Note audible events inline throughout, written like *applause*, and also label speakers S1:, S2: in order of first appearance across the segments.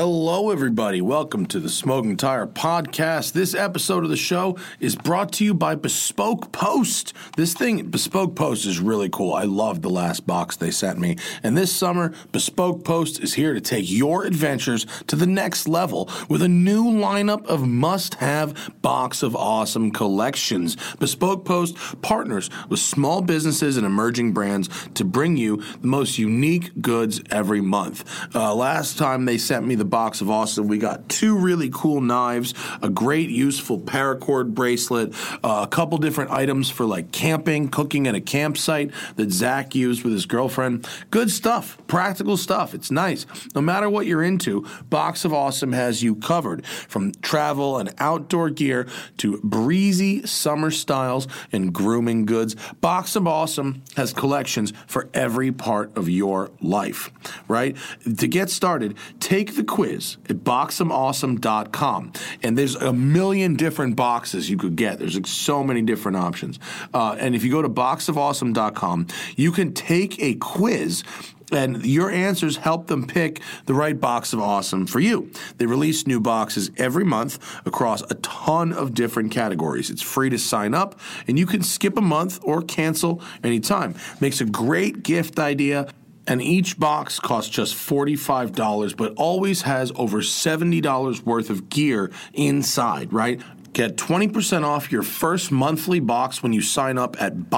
S1: Hello, everybody. Welcome to the Smoking Tire Podcast. This episode of the show is brought to you by Bespoke Post. This thing, Bespoke Post, is really cool. I love the last box they sent me. And this summer, Bespoke Post is here to take your adventures to the next level with a new lineup of must have box of awesome collections. Bespoke Post partners with small businesses and emerging brands to bring you the most unique goods every month. Uh, last time they sent me the box of awesome, we got two really cool knives, a great useful paracord bracelet, uh, a couple different items for like camping, cooking at a campsite that Zach used with his girlfriend. Good stuff, practical stuff. It's nice. No matter what you're into, Box of Awesome has you covered from travel and outdoor gear to breezy summer styles and grooming goods. Box of Awesome has collections for every part of your life, right? To get started, take the quiz at boxofawesome.com. And there's a million different boxes you could get. There's like so many different options. Uh, and if you go to boxofawesome.com, you can take a quiz and your answers help them pick the right box of awesome for you. They release new boxes every month across a ton of different categories. It's free to sign up, and you can skip a month or cancel anytime. Makes a great gift idea. And each box costs just $45, but always has over $70 worth of gear inside, right? Get 20% off your first monthly box when you sign up at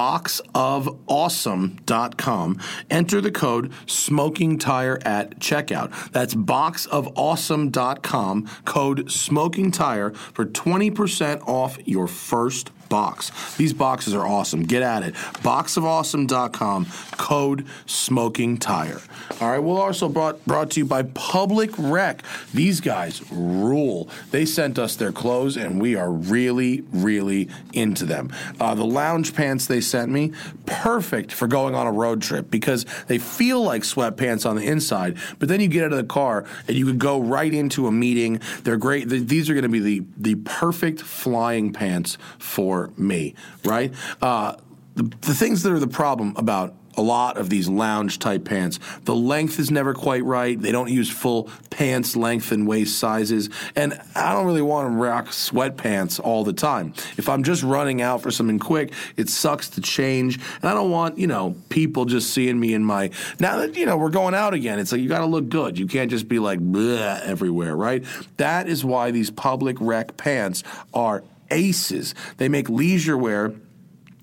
S1: boxofawesome.com. Enter the code smoking tire at checkout. That's boxofawesome.com, code smoking tire for 20% off your first box. These boxes are awesome. Get at it. Boxofawesome.com, um, code smoking tire. All right, we're also brought, brought to you by Public Rec. These guys rule. They sent us their clothes, and we are really, really into them. Uh, the lounge pants they sent me, perfect for going on a road trip because they feel like sweatpants on the inside, but then you get out of the car and you could go right into a meeting. They're great. Th- These are going to be the, the perfect flying pants for me, right? Uh, the, the things that are the problem about a lot of these lounge type pants. The length is never quite right. They don't use full pants length and waist sizes. And I don't really want to rock sweatpants all the time. If I'm just running out for something quick, it sucks to change. And I don't want, you know, people just seeing me in my. Now that, you know, we're going out again, it's like you got to look good. You can't just be like bleh everywhere, right? That is why these public rec pants are aces. They make leisure wear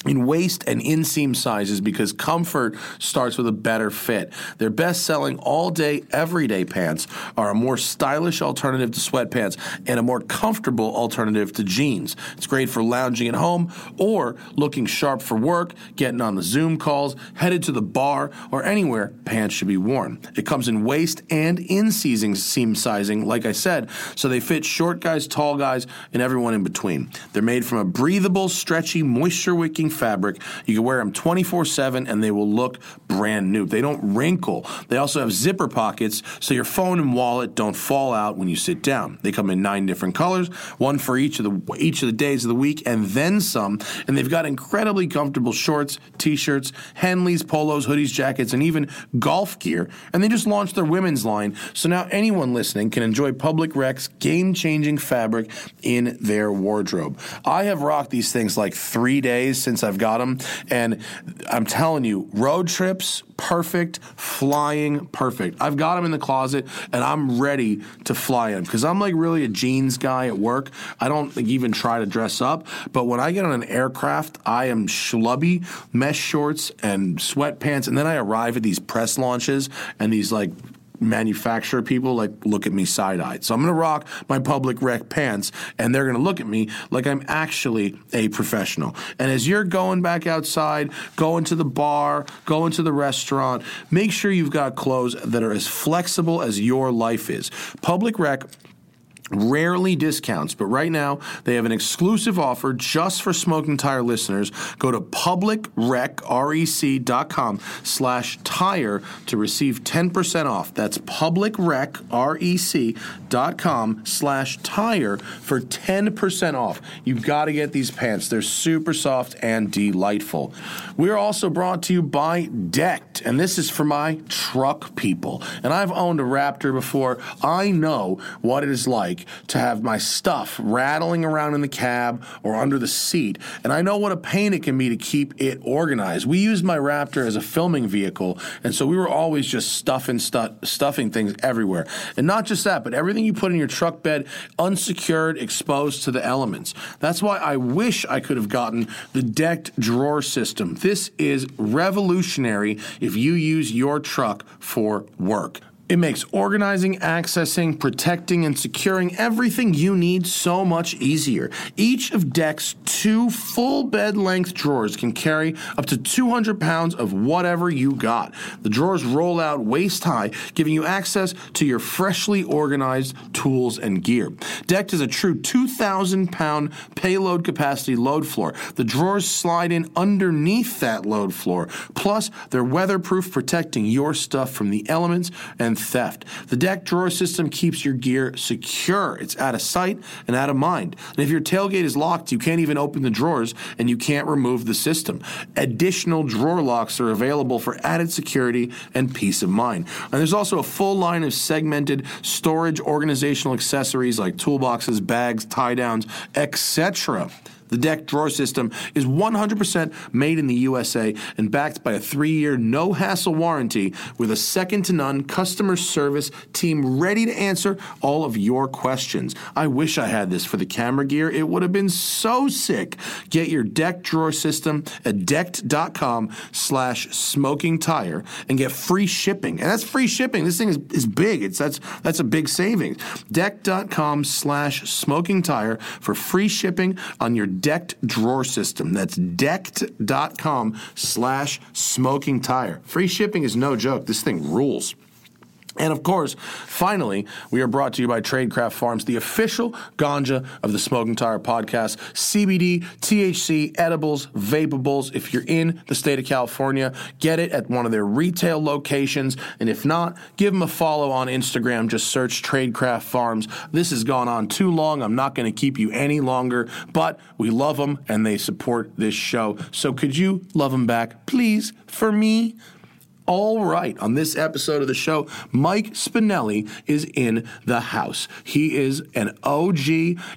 S1: in waist and inseam sizes because comfort starts with a better fit. Their best selling all day, everyday pants are a more stylish alternative to sweatpants and a more comfortable alternative to jeans. It's great for lounging at home or looking sharp for work, getting on the Zoom calls, headed to the bar, or anywhere pants should be worn. It comes in waist and in season seam sizing, like I said, so they fit short guys, tall guys, and everyone in between. They're made from a breathable, stretchy, moisture wicking fabric. You can wear them 24 7 and they will look brand new. They don't wrinkle. They also have zipper pockets so your phone and wallet don't fall out when you sit down. They come in nine different colors, one for each of the each of the days of the week and then some. And they've got incredibly comfortable shorts, t-shirts, Henleys, polos, hoodies, jackets, and even golf gear. And they just launched their women's line, so now anyone listening can enjoy Public Rec's game-changing fabric in their wardrobe. I have rocked these things like 3 days since I've got them and I'm telling you, road trips perfect, flying perfect. I've got them in the closet and I'm ready to fly in because I'm like really a jeans guy at work. I don't like, even try to dress up, but when I get on an aircraft, I am schlubby, mesh shorts and sweatpants, and then I arrive at these press launches and these like manufacturer people like look at me side eyed. So I'm going to rock my public rec pants and they're going to look at me like I'm actually a professional. And as you're going back outside, going to the bar, going to the restaurant, make sure you've got clothes that are as flexible as your life is. Public rec Rarely discounts, but right now they have an exclusive offer just for Smoking Tire listeners. Go to E publicrec.com slash tire to receive 10% off. That's E publicrec.com slash tire for 10% off. You've got to get these pants. They're super soft and delightful. We're also brought to you by Decked, and this is for my truck people. And I've owned a Raptor before. I know what it is like to have my stuff rattling around in the cab or under the seat, and I know what a pain it can be to keep it organized. We used my Raptor as a filming vehicle, and so we were always just stuffing stu- stuffing things everywhere. And not just that, but everything you put in your truck bed, unsecured, exposed to the elements. That's why I wish I could have gotten the decked drawer system. This is revolutionary if you use your truck for work. It makes organizing, accessing, protecting, and securing everything you need so much easier. Each of Deck's two full bed length drawers can carry up to 200 pounds of whatever you got. The drawers roll out waist high, giving you access to your freshly organized tools and gear. Decked is a true 2,000 pound payload capacity load floor. The drawers slide in underneath that load floor. Plus, they're weatherproof, protecting your stuff from the elements and theft. The deck drawer system keeps your gear secure. It's out of sight and out of mind. And if your tailgate is locked, you can't even open the drawers and you can't remove the system. Additional drawer locks are available for added security and peace of mind. And there's also a full line of segmented storage organizational accessories like toolboxes, bags, tie downs, etc. The deck drawer system is 100% made in the USA and backed by a three year no hassle warranty with a second to none customer service team ready to answer all of your questions. I wish I had this for the camera gear. It would have been so sick. Get your deck drawer system at decked.com slash smoking tire and get free shipping. And that's free shipping. This thing is, is big. It's that's that's a big savings. Deck.com slash smoking tire for free shipping on your decked drawer system. That's decked.com slash smoking tire. Free shipping is no joke. This thing rules. And of course, finally, we are brought to you by Tradecraft Farms, the official ganja of the Smoking Tire podcast. CBD, THC, edibles, vapables. If you're in the state of California, get it at one of their retail locations. And if not, give them a follow on Instagram. Just search Tradecraft Farms. This has gone on too long. I'm not going to keep you any longer, but we love them and they support this show. So could you love them back, please, for me? All right, on this episode of the show, Mike Spinelli is in the house. He is an OG,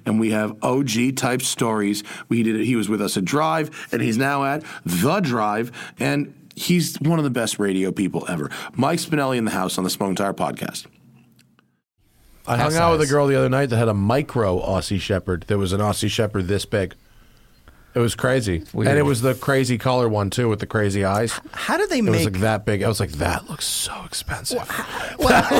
S1: and we have OG type stories. We did. He was with us at Drive, and he's now at the Drive, and he's one of the best radio people ever. Mike Spinelli in the house on the Smoking Tire podcast. I hung
S2: House
S1: out with a
S2: size.
S1: girl the other night that had a micro Aussie Shepherd. There was an Aussie Shepherd this big. It was crazy, and it
S2: Weird.
S1: was the crazy collar one too, with the crazy eyes.
S2: How do they
S1: It was
S2: make
S1: like that big. I was like, that looks so expensive. *laughs*
S2: well,
S1: That-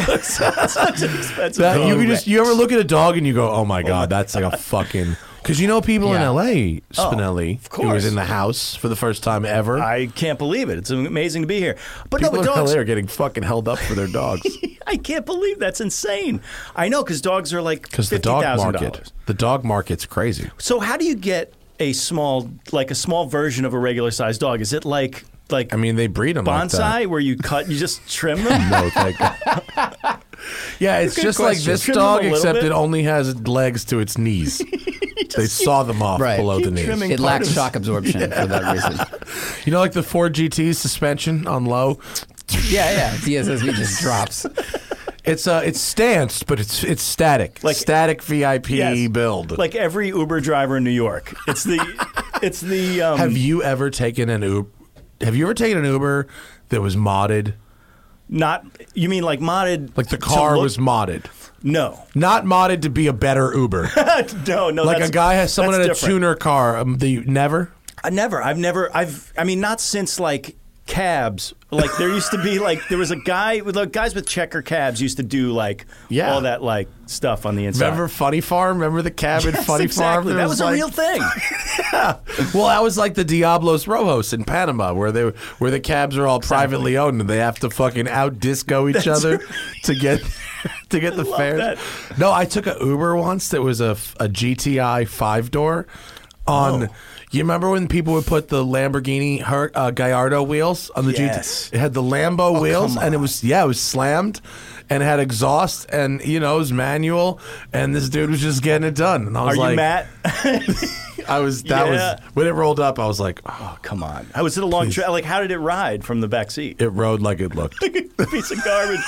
S1: you can just you ever look at a dog and you go, oh my god, that's like a fucking. Because you know people
S2: Yeah.
S1: in LA, Spinelli,
S3: Oh, of
S1: who was
S3: course.
S1: in the house for the first time ever.
S3: I can't believe it. It's amazing to be here. But
S1: people
S3: no, but
S1: in
S3: dogs.
S1: LA are getting fucking held up for their
S3: *laughs*
S1: dogs
S3: I can't believe that's insane. I know because dogs are like
S1: because
S3: fifty
S1: the dog
S3: thousand
S1: market,
S3: dollars.
S1: the dog market's crazy.
S3: So how do you get a small, like a small version of a regular sized dog? Is it like like
S1: I mean, they breed them
S3: bonsai
S1: like
S3: where you cut, you just trim
S1: *laughs*
S3: them?
S1: that. No, thank you.
S3: *laughs*
S1: yeah, it's
S3: Good
S1: just like
S3: question.
S1: this
S3: Trim them
S1: dog,
S3: a little
S1: except
S3: bit.
S1: it only has legs to its
S3: *laughs*
S1: knees. they saw them off
S2: Right.
S1: below the
S3: keep
S1: knees.
S3: trimming
S2: it
S3: part
S2: lacks
S3: of-
S2: shock absorption for that reason.
S1: *laughs* You know, like the Ford GT suspension on low.
S2: Yeah, yeah. DSSV just drops.
S1: It's uh, it's stanced, but it's it's static, like
S3: Like-
S1: static VIP
S3: Yes.
S1: build.
S3: Like every Uber driver in New York. It's the it's the um,
S1: have you ever taken an Uber? Have you ever taken an Uber that was modded?
S3: not you mean like modded
S1: Like the
S3: to
S1: car
S3: look-
S1: was modded,
S3: no
S1: not modded to be a better Uber.
S3: *laughs* no no
S1: like
S3: that's-
S1: a guy has someone in
S3: that's
S1: a
S3: different. Uh,
S1: tuner car. Um, the never.
S3: I never. I've never. I've. I mean, not since like cabs. Like there used to be like there was a guy with like, guys with checker cabs used to do like
S4: Yeah.
S3: all that like stuff on the inside. *laughs*
S4: Remember Funny Farm? Remember the cab in
S3: Yes,
S4: Funny Farm?
S3: exactly.
S4: There
S3: That was, a
S4: like-
S3: real
S1: *laughs*
S3: thing.
S4: Well, that was like the Diablos Rojos in Panama, where they where the cabs are all privately owned and they have to fucking out disco each other *laughs* to get to get the fares.
S3: that.
S4: No, I took a Uber once that was a, f- a GTI five door
S3: Oh.
S4: on. You remember when people would put the Lamborghini Hur- uh, Gallardo wheels on the
S3: Yes. Oh,
S4: GT? It had the Lambo wheels,
S3: come
S4: and it was yeah, it was slammed, and it had exhaust, and you know it was manual, and this dude was just getting it done. And I
S3: Are
S4: was like,
S3: you Matt? *laughs*
S4: I was that
S3: Yeah.
S4: was when it rolled up. I was like,
S3: Oh come on! I was at a long trip. Like how did it ride from the back seat?
S4: It rode like it looked.
S3: *laughs* piece of garbage.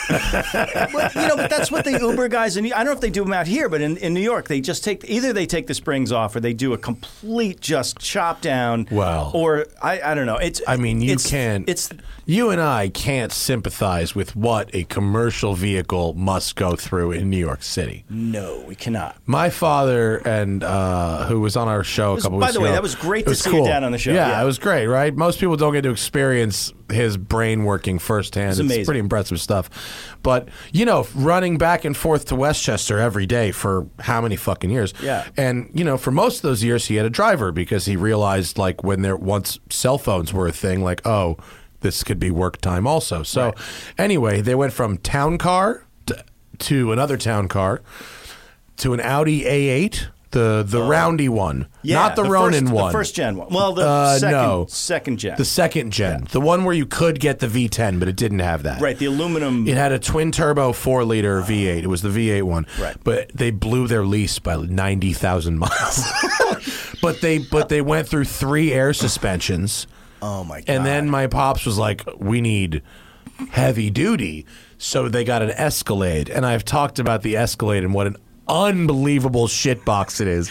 S3: but, you know, but that's what the Uber guys in I don't know if they do them out here, but in, in New York, they just take either they take the springs off or they do a complete just chop down.
S4: Well.
S3: or I, I don't know. It's
S4: I mean, you
S3: it's-
S4: can't.
S3: It's
S4: you and I can't sympathize with what a commercial vehicle must go through in New York City.
S3: no, we cannot.
S4: My father and uh, who was on our show a
S3: was-
S4: couple
S3: by
S4: weeks
S3: the way,
S4: ago,
S3: that was great
S4: it
S3: to see you down on the show,
S4: Yeah,
S3: yeah.
S4: it was great, right? Most people don't get to experience his brain working firsthand. It's,
S3: amazing.
S4: pretty impressive stuff. But you know, running back and forth to Westchester every day for how many fucking years?
S3: Yeah.
S4: And you know, for most of those years, he had a driver because he realized, like, when there once cell phones were a thing, like, oh, this could be work time also. So, anyway, they went from town car to, to another town car to an Audi A8, the the roundy one,
S3: Oh. Yeah,
S4: not the,
S3: the
S4: Ronin
S3: first,
S4: one,
S3: The first gen one. Well, the
S4: Uh,
S3: second,
S4: no.
S3: second gen.
S4: the second gen, the one where you could get the V10, but it didn't have that.
S3: right, the aluminum.
S4: It had a twin turbo four liter V8. It was the V8 one.
S3: Right.
S4: But they blew their lease by ninety thousand miles. *laughs* but they but they went through three air suspensions.
S3: oh my god!
S4: And then my pops was like, "We need heavy duty," so they got an Escalade. And I've talked about the Escalade and what an unbelievable shitbox it is.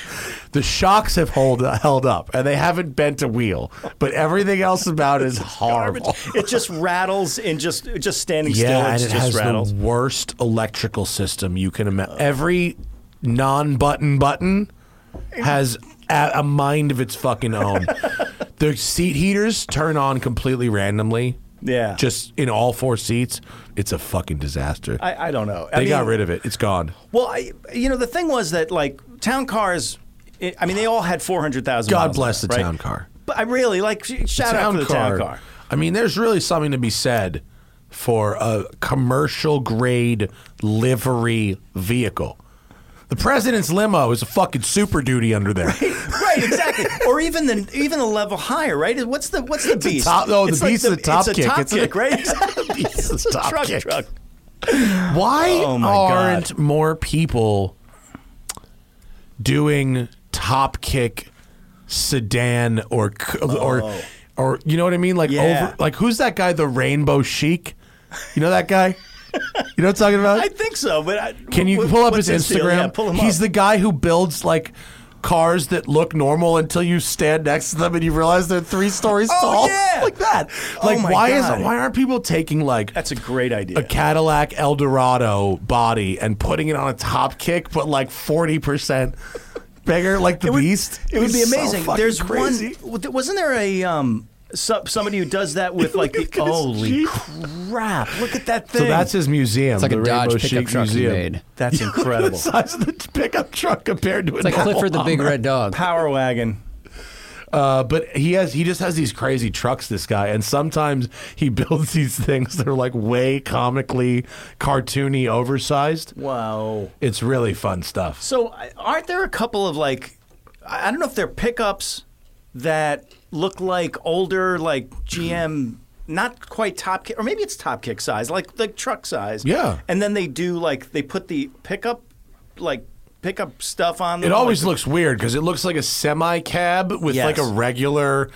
S4: The shocks have hold, held up, and they haven't bent a wheel, but everything else about it is horrible.
S3: it just rattles and just just standing
S4: Yeah, and
S3: still.
S4: it
S3: just
S4: has
S3: rattles.
S4: the worst electrical system you can imagine. Every non-button button has a, a mind of its
S3: *laughs*
S4: fucking own. the seat heaters turn on completely randomly.
S3: Yeah.
S4: just in all four seats, it's a fucking disaster.
S3: I, I don't know.
S4: they
S3: I mean,
S4: got rid of it. It's gone.
S3: Well, I, you know, the thing was that like town cars. It, I mean, they all had four hundred thousand.
S4: God bless the town car.
S3: But I really like sh- shout out to the town car.
S4: I mean, there's really something to be said for a commercial grade livery vehicle. The president's limo is a fucking super duty under
S3: *laughs*
S4: there. *laughs*
S3: right, exactly. Or even the even the level higher. Right? What's the what's the beast?
S4: top- oh, the
S3: It's like
S4: beast is the top
S3: it's
S4: kick.
S3: A top
S4: *laughs* It's a-
S3: kick, right?
S4: Beast is
S3: It's a
S4: top
S3: truck,
S4: kick.
S3: truck.
S4: Why
S3: Oh my
S4: aren't more people doing top kick sedan or c- or or you know what I mean? Like
S3: Oh. Yeah.
S4: over like who's that guy? The Rainbow Chic. You know that guy. you know what I'm talking
S3: *laughs*
S4: about?
S3: I think so, but I,
S4: Can you
S3: what-
S4: pull up
S3: what's
S4: his
S3: deal?
S4: Instagram?
S3: Yeah, pull him
S4: He's
S3: up.
S4: the guy who builds like cars that look normal until you stand next to them and you realize they're three stories
S3: Oh,
S4: tall. *laughs*
S3: yeah.
S4: Like that.
S3: Oh,
S4: Like
S3: my
S4: why is
S3: God.
S4: why aren't people taking like
S3: That's a great idea.
S4: a Cadillac Eldorado body and putting it on a top kick, but like forty percent bigger, like the
S3: It would-
S4: beast.
S3: It would be
S4: He's so
S3: amazing.
S4: fucking
S3: There's
S4: crazy.
S3: one. w- Wasn't there a um so, somebody who does that with like the
S4: *laughs* Look at his
S3: holy
S4: Jeep.
S3: crap? Look at that thing.
S4: So that's his museum.
S2: It's like
S4: the
S2: a Dodge
S4: Rainbow
S2: pickup
S4: Chic
S2: truck he
S4: museum.
S2: made.
S3: that's *laughs*
S4: The
S3: incredible.
S4: size of the pickup truck compared to a
S2: It's like
S4: normal
S2: Clifford the Big
S4: Hummer.
S2: Red Dog.
S3: Power wagon.
S4: Uh, but he has he just has these crazy trucks. This guy, and sometimes he *laughs* builds these things that are like way comically cartoony, oversized.
S3: Wow.
S4: It's really fun stuff.
S3: So I- aren't there a couple of like I I don't know if they're pickups that look like older like GM not quite top kick or maybe it's top kick size like like truck size.
S4: Yeah.
S3: And then they do like they put the pickup like pickup stuff on them.
S4: It
S3: like
S4: always
S3: the-
S4: looks weird because it looks like a semi cab with
S3: Yes.
S4: like a regular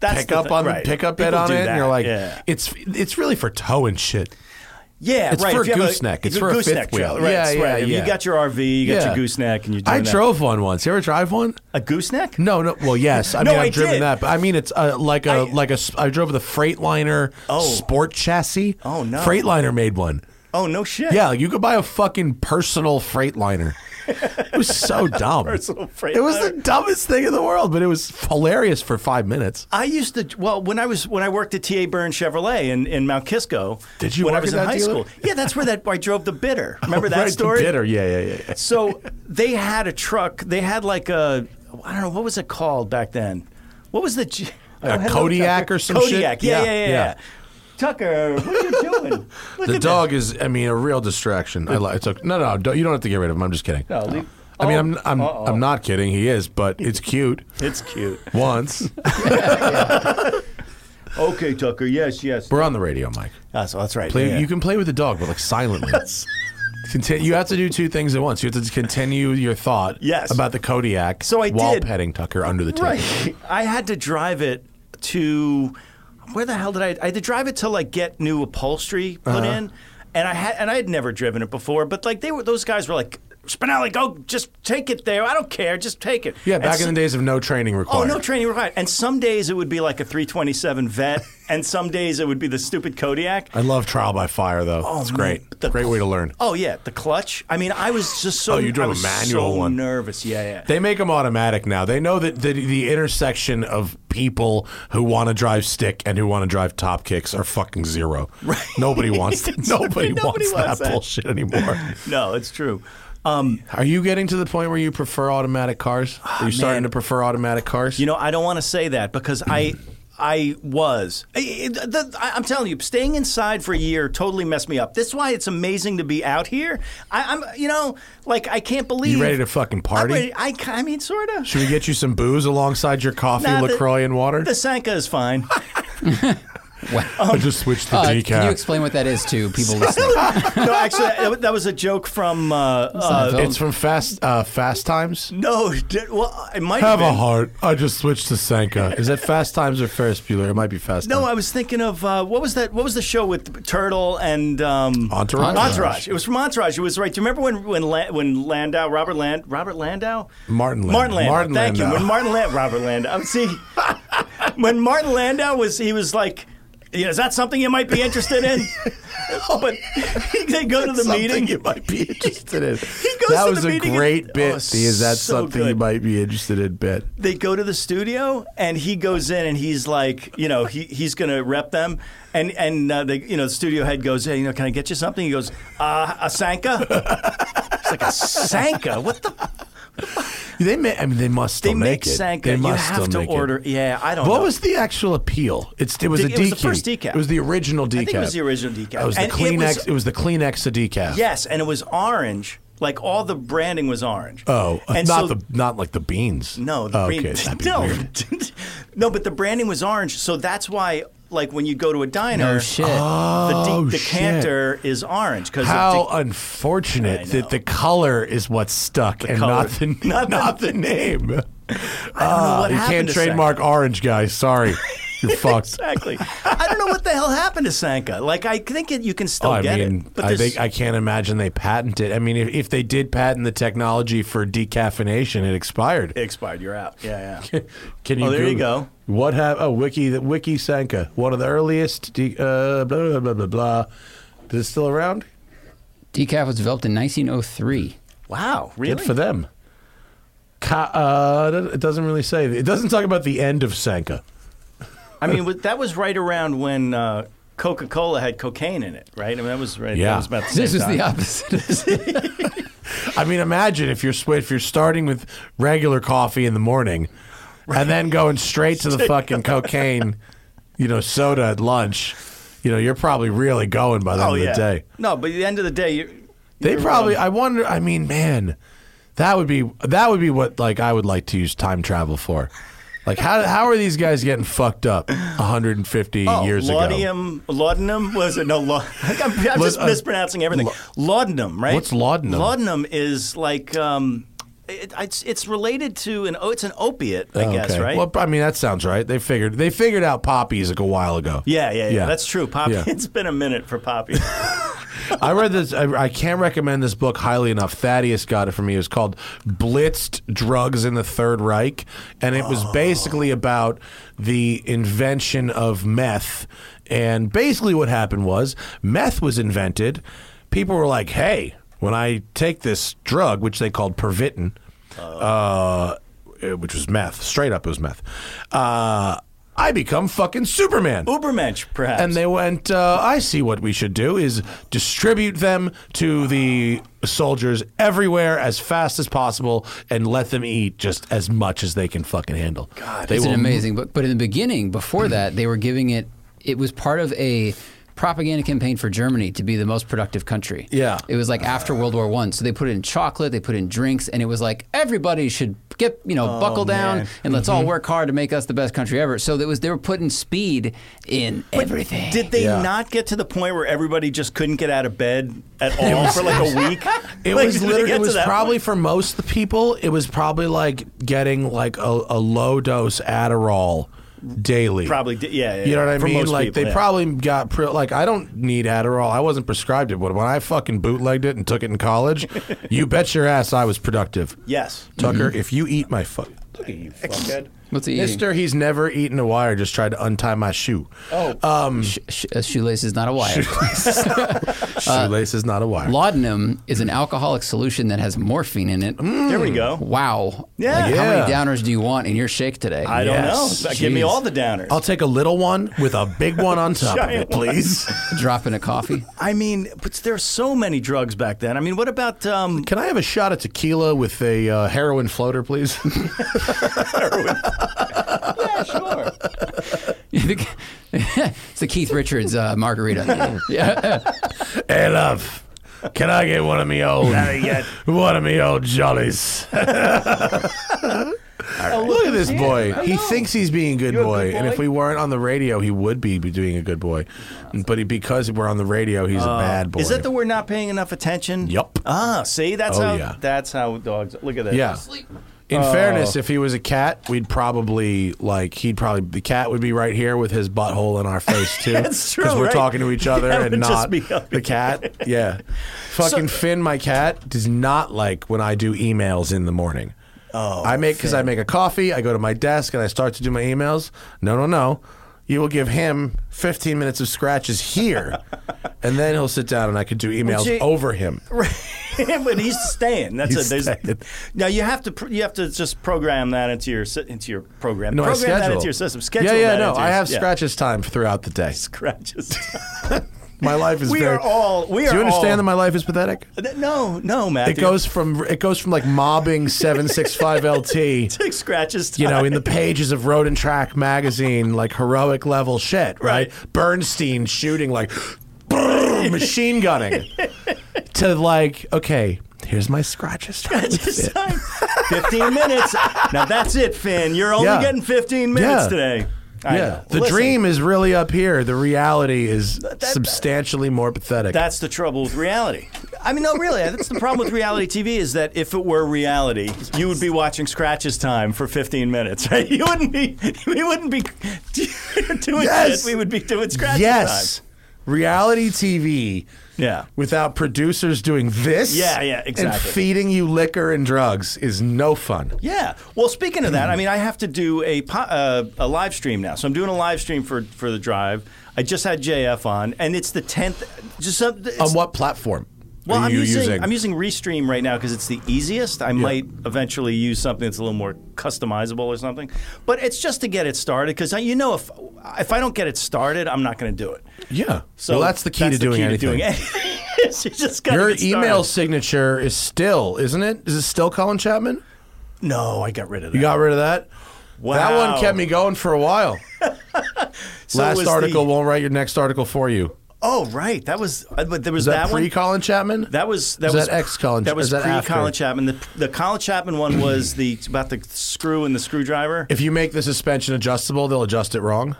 S3: That's the
S4: pickup
S3: thing,
S4: on
S3: right.
S4: the pickup bed
S3: People
S4: on
S3: do
S4: it,
S3: that,
S4: and you're like,
S3: yeah.
S4: it's it's really for tow and shit.
S3: Yeah,
S4: It's
S3: right.
S4: for
S3: if
S4: a
S3: you have
S4: gooseneck. It's
S3: a
S4: for a fifth
S3: gooseneck trail,
S4: wheel.
S3: Right,
S4: Yeah,
S3: that's
S4: yeah,
S3: right. If
S4: yeah.
S3: You got your RV, you got
S4: Yeah.
S3: your gooseneck, and you.
S4: I drove Hmm. one once. You ever drive one?
S3: a gooseneck.
S4: No, no. Well, yes.
S3: *laughs*
S4: I
S3: No,
S4: mean, I've
S3: I
S4: driven
S3: did.
S4: that, but I mean, it's uh, like a
S3: I-
S4: like a. s- I drove the Freightliner
S3: Oh.
S4: sport chassis.
S3: Oh, no.
S4: Freightliner made one.
S3: Oh no shit.
S4: Yeah, you could buy a fucking personal Freightliner. It
S3: *laughs*
S4: was so dumb.
S3: Personal freight
S4: it was the
S3: letter.
S4: dumbest thing in the world, but it was hilarious for five minutes.
S3: I used to well when I was when I worked at T.A. Byrne Chevrolet in, in Mount Kisco.
S4: Did you
S3: when I
S4: work
S3: was
S4: at
S3: in
S4: that
S3: high
S4: dealer?
S3: school? Yeah, that's where that where I drove the
S4: *laughs*
S3: bitter. Remember that
S4: Right, the
S3: story?
S4: Bitter, yeah, yeah, yeah. yeah.
S3: So they had a truck. They had like a I don't know what was it called back then. What was the j-
S4: A Kodiak or some
S3: Kodiak?
S4: shit?
S3: Yeah, yeah, yeah, yeah. Tucker, what are you
S4: *laughs*
S3: doing? Look
S4: The
S3: at
S4: dog is, I mean, a real distraction. I li- it's okay. No, no, don't, you don't have to get rid of him. I'm just kidding.
S3: No, leave-
S4: I mean, I'm,
S3: Oh,
S4: I'm,
S3: uh-oh.
S4: I'm not kidding. He is, but it's cute.
S3: that. It's cute. *laughs*
S4: Once
S3: Okay, Tucker. Yes, yes.
S4: we're on the radio, Mike.
S3: Ah, so that's right.
S4: Play,
S3: yeah.
S4: You can play with the dog, but
S3: *laughs*
S4: like silently. Contin- you have to do two things at once. You have to continue your thought
S3: Yes.
S4: about the Kodiak
S3: So I
S4: while
S3: did.
S4: petting Tucker under the table.
S3: Right. I had to drive it to where the hell did I? I had to drive it to like get new upholstery put
S4: Uh-huh.
S3: in, and I had and I had never driven it before. But like they were, those guys were like, Spinelli, go, just take it there. I don't care, just take it.
S4: Yeah,
S3: And
S4: back
S3: so-
S4: in the days of no training required.
S3: Oh, no training required. And some days it would be like a 327
S4: *laughs*
S3: vet, and some days it would be the stupid Kodiak.
S4: I love trial by fire though. it's
S3: Oh, man,
S4: great.
S3: the-
S4: great way to learn.
S3: Oh yeah, the clutch. I mean, I was just so
S4: Oh, you drove
S3: I
S4: a
S3: was
S4: manual
S3: so
S4: one.
S3: nervous. Yeah, yeah.
S4: They make them automatic now. They know that the, the intersection of people who want to drive stick and who want to drive top kicks are fucking zero. Right.
S3: *laughs*
S4: Nobody wants that. *laughs*
S3: Nobody
S4: Nobody, wants,
S3: wants
S4: that
S3: that.
S4: bullshit anymore.
S3: no, it's true. Um,
S4: Are you getting to the point where you prefer automatic cars? Are you starting to prefer automatic cars?
S3: Ah, You know, I don't want to say that because
S4: *clears throat*
S3: I. I was. I, I- the, I- I'm telling you, staying inside for a year totally messed me up. That's why it's amazing to be out here. I, I'm, you know, like I can't believe.
S4: you ready to fucking
S3: I'm
S4: party?
S3: ready, I, ca- I mean, sort of.
S4: Should we get you some booze alongside your coffee,
S3: Nah, the-
S4: Lacroix, and water?
S3: The Sanka is fine. *laughs*
S4: I just switched the
S2: Uh, can you
S4: decal.
S2: explain what that is to
S1: *laughs*
S2: people listening?
S3: no, actually, that, that was a joke from. Uh, uh,
S4: It's from Fast uh, Fast Times.
S3: no, d- well, it might
S4: Have a
S3: been.
S4: heart. I just switched to Sanka. Is that Fast Times or Ferris Bueller? It might be Fast
S3: No,
S4: Times.
S3: I was thinking of uh, what was that? What was the show with Turtle and um,
S4: Entourage?
S3: Entourage. It was from Entourage. It was right. Do you remember when when La- when Landau, Robert Land, Robert Landau,
S4: Martin Landau.
S3: Martin Landau.
S4: Martin
S3: Thank
S4: Landau.
S3: you. When Martin Landau, Robert Landau. Um, See, when Martin Landau was, he was like. Yeah, is that something you might be interested
S4: *laughs*
S3: in? but they go to the
S4: Something
S3: meeting.
S4: you might *laughs* be interested in.
S3: goes
S4: that
S3: to
S4: was
S3: the
S4: a
S3: meeting and-
S4: great bit.
S3: Oh,
S4: the is that
S3: so
S4: something you
S3: good.
S4: might be interested in? Bit.
S3: they go to the studio and he goes in and he's like, you know, he, he's going to rep them. And, and uh, the, you know, the studio head goes, hey, you know, can I get you something? He goes, uh, a Sanka? it's like, a Sanka? What the?
S4: They may, I mean, they must still
S3: They make
S4: make, it.
S3: Sanka.
S4: They
S3: you
S4: must
S3: have
S4: still
S3: to
S4: make
S3: order.
S4: It.
S3: Yeah, I don't
S4: What
S3: know.
S4: was the actual appeal? It's it was
S3: Oh, The-
S4: a
S3: it was the
S4: decaf.
S3: first decaf.
S4: It was the original decaf.
S3: think it was the original decaf.
S4: It was the
S3: And it
S4: Kleenex. It
S3: was-
S4: was, the Kleenex to decaf.
S3: Yes, and it was orange. Like all the branding was orange.
S4: Oh,
S3: and
S4: not
S3: so-
S4: the not like the beans.
S3: No, the
S4: Oh,
S3: brand-
S4: okay, that'd
S3: *laughs*
S4: be
S3: no,
S4: weird.
S3: no, but the branding was orange, so that's why. Like when you go to a diner,
S1: uh,
S2: No shit.
S4: Oh,
S3: the de-
S4: shit.
S3: decanter is orange because
S4: How
S3: de- I
S4: unfortunate
S3: know.
S4: that the color is what's stuck and not the
S3: *laughs*
S4: not,
S3: Not the- *laughs*
S4: the name.
S3: know what
S4: you
S3: happened
S4: Ah, can't
S3: to
S4: trademark orange,
S3: *laughs*
S4: guys. Sorry, you're fucked.
S3: exactly. I don't know what the hell happened to Sanka. Like I think it, you can still
S4: Oh, I
S3: get
S4: mean,
S3: it, but
S4: I
S3: there's-
S4: think I can't imagine they patented. I mean, if, if they did patent the technology for decaffeination, it expired.
S3: it expired. You're out. Yeah,
S4: *laughs*
S3: yeah.
S4: Can you?
S3: Oh, there you
S4: Google-
S3: go.
S4: What have oh wiki the wiki Sanka one of the earliest de- uh, blah blah blah blah blah. Is it still around?
S2: Decaf was developed in 1903.
S3: wow,
S4: Good
S3: really?
S4: for them. Ka- uh, it doesn't really say. It doesn't talk about the end of Sanka.
S3: I mean, with- that was right around when uh, Coca-Cola had cocaine in it, right? I mean, that was right.
S4: Yeah.
S3: That was about the
S2: This
S3: same
S2: is
S3: time.
S2: the opposite.
S4: I mean, imagine if you're swi- if you're starting with regular coffee in the morning, and then going straight to
S3: *laughs*
S4: the fucking cocaine, you know, soda at lunch. You know, you're probably really going by the
S3: Oh
S4: end
S3: yeah.
S4: of the day.
S3: No, but at the end of the day, you,
S4: They
S3: you're
S4: probably.
S3: wrong.
S4: I wonder. I mean, man, that would be that would be what like I would like to use time travel for. Like how how are these guys getting fucked up 150
S3: Oh,
S4: years ago?
S3: laudium, Laudanum was it? No, lau- *laughs* I'm, I'm
S4: Was,
S3: just
S4: uh,
S3: mispronouncing everything. laudanum, right?
S4: What's laudanum?
S3: Laudanum is like um, it, it's it's related to an oh, it's an opiate, I guess,
S4: Okay.
S3: right?
S4: Well, I mean that sounds right. They figured they figured out poppies like a while ago.
S3: yeah, yeah, yeah,
S4: Yeah.
S3: That's true. Poppy.
S4: Yeah.
S3: *laughs* It's been a minute for Poppy.
S4: I read this. I, I can't recommend this book highly enough. Thaddeus got it for me. It was called "Blitzed Drugs in the Third Reich," and it was basically about the invention of meth. And basically, what happened was meth was invented. People were like, "Hey, when I take this drug, which they called Pervitin, uh, eh, which was meth, straight up it was meth, uh, I become fucking Superman.
S3: Ubermensch, perhaps.
S4: And they went, uh, I see what we should do is distribute them to the soldiers everywhere as fast as possible and let them eat just as much as they can fucking handle. God, they
S2: it's
S4: will
S2: an amazing book. But in the beginning,
S4: *clears throat*
S2: before that, they were giving it. It was part of a propaganda campaign for Germany to be the most productive country.
S4: Yeah.
S2: it was like after World War One, so they put it in chocolate, they put it in drinks, and it was like everybody should get you
S4: Oh,
S2: know buckle down
S3: man.
S2: and let's
S4: Mm-hmm.
S2: all work hard to make us the best country ever. So there was they were putting speed in everything.
S3: Did they
S4: Yeah.
S3: not get to the point where everybody just couldn't get out of bed at all for like a week?
S4: *laughs* It
S3: Like, *laughs*
S4: was
S3: did they
S4: literally.
S3: get
S4: It
S3: to
S4: was
S3: that
S4: probably for most of the people. It was probably like getting like a, a low dose Adderall daily.
S3: Probably did- yeah, yeah,
S4: You know what I
S3: for
S4: mean?
S3: most
S4: like
S3: people,
S4: they
S3: yeah.
S4: probably got pre- like I don't need Adderall. I wasn't prescribed it, but when I fucking bootlegged it and took it
S3: *laughs*
S4: in college, you bet your ass I was productive.
S3: Yes.
S4: Tucker, if you eat my fuck. Look at you,
S3: Fuckhead.
S2: What's he eating?
S4: Mister, he's never eaten a wire. Just tried to untie my shoe.
S2: Oh,
S4: Um,
S2: sh- sh- a shoelace is not a wire.
S4: *laughs* Shoelace is not a wire.
S2: *laughs* Laudanum is an alcoholic solution that has morphine in it.
S4: Mm.
S3: There we go.
S2: Wow.
S3: Yeah.
S2: Like, How many
S4: Yeah.
S2: downers do you want in your shake today?
S3: I don't
S4: Yes.
S3: know. Give me
S2: Jeez.
S3: all the downers.
S4: I'll take a little one with a big one on top of it,
S3: Giant
S4: please.
S2: Drop in a coffee. *laughs*
S3: I mean, but there's so many drugs back then. I mean, what about um,
S4: Can I have a shot of tequila with a uh, heroin floater, please? *laughs*
S3: yeah, sure.
S2: it's the Keith Richards uh, margarita. yeah. *laughs*
S4: hey, love, can I get one of me old, one of me old jollies? *laughs* Look at this boy. He thinks he's being a good boy, and if we weren't on the radio, he would be be doing a good boy. But he, because we're on the radio, he's a bad boy.
S3: Is that the we're not paying enough attention?
S4: Yup.
S3: Ah, see, that's
S4: Oh,
S3: how
S4: yeah.
S3: that's how dogs look at that.
S4: Yeah. In
S3: Oh.
S4: fairness, if he was a cat, we'd probably like he'd probably the cat would be right here with his butthole in our face
S3: *laughs*
S4: too.
S3: That's true,
S4: we're
S3: right?
S4: talking
S3: *laughs*
S4: to each other
S3: Yeah, it
S4: and
S3: would just
S4: not
S3: be up
S4: the cat.
S3: *laughs*
S4: Yeah, fucking Finn, my cat does not like when I do emails in the morning. Oh, I make because I make a coffee. I go to my desk and I start to do my emails. No, no, no. You will give him 15 minutes of
S3: *laughs*
S4: scratches here, and then he'll sit down and I could do emails
S3: you-
S4: over him.
S3: *laughs* but he's staying. That's
S4: He's
S3: it. There's,
S4: staying.
S3: Now you have to pr- you have to just program that into your sy- into your program.
S4: No, I
S3: program
S4: schedule.
S3: that into your system. Schedule
S4: Yeah, yeah,
S3: that
S4: no.
S3: into
S4: I
S3: your-
S4: have
S3: yeah.
S4: scratches time throughout the day.
S3: scratches. *laughs*
S4: My life is.
S3: We
S4: very,
S3: are all- we
S4: Do
S3: are
S4: you understand
S3: all-
S4: that my life is pathetic?
S3: no, no, Matthew.
S4: It goes from it goes from like mobbing seven six five
S3: *laughs*
S4: LT,
S3: Take scratches.
S4: you know,
S3: time.
S4: in the pages of Road and Track magazine, like heroic level shit, right? Bernstein shooting like brrr,
S3: *laughs*
S4: machine gunning, to like okay, here's my scratches. time.
S3: Just *laughs* time. 15 minutes. Now that's it, Finn. You're only
S4: Yeah.
S3: getting 15 minutes
S4: Yeah.
S3: today. I
S4: Yeah,
S3: know.
S4: the
S3: Listen,
S4: dream is really up here. The reality is substantially more pathetic.
S3: That's the trouble with reality. I mean, no, really. That's the problem with reality TV is that if it were reality, you would be watching Scratches Time for 15 minutes, *laughs* right? You wouldn't be. We wouldn't be *laughs* doing
S4: Yes.
S3: shit. We would be doing Scratches
S4: yes,
S3: Time.
S4: reality TV.
S3: Yeah.
S4: without producers doing this.
S3: Yeah, yeah,
S4: And
S3: exactly.
S4: feeding you liquor and drugs is no fun.
S3: Yeah. Well, speaking of that, I mean, I have to do a po- uh, a live stream now, so I'm doing a live stream for for the drive. I just had JF on, and it's the tenth. Just some, it's-
S4: On what platform?
S3: Well,
S4: Um, are
S3: I'm
S4: you
S3: using, I'm using Restream right now because it's the easiest. I might eventually use something that's a little more customizable or something, but it's just to get it started because you know if if I don't get it started, I'm not going to do it.
S4: yeah.
S3: So
S4: well, that's the key to doing anything.
S3: *laughs* anything. you just gotta
S4: *laughs* Your
S3: get started.
S4: email signature is still, isn't it? Is it still Colin Chapman?
S3: No, I got rid of that.
S4: You got rid of that. That
S3: Wow.
S4: one kept me going for a while.
S3: *laughs* So it was
S4: Last
S3: the-
S4: article won't write your next article for you.
S3: oh, right. That was. uh, But there was,
S4: Is that,
S3: one.
S4: pre Colin Chapman?
S3: That was that
S4: Is
S3: was
S4: that ex-Colin-
S3: That was
S4: is that
S3: pre
S4: after?
S3: Colin Chapman. The the Colin Chapman one was the about the screw and the screwdriver.
S4: if you make the suspension adjustable, they'll adjust it wrong.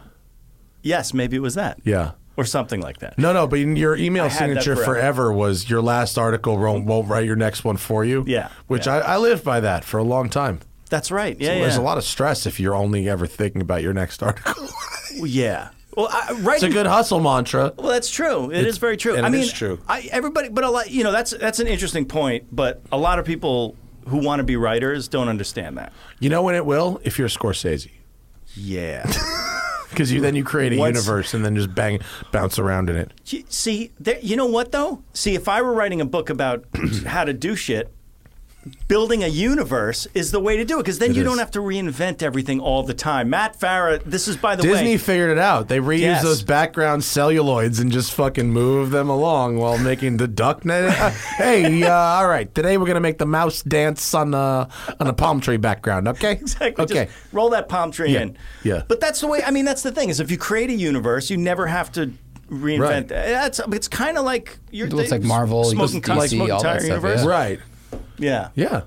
S3: yes, maybe it was that.
S4: Yeah.
S3: or something like that.
S4: No, no, but in your email
S3: I had that
S4: signature
S3: forever.
S4: forever. was your last article won't, won't write your next one for you.
S3: Yeah,
S4: Which
S3: yeah.
S4: I, I lived by that for a long time.
S3: That's right. Yeah,
S4: There's
S3: yeah.
S4: a lot of stress if you're only ever thinking about your next article.
S3: Well, yeah. Well, I, right.
S4: it's a good hustle mantra.
S3: Well, that's true. it's, very true.
S4: and
S3: I
S4: it
S3: mean,
S4: is true.
S3: I, everybody, but a lot. You know, that's that's an interesting point. But a lot of people who want to be writers don't understand that. *laughs*
S4: You know when it will? If you're Scorsese.
S3: Yeah.
S4: Because you then you create a
S3: What's-
S4: universe and then just bang bounce around in it.
S3: Y- See, there, you know what though? See, if I were writing a book about *clears throat* how to do shit, building a universe is the way to do it because then you
S4: is.
S3: don't have to reinvent everything all the time. Matt Farah, this is by the *laughs*
S4: Disney
S3: way.
S4: figured it out. They reuse
S3: Yes.
S4: those background celluloids and just fucking move them along while making the duck net. *laughs* hey, uh, all right. Today we're gonna make the mouse dance on a on a palm tree background. Okay.
S3: Exactly. *laughs*
S4: Okay.
S3: Just roll that palm tree
S4: Yeah,
S3: in.
S4: yeah.
S3: But that's the way. I mean, that's the thing is, if you create a universe, you never have to reinvent.
S4: Right.
S3: That's it's kind of like you're.
S2: It looks
S3: they-
S2: like Marvel,
S3: smoking
S2: DC,
S3: cock, smoking
S2: all that
S3: tire
S2: stuff,
S3: universe.
S2: yeah.
S4: Right.
S3: Yeah.
S4: Yeah.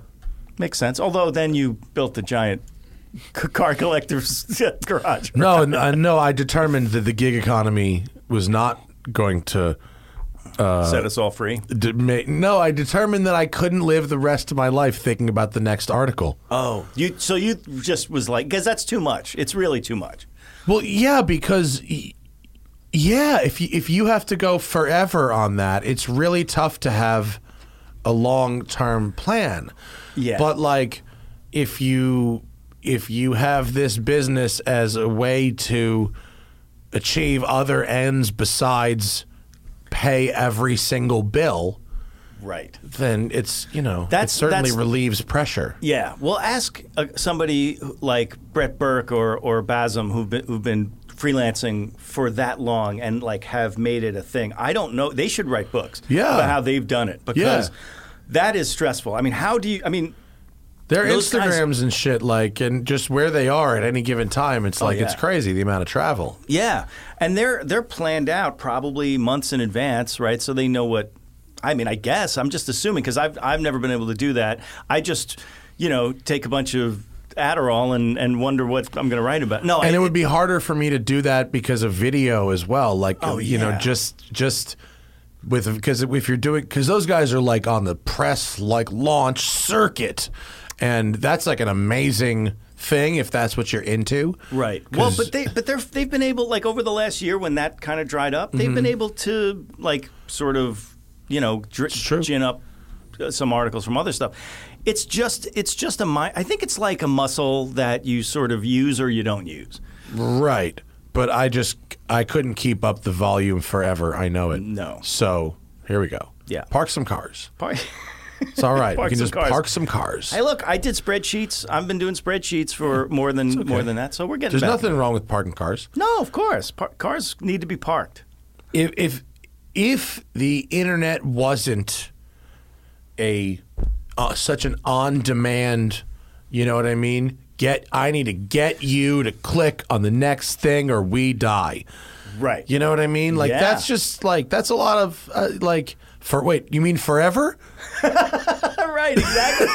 S3: makes sense. Although then you built the giant *laughs* c- car collector's *laughs* garage.
S4: No, n- uh, no. I determined that the gig economy was not going to.
S3: Set us all free.
S4: d- ma- No, I determined that I couldn't live the rest of my life thinking about the next article.
S3: Oh, you so you just was like because that's too much. It's really too much.
S4: Well, yeah, because y- yeah, if you, if you have to go forever on that, it's really tough to have a long term plan.
S3: Yeah.
S4: But like, if you if you have this business as a way to achieve other ends besides pay every single bill,
S3: Right.
S4: then it's you know
S3: That's-
S4: it certainly
S3: that's-
S4: relieves pressure.
S3: Yeah. Well, ask uh, somebody who- like Brett Burke or or Basm who've been who've been freelancing for that long and like have made it a thing. I don't know. They should write books.
S4: Yeah.
S3: About how they've done it because that is stressful. I mean, how do you? I mean,
S4: Their
S3: Those guys-
S4: Instagrams and shit, like, and just where they are at any given time, it's like it's
S3: Oh, yeah.
S4: crazy the amount of travel.
S3: Yeah, and they're they're planned out probably months in advance, right? So they know what. I mean, I guess I'm just assuming because I've I've never been able to do that. I just you know take a bunch of Adderall and and wonder what I'm going to write about. No,
S4: and
S3: I,
S4: it would be harder for me to do that because of video as well like
S3: Oh,
S4: you know
S3: yeah.
S4: just just with because if you're doing because those guys are like on the press like launch circuit and that's like an amazing thing if that's what you're into
S3: Right. Well,
S4: 'Cause-
S3: but they but they're they've been able like over the last year when that kind of dried up, they've been
S4: Mm-hmm.
S3: able to like sort of you know dr-
S4: true.
S3: gin up uh, some articles from other stuff. It's just it's just a mi- I think it's like a muscle that you sort of use or you don't use.
S4: right but i just i couldn't keep up the volume forever i know it
S3: No.
S4: so here we go
S3: Yeah.
S4: park some cars
S3: Probably-
S4: it's all
S3: *laughs*
S4: right
S3: Park
S4: we can
S3: some
S4: just
S3: cars.
S4: park some cars
S3: Hey, look, I did spreadsheets. I've been doing spreadsheets for more than more than that, so we're getting
S4: there's
S3: back.
S4: nothing wrong with parking cars
S3: No, of course, Par- cars need to be parked.
S4: if if if the internet wasn't a uh, such an on demand, you know what I mean? Get I need to get you to click on the next thing or we die.
S3: Right.
S4: You know what I mean? Like
S3: Yeah.
S4: that's just like that's a lot of uh, like for wait, you mean forever?
S3: *laughs* right. Exactly.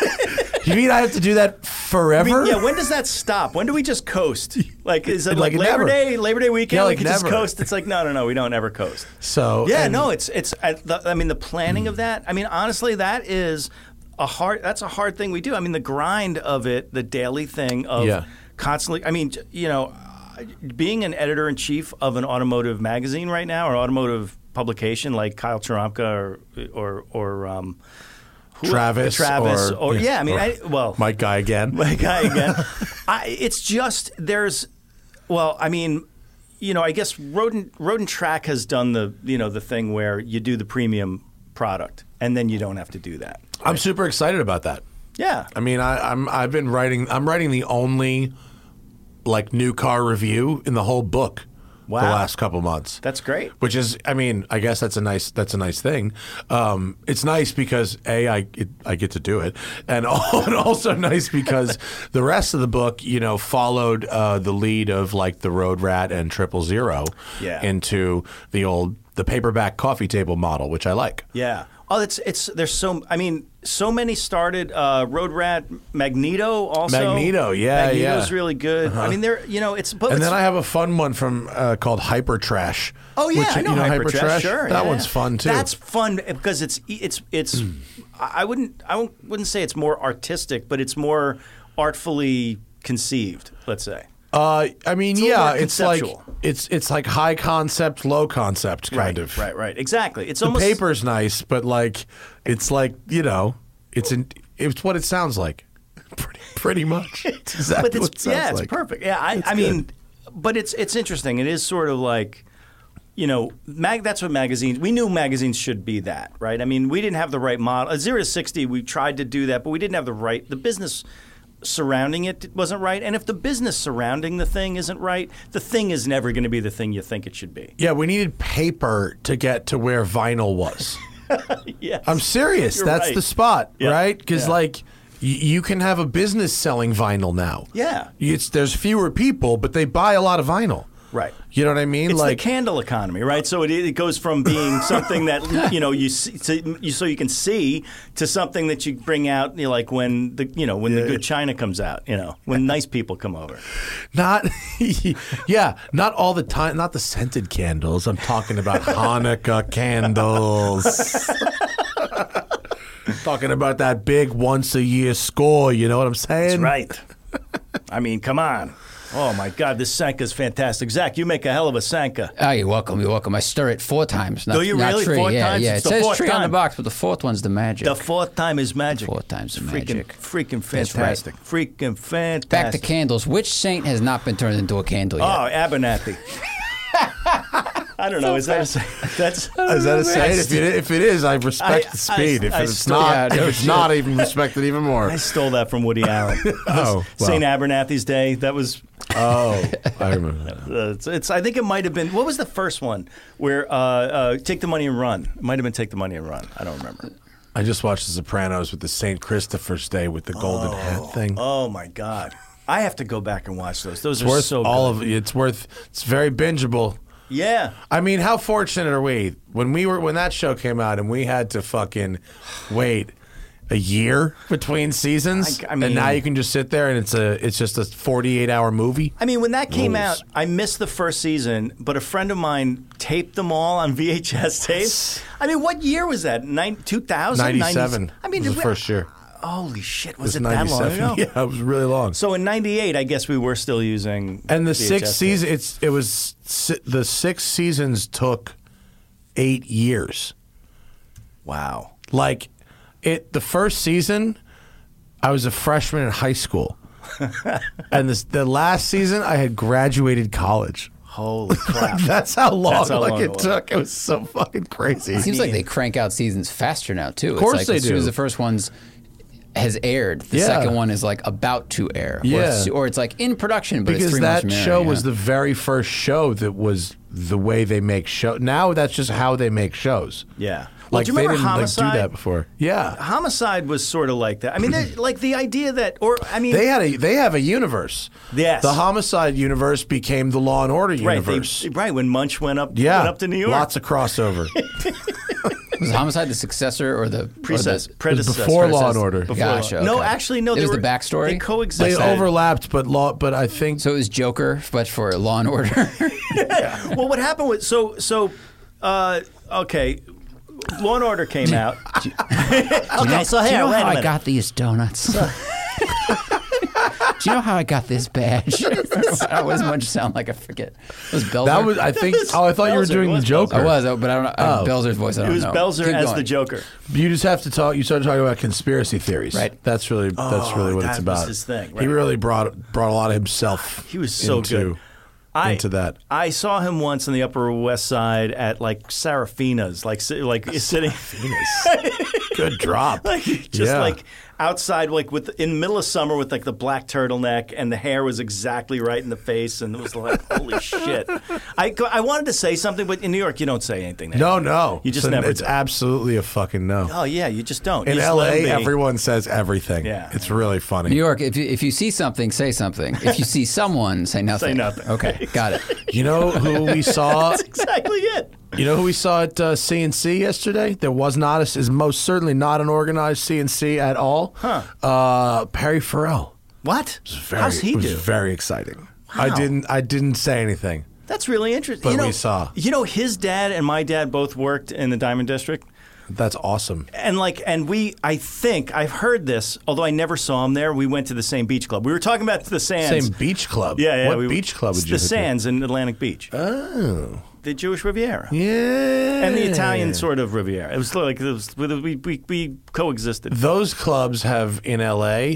S4: You mean I have to do that
S3: *laughs* I
S4: forever?
S3: mean, yeah. When does that stop? When do we just coast? Like, is it
S4: Like
S3: like, Labor
S4: never.
S3: Day? Labor Day weekend?
S4: Yeah,
S3: we
S4: like
S3: could just
S4: never.
S3: coast. It's like no, no, no. We don't ever coast.
S4: so
S3: Yeah,
S4: and-
S3: no, it's it's. I, the, I mean, the planning
S4: Mm.
S3: of that. I mean, honestly, that is a hard. That's a hard thing we do. I mean, the grind of it, the daily thing of
S4: Yeah.
S3: constantly. I mean, j- you know, uh, being an editor in chief of an automotive magazine right now or automotive publication like Kyle Charomka or or or um, who-
S4: Travis,
S3: Travis,
S4: or,
S3: or, yeah, I mean,
S4: or
S3: I, well,
S4: Mike
S3: *laughs*
S4: Guy again.
S3: my guy again. I, it's just there's, well, I mean, you know, I guess Rodent Rodent Track has done the you know the thing where you do the premium product and then you don't have to do that.
S4: I'm super excited about that.
S3: Yeah,
S4: I mean, I, I'm I've been writing. I'm writing the only like new car review in the whole book.
S3: Wow.
S4: The last couple months.
S3: That's great.
S4: Which is, I mean, I guess that's a nice that's a nice thing. Um, it's nice because a I it, I get to do it, and, *laughs* al- and also
S3: *laughs*
S4: nice because the rest of the book, you know, followed uh, the lead of like the Road Rat and Triple Zero
S3: Yeah.
S4: into the old the paperback coffee table model, which I like.
S3: yeah. Oh, it's it's there's so I mean so many started uh, Road Rat Magneto also
S4: Magneto, yeah,
S3: Magneto's
S4: yeah. Uh-huh.
S3: really good. I mean there you know it's but
S4: And
S3: it's-
S4: then I have a fun one from uh, called Hyper Trash.
S3: Oh yeah,
S4: which,
S3: I know,
S4: you
S3: Hyper Trash,
S4: Trash?
S3: Sure,
S4: that
S3: yeah,
S4: one's
S3: yeah.
S4: fun too.
S3: That's fun because it's it's it's. I I wouldn't I won't- wouldn't say it's more artistic, but it's more artfully conceived. Let's say.
S4: uh, I mean,
S3: a little
S4: yeah,
S3: more
S4: it's like
S3: conceptual.
S4: it's it's like high concept, low concept kind of.
S3: Right. Right. Exactly. It's
S4: The
S3: almost
S4: paper's nice, but like it's like you know, it's in, it's what it sounds like. *laughs* Pretty pretty much. It's
S3: *laughs*
S4: exactly
S3: But
S4: *laughs* what it
S3: it's
S4: sounds
S3: yeah, it's
S4: like.
S3: perfect. Yeah, I, I
S4: good.
S3: mean, but it's it's interesting. It is sort of like, you know, mag. That's what magazines. We knew magazines should be that, right? I mean, we didn't have the right model. A zero to sixty, we tried to do that, but we didn't have the right. The business surrounding it wasn't right, and if the business surrounding the thing isn't right, the thing is never going to be the thing you think it should be. *laughs*
S4: Yeah, we needed paper to get to where vinyl was.
S3: Yes.
S4: I'm serious.
S3: You're
S4: That's
S3: right.
S4: the spot,
S3: Yeah.
S4: right? Because
S3: Yeah.
S4: like y- you can have a business selling vinyl now.
S3: Yeah.
S4: it's there's fewer people, but they buy a lot of vinyl.
S3: Right.
S4: You know what I mean?
S3: It's
S4: like
S3: the candle economy, right? So it, it goes from
S2: *laughs*
S3: being something that you know you see, so you so you can see to something that you bring out, you know, like when the you know when the good china comes out, you know, when nice people come over.
S4: not, *laughs* yeah, not all the time. Not the scented candles. I'm talking
S3: *laughs*
S4: about Hanukkah candles. talking about that big once a year score. You know what I'm saying?
S3: Right. I mean, come on. Oh my God, this Sanka's fantastic. Zach, you make a hell of a Sanka.
S2: Oh, you're welcome. You're welcome. I stir it four times. Not,
S3: Do you
S2: not
S3: really?
S2: Tree.
S3: Four
S2: yeah,
S3: times?
S2: yeah.
S3: It's
S2: it
S3: the
S2: says
S3: fourth
S2: tree on the
S3: time.
S2: box, but the fourth one's the magic.
S3: The fourth time is magic.
S2: Fourth time's the
S3: freaking,
S2: magic.
S3: Freaking
S2: That's right.
S3: fantastic. Freaking fantastic.
S2: Back to candles. Which saint has not been turned into a candle yet?
S3: Oh,
S2: *laughs*
S3: Abernathy. I don't know. Is that a, Sanka? that's *laughs*
S4: Is that a saying? If
S3: That's-
S4: it, if it is, I respect
S3: I-
S4: the speed.
S3: I-
S4: if
S3: I
S4: it's
S3: still-
S4: not,
S2: Yeah,
S4: if
S2: no
S4: it's not, I even respect it even more.
S3: I stole that from Woody Allen.
S4: *laughs* Oh,
S3: St.
S4: wow.
S3: Abernathy's Day. That was.
S4: Oh, *laughs* I remember that.
S3: Uh, it's, it's. I think it might have been. What was the first one where uh, uh, take the money and run? It might have been take the money and run. I don't remember.
S4: I just watched The Sopranos with the St. Christopher's Day with the golden hat thing.
S3: Oh my God! I have to go back and watch those. Those
S4: it's
S3: are
S4: worth
S3: so.
S4: all
S3: good.
S4: of it's worth. It's very bingeable.
S3: Yeah.
S4: I mean, how fortunate are we when we were when that show came out and we had to fucking wait a year between seasons,
S3: I- I mean-
S4: and now you can just sit there and it's a it's just a forty eight hour movie.
S3: I mean, when that came
S4: Rules.
S3: out, I missed the first season, but a friend of mine taped them all on *laughs* VHS tapes. I mean, what year was that? Nine, 2000?
S4: 97
S3: I mean,
S4: was
S3: did
S4: the
S3: we-
S4: first year.
S3: Holy shit,
S4: It
S3: was it, that long
S4: 97.
S3: ago?
S4: *laughs* Yeah, it was really long.
S3: So in '98, I guess we were still using.
S4: And the
S3: VHS
S4: six
S3: tapes.
S4: season, it's it was si- the six seasons took eight years.
S3: Wow.
S4: Like it, the first season, I was a freshman in
S3: *laughs*
S4: high school, and this, the last season I had graduated college. *laughs*
S3: Holy crap.
S4: That's how long
S3: Hmm. That's how
S4: like
S3: long
S4: it,
S3: it was.
S4: took. It was so fucking crazy.
S2: It seems like they crank out seasons faster now too. Of
S4: course
S2: it's like
S4: they
S2: as soon as
S4: do.
S2: the first one's has aired, the
S4: Yeah.
S2: second one is like about to air. Or
S4: Yeah.
S2: it's, or it's like in production, but it's
S4: because
S2: three months
S4: that
S2: from air,
S4: show
S2: yeah.
S4: was the very first show that was the way they make show. Now that's just how they make shows.
S3: Yeah. Well,
S4: like
S3: do you
S4: they
S3: remember
S4: didn't like, do
S3: Homicide?
S4: that before. Yeah,
S3: Homicide was sort of like that. I mean, they- like the idea that, or I mean,
S4: They had a they have a universe.
S3: Yes.
S4: The homicide universe became the law and order
S3: right, they,
S4: universe.
S3: right when Munch went up,
S4: yeah.
S3: went up to New York.
S4: Lots
S3: *laughs*
S4: of crossover.
S2: was Homicide the successor or the or
S3: Preces-
S2: the-
S3: predecessors.
S4: before Law and Order.
S3: Before
S2: Gotcha,
S3: Law- No,
S2: okay.
S3: actually, no.
S2: It
S3: they
S2: was the
S3: were-
S2: backstory?
S3: They
S2: They
S4: they
S3: coexisted. *laughs*
S4: overlapped, but law but I think
S2: So it was Joker, but for Law
S3: *laughs*
S2: and Order.
S3: well, what happened was so so. Uh, okay, Law and Order
S4: *laughs*
S3: came out. *laughs* okay, so
S2: Do you
S3: here,
S2: know
S3: wait
S2: how
S3: a
S2: I
S3: minute.
S2: got these donuts? *laughs* Do you know how I got this badge? *laughs* I always much sound like I forget. It was Belzer.
S4: that was I think oh I thought you were
S3: Belzer,
S4: doing
S3: it
S4: the
S3: was
S4: Joker.
S2: I was, but I don't know.
S4: Oh.
S2: Belzer's voice. I
S3: It
S2: don't
S3: was
S2: know.
S3: Belzer
S2: Keep
S3: as
S2: going.
S3: the Joker.
S4: You just have to talk you started talking about conspiracy theories.
S2: Right.
S4: That's really that's
S3: Oh,
S4: really what
S3: that
S4: it's
S3: was
S4: about.
S3: his thing,
S4: He
S3: right.
S4: really brought brought a lot of himself
S3: *sighs* He was so
S4: into,
S3: good. I,
S4: into that.
S3: I saw him once in the Upper West Side at like Serafina's, like si- like sitting
S4: Good
S3: *laughs*
S4: drop.
S3: like just
S4: Yeah.
S3: like outside, like with in the middle of summer with like the black turtleneck and the hair was exactly right in the face, and it was like holy
S4: *laughs*
S3: shit. I go- I wanted to say something, but in New York you don't say anything. there.
S4: No, no.
S3: You just
S4: So
S3: never
S4: It's
S3: do.
S4: absolutely a fucking no.
S3: Oh yeah, you just don't.
S4: In
S3: You just let
S4: LA,
S3: 'em be.
S4: everyone says everything.
S3: Yeah.
S4: It's really funny.
S2: New York, if you, if you see something, say something. If you see
S3: *laughs*
S2: someone, say nothing.
S3: nothing.
S2: Okay, got it.
S3: *laughs*
S4: You know who
S2: *laughs*
S4: we saw?
S3: *laughs* exactly it.
S4: You know who we saw at uh, CNC yesterday? There was not a, is most certainly not an organized CNC at all.
S3: Huh.
S4: Uh, Perry Farrell.
S3: What?
S4: Very,
S3: How's he
S4: it was
S3: do?
S4: Very exciting. I
S3: Wow.
S4: didn't. I didn't say anything.
S3: That's really interesting.
S4: But
S3: you know,
S4: we saw.
S3: You know, his dad and my dad both worked in the Diamond District.
S4: That's awesome.
S3: and like and we i think i've heard this although i never saw him there we went to the same beach club we were talking about the sands
S4: Same beach club.
S3: yeah yeah
S4: What
S3: we-
S4: beach club would you?
S3: the
S4: hit with?
S3: sands in atlantic beach
S4: Oh,
S3: the Jewish Riviera.
S4: Yeah.
S3: And the Italian sort of Riviera. It was like it was, we, we, we coexisted.
S4: Those clubs have in LA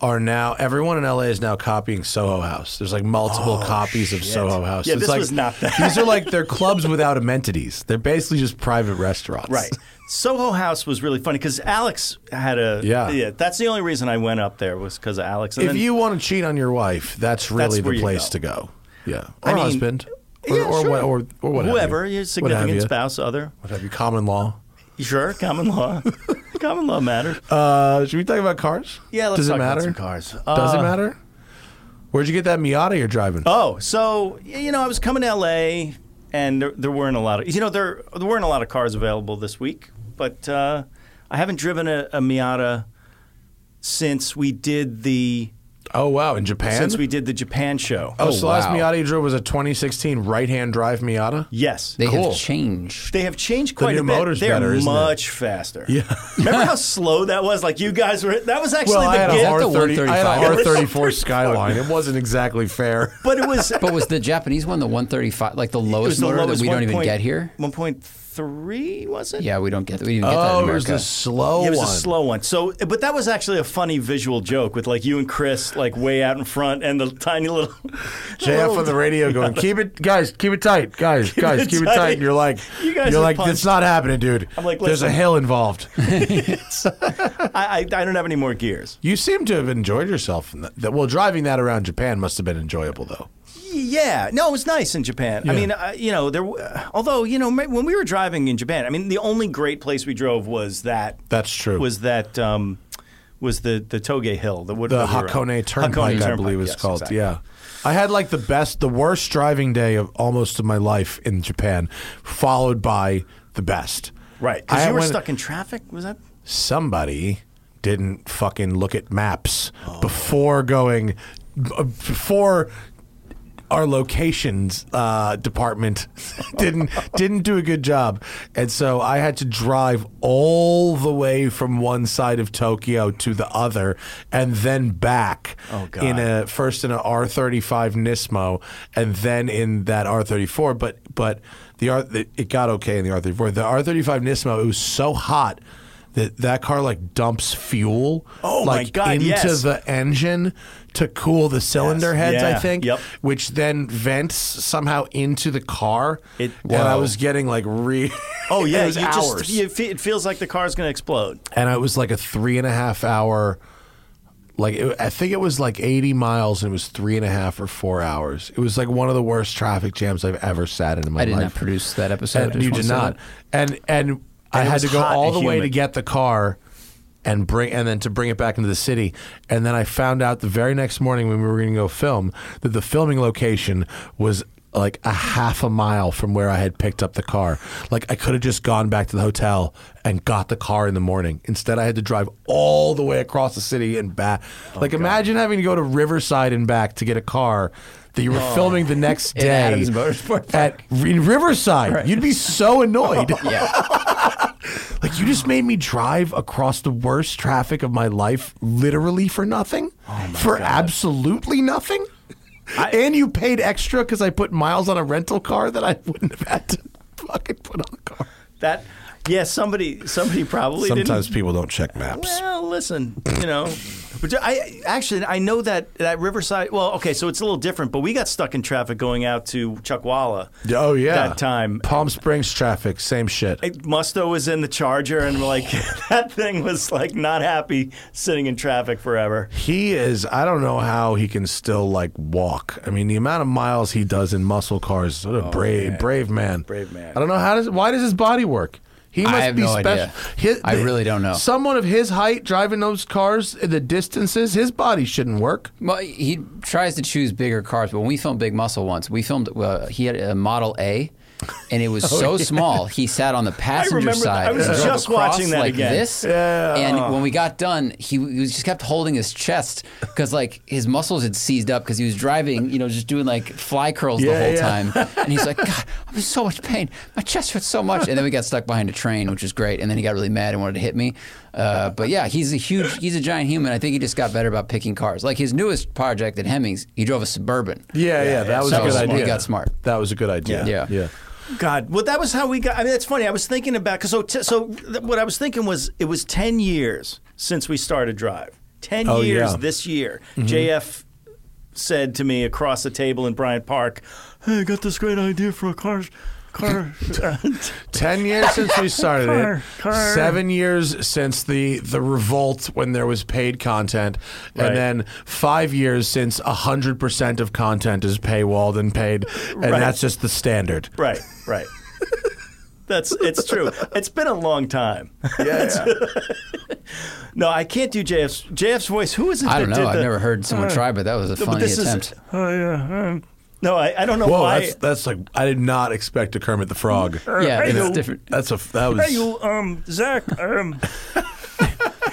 S4: are now everyone in LA is now copying Soho House. There's like multiple copies of Soho House.
S3: Oh, Yeah,
S4: it's
S3: this
S4: like,
S3: was not that.
S4: These are like they're clubs without amenities. They're basically just private restaurants.
S3: Right. Soho House was really funny because Alex had a
S4: Yeah.
S3: That's the only reason I went up there was because of Alex. And
S4: If
S3: then-
S4: you want to cheat on your wife, that's
S3: That's
S4: really
S3: where
S4: the
S3: you
S4: place
S3: go.
S4: to go. Yeah.
S3: I
S4: Or
S3: mean,
S4: husband. Or,
S3: yeah,
S4: or,
S3: sure.
S4: what, or, or what have
S3: whoever
S4: you.
S3: your
S4: What have
S3: significant
S4: you.
S3: spouse, other
S4: What have you? Common law.
S3: sure common
S4: *laughs*
S3: law, common law matters.
S4: Uh, should we talk about cars?
S3: Yeah, let's
S4: Does
S3: talk
S4: it
S3: about
S4: matter?
S3: some cars.
S4: Does it
S3: Uh,
S4: matter? Where'd you get that Miata you're driving?
S3: Oh, so y- you know, I was coming to LA, and there, there weren't a lot of you know there there weren't a lot of cars available this week, but uh, I haven't driven a, a Miata since we did the
S4: Oh, wow, in Japan.
S3: since we did the Japan show.
S4: oh, so the last
S2: wow.
S4: Miata you drove was a 2016 right-hand drive Miata.
S3: yes,
S2: They
S4: Cool.
S2: have changed.
S3: They have changed quite
S4: new
S3: a bit.
S4: motor's
S3: They're
S4: better, isn't it?
S3: much faster. Yeah. Remember
S4: *laughs*
S3: how slow that was? Like you guys were. That was actually
S4: Well, I had,
S3: the
S4: a
S3: gift.
S2: R-
S4: R30, I had a
S2: 135.
S4: *laughs* R34 Skyline. It wasn't exactly fair.
S3: but it
S4: *laughs*
S3: was.
S2: But was the Japanese one the 135, like the
S3: it
S2: lowest
S3: was the
S2: motor
S3: lowest
S2: that we don't even
S3: 1.
S2: get here?
S3: One point three was it?
S2: Yeah, we don't get that. We didn't even get that in
S4: Oh, it was
S2: America.
S4: the slow
S3: Yeah, it was
S4: Oh one.
S3: a slow one. So, but that was actually a funny visual joke with like you and Chris like way out in front and the tiny little *laughs*
S4: JF on the radio going, keep it, guys, keep it tight, guys, guys,
S3: it
S4: keep it
S3: tight."
S4: tight. And you're like,
S3: You guys
S4: are
S3: are
S4: like,
S3: punched.
S4: it's not happening, dude.
S3: I'm like,
S4: there's a
S3: "Listen."
S4: hill
S3: *laughs*
S4: involved.
S3: I, I I don't have any more gears.
S4: you seem to have enjoyed yourself. In that, that- well, driving that around Japan must have been enjoyable, though.
S3: Yeah, no, it was nice in Japan. I mean, uh, you know, there. w- Although, you know, ma- when we were driving in Japan, I mean, the only great place we drove was that
S4: That's true.
S3: was that um, was the the Toge Hill, the wood,
S4: the
S3: we were on.
S4: Hakone Turnpike,
S3: uh, Hakone
S4: I believe it's
S3: yes,
S4: called.
S3: exactly.
S4: Yeah. I had like the best, the worst driving day of almost of my life in Japan, followed by the best.
S3: right.
S4: I
S3: Because you were
S4: went-
S3: stuck in traffic. Was that?
S4: somebody didn't fucking look at maps
S3: Oh.
S4: before going b- before our locations uh, department *laughs* didn't didn't do a good job, and so I had to drive all the way from one side of Tokyo to the other, and then back
S3: Oh, God.
S4: in a first in a R thirty five Nismo, and then in that R thirty four. But but the R the, it got okay in the R thirty four. The R thirty five Nismo it was so hot. That, that car like dumps fuel
S3: Oh, my
S4: like
S3: God,
S4: into
S3: yes.
S4: the engine to cool the cylinder
S3: Yes.
S4: heads I
S3: Yeah.
S4: think
S3: Yep.
S4: which then vents somehow into the car
S3: It-
S4: and I
S3: Whoa.
S4: was getting like re
S3: *laughs* Oh yeah,
S4: *laughs* it was
S3: you
S4: hours
S3: just you, fe- it feels like the car's going to explode.
S4: and it was like a three and a half hour like it, i think it was like 80 miles and it was three and a half or four hours it was like one of the worst traffic jams i've ever sat in in my
S2: I did
S4: life
S2: not produce that episode. I
S4: and
S2: just
S4: you
S2: wanna
S4: did
S2: say
S4: not
S2: that.
S4: and and, i
S3: it
S4: had
S3: was
S4: to go
S3: hot
S4: all
S3: and
S4: the way to
S3: humid.
S4: get the car and bring and then to bring it back into the city and then i found out the very next morning when we were going to go film that the filming location was like a half a mile from where I had picked up the car. Like I could have just gone back to the hotel and got the car in the morning. Instead, I had to drive all the way across the city and back.
S3: Oh,
S4: like imagine having to go to Riverside and back to get a car that you were
S3: Oh.
S4: filming the next
S2: In
S4: day
S2: Adams Motorsport
S4: at in Riverside. You'd be so *laughs* annoyed. like you just made me drive across the worst traffic of my life, literally for nothing, for absolutely nothing. and you paid extra because I put miles on a rental car that I wouldn't have had to fucking put on a car.
S3: That yeah, somebody somebody probably didn't.
S4: people don't check maps.
S3: Well, listen, you know, but I actually I know that that Riverside. Well, okay, so it's a little different, but we got stuck in traffic going out to Chuckwalla.
S4: Oh yeah,
S3: that time.
S4: Palm Springs traffic, same shit.
S3: It- Musto was in the Charger, and like *laughs* that thing was like not happy sitting in traffic forever.
S4: He is. I don't know how he can still like walk. I mean, the amount of miles he does in muscle cars. What a
S2: Oh,
S4: brave, brave man.
S3: Brave man.
S4: I don't know how does. Why does his body work? He must
S2: have
S4: be
S2: no
S4: special.
S2: idea. I really don't know.
S4: Someone of his height driving those cars, uh, the distances, his body shouldn't work.
S2: Well, he tries to choose bigger cars, but when we filmed Big Muscle once, we filmed, uh, he had a Model A, and
S3: *laughs*
S2: it was so small, he sat on the passenger
S3: Oh, remember-
S2: side.
S3: I was
S2: and drove
S3: just
S2: across
S3: watching that
S2: like
S3: again.
S2: This, And when we got done, he, he was- just kept holding his chest because like his muscles had seized up because he was driving, you know, just doing like fly curls
S4: Yeah,
S2: the whole
S4: yeah.
S2: time. And he's like, God, I'm in so much pain. My chest hurts so much. And then we got stuck behind a train, which is great. And then he got really mad and wanted to hit me. Uh, but yeah, he's a huge, he's a giant human. I think he just got better about picking cars. Like his newest project at Hemmings, he drove a Suburban.
S4: Yeah, yeah, that was
S2: so
S4: a good
S2: smart.
S4: idea.
S2: He got smart.
S4: That was a good idea.
S2: Yeah.
S4: yeah.
S3: God, well, that was how we got. I mean, that's funny. I was thinking about because so t- so th- what I was thinking was it was ten years since we started Drive. Ten
S4: Oh,
S3: years
S4: yeah.
S3: this year. JF said to me across the table in Bryant Park, "Hey, I got this great idea for a car." Car,
S4: Ten years since
S3: *laughs*
S4: we started it.
S3: Car.
S4: Seven years since the the revolt when there was paid content,
S3: Right.
S4: and then five years since hundred percent of content is paywalled and paid, and
S3: Right.
S4: that's just the standard.
S3: right, right. That's it's true. It's been a long time.
S1: Yeah.
S3: *laughs* No, I can't do JF's JF's voice. Who is it? that
S2: I don't know.
S3: did
S2: I've
S3: the-
S2: never heard someone try, but that was a
S3: No, but
S2: funny
S3: this is- uh, um,
S2: attempt.
S3: No, I, I don't know
S4: Whoa,
S3: why.
S4: that's that's like I did not expect a Kermit the Frog.
S2: yeah,
S5: hey,
S2: it's
S5: yo.
S2: different.
S4: That's a that was.
S5: Hey, you, um, Zach, um,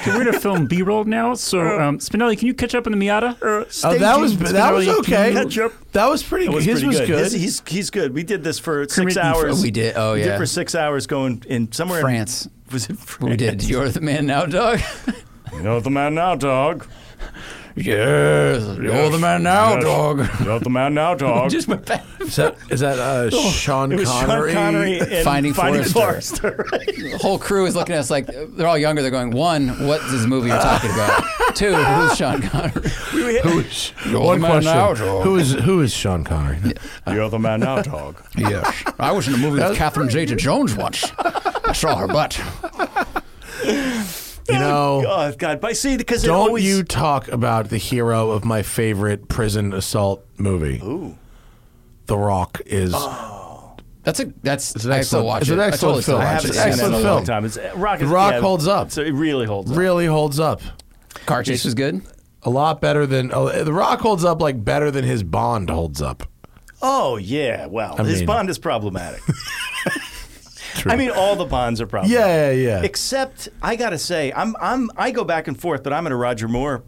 S6: We're gonna film B-roll now, so um, Spinelli, can you catch up on the Miata?
S5: uh,
S4: Oh,
S5: stay
S4: that was
S5: tuned.
S4: that was
S5: Spinelli,
S4: okay.
S5: can you-
S4: That was pretty. good. His
S3: pretty
S4: was good.
S3: His- he's he's good. We did this for six
S6: Kermit and Fro-
S3: hours.
S2: we did- oh, yeah.
S3: for six hours going in somewhere
S2: France.
S3: In, was it France?
S2: We did. You're the man now, dog.
S3: *laughs* You're the man now, dog.
S2: yes, you're the man now, dog.
S3: You're the man now, dog.
S2: Just went back.
S4: Is that, is that
S3: *laughs*
S4: uh, Sean,
S3: Oh, it was
S4: Connery?
S3: Sean Connery in
S2: Finding
S3: Finding
S2: Forrester.
S3: Forrester, right?
S2: The whole crew is looking at us like they're all younger. They're going, one, what is this movie you're talking about? Two, who's Sean Connery?
S4: *laughs* Who is,
S2: You're
S4: one
S2: the man
S4: question.
S2: now, dog.
S4: who is who is Sean Connery?
S3: You're the man now, dog.
S2: yes, I was in a movie with Catherine Zeta-Jones once. I saw her butt.
S4: You know,
S3: Oh God! But see, because it
S4: don't
S3: always,
S4: you talk about the hero of my favorite prison assault movie? Ooh, The Rock is.
S2: That's a that's.
S4: an
S2: I still
S4: excellent-
S2: watch
S4: it's
S2: it.
S4: an
S2: I totally
S4: excellent
S2: still watch
S4: film.
S3: I
S4: I
S3: haven't
S2: it.
S3: seen that in a
S4: Excellent
S3: long
S4: film.
S3: time. It's, uh, Rock, is,
S4: Rock
S3: yeah,
S4: holds up.
S3: So it really holds up.
S4: Really holds up.
S2: Car chase was good.
S4: A lot better than oh, The Rock holds up like better than his Bond holds up.
S3: Oh yeah. Well, his
S4: mean-
S3: bond is
S4: *laughs*
S3: problematic. I mean, all the bonds are problematic.
S4: Yeah, yeah, yeah.
S3: Except I gotta say, I'm I'm I go back and forth, but I'm in a Roger Moore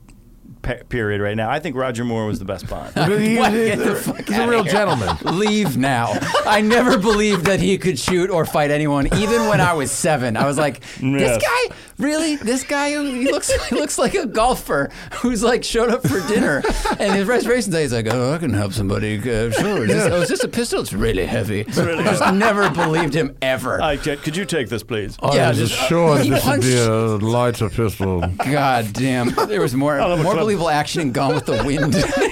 S3: pe- period right now. I think Roger Moore was the best
S4: *laughs*
S3: Bond.
S4: But he-
S2: What?
S4: he-
S2: Get the fuck
S4: he's a
S2: outta
S4: real
S2: here.
S4: gentleman.
S2: Leave now. I never believed that he could shoot or fight anyone, even when I was seven. I was like,
S3: Yes.
S2: this guy, really? This guy, he looks, *laughs* he looks like a golfer who's like showed up for dinner. And his reservation day, he's like, oh, I can help somebody. Uh, sure. Is this, oh, is this a pistol? It's really heavy. I just never believed him ever.
S3: I Jet, could you take this, please?
S2: *laughs* Yeah,
S4: was
S2: just-
S4: assured
S2: he punched-
S4: a lighter pistol.
S2: God damn. There was more,
S3: have a
S2: more
S3: club.
S2: believable action in Gone with the Wind. *laughs*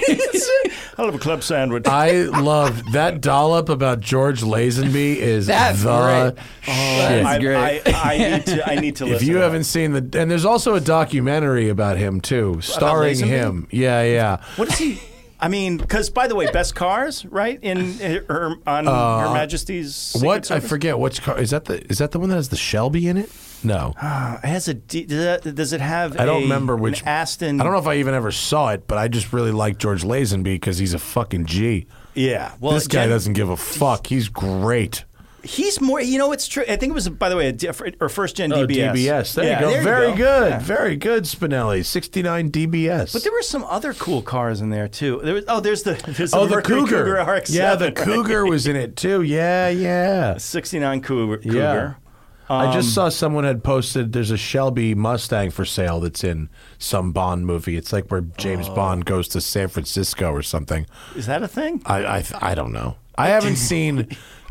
S3: I'll have a club sandwich.
S4: I love that dollop about George Lazenby is
S2: That's
S4: the
S2: great.
S4: shit.
S2: that's
S3: I,
S2: great.
S3: I, I need to. I need to
S4: *laughs* if
S3: listen.
S4: you
S3: to
S4: haven't
S3: that.
S4: seen the and there's also a documentary about him too, starring
S3: Lazenby?
S4: him. Yeah, yeah.
S3: what is he? I mean, because by the way, best cars, right? In her on Her Majesty's. Secret
S4: Uh, what I
S3: Service.
S4: forget which car is that the is that the one that has the Shelby in it? No. I
S3: It Uh, has a. D, does, that, does it have?
S4: don't
S3: a-
S4: remember
S3: an
S4: which
S3: Aston.
S4: I don't know if I even ever saw it, but I just really like George Lazenby because he's a fucking G.
S3: Yeah. Well,
S4: this guy
S3: Jen-
S4: doesn't give a fuck. He's great.
S3: He's more. You know, it's true. I think it was by the way a different or first gen
S4: Oh,
S3: DBS.
S4: DBS. There
S3: Yeah,
S4: you go. Very
S3: go.
S4: good. Very good, Spinelli. 69 DBS.
S3: But there were some other cool cars in there too. There was, oh, there's the there's
S4: Oh,
S3: the,
S4: the
S3: Mercury
S4: Cougar.
S3: RX-7,
S4: yeah, the
S3: right?
S4: Cougar was in it too. Yeah, yeah.
S3: '69 Cougar.
S4: Yeah.
S3: Cougar.
S4: I just saw someone had posted there's a Shelby Mustang for sale that's in some Bond movie. It's like where
S3: Oh.
S4: James Bond goes to San Francisco or something.
S3: Is that a thing?
S4: I I, I don't know. I haven't seen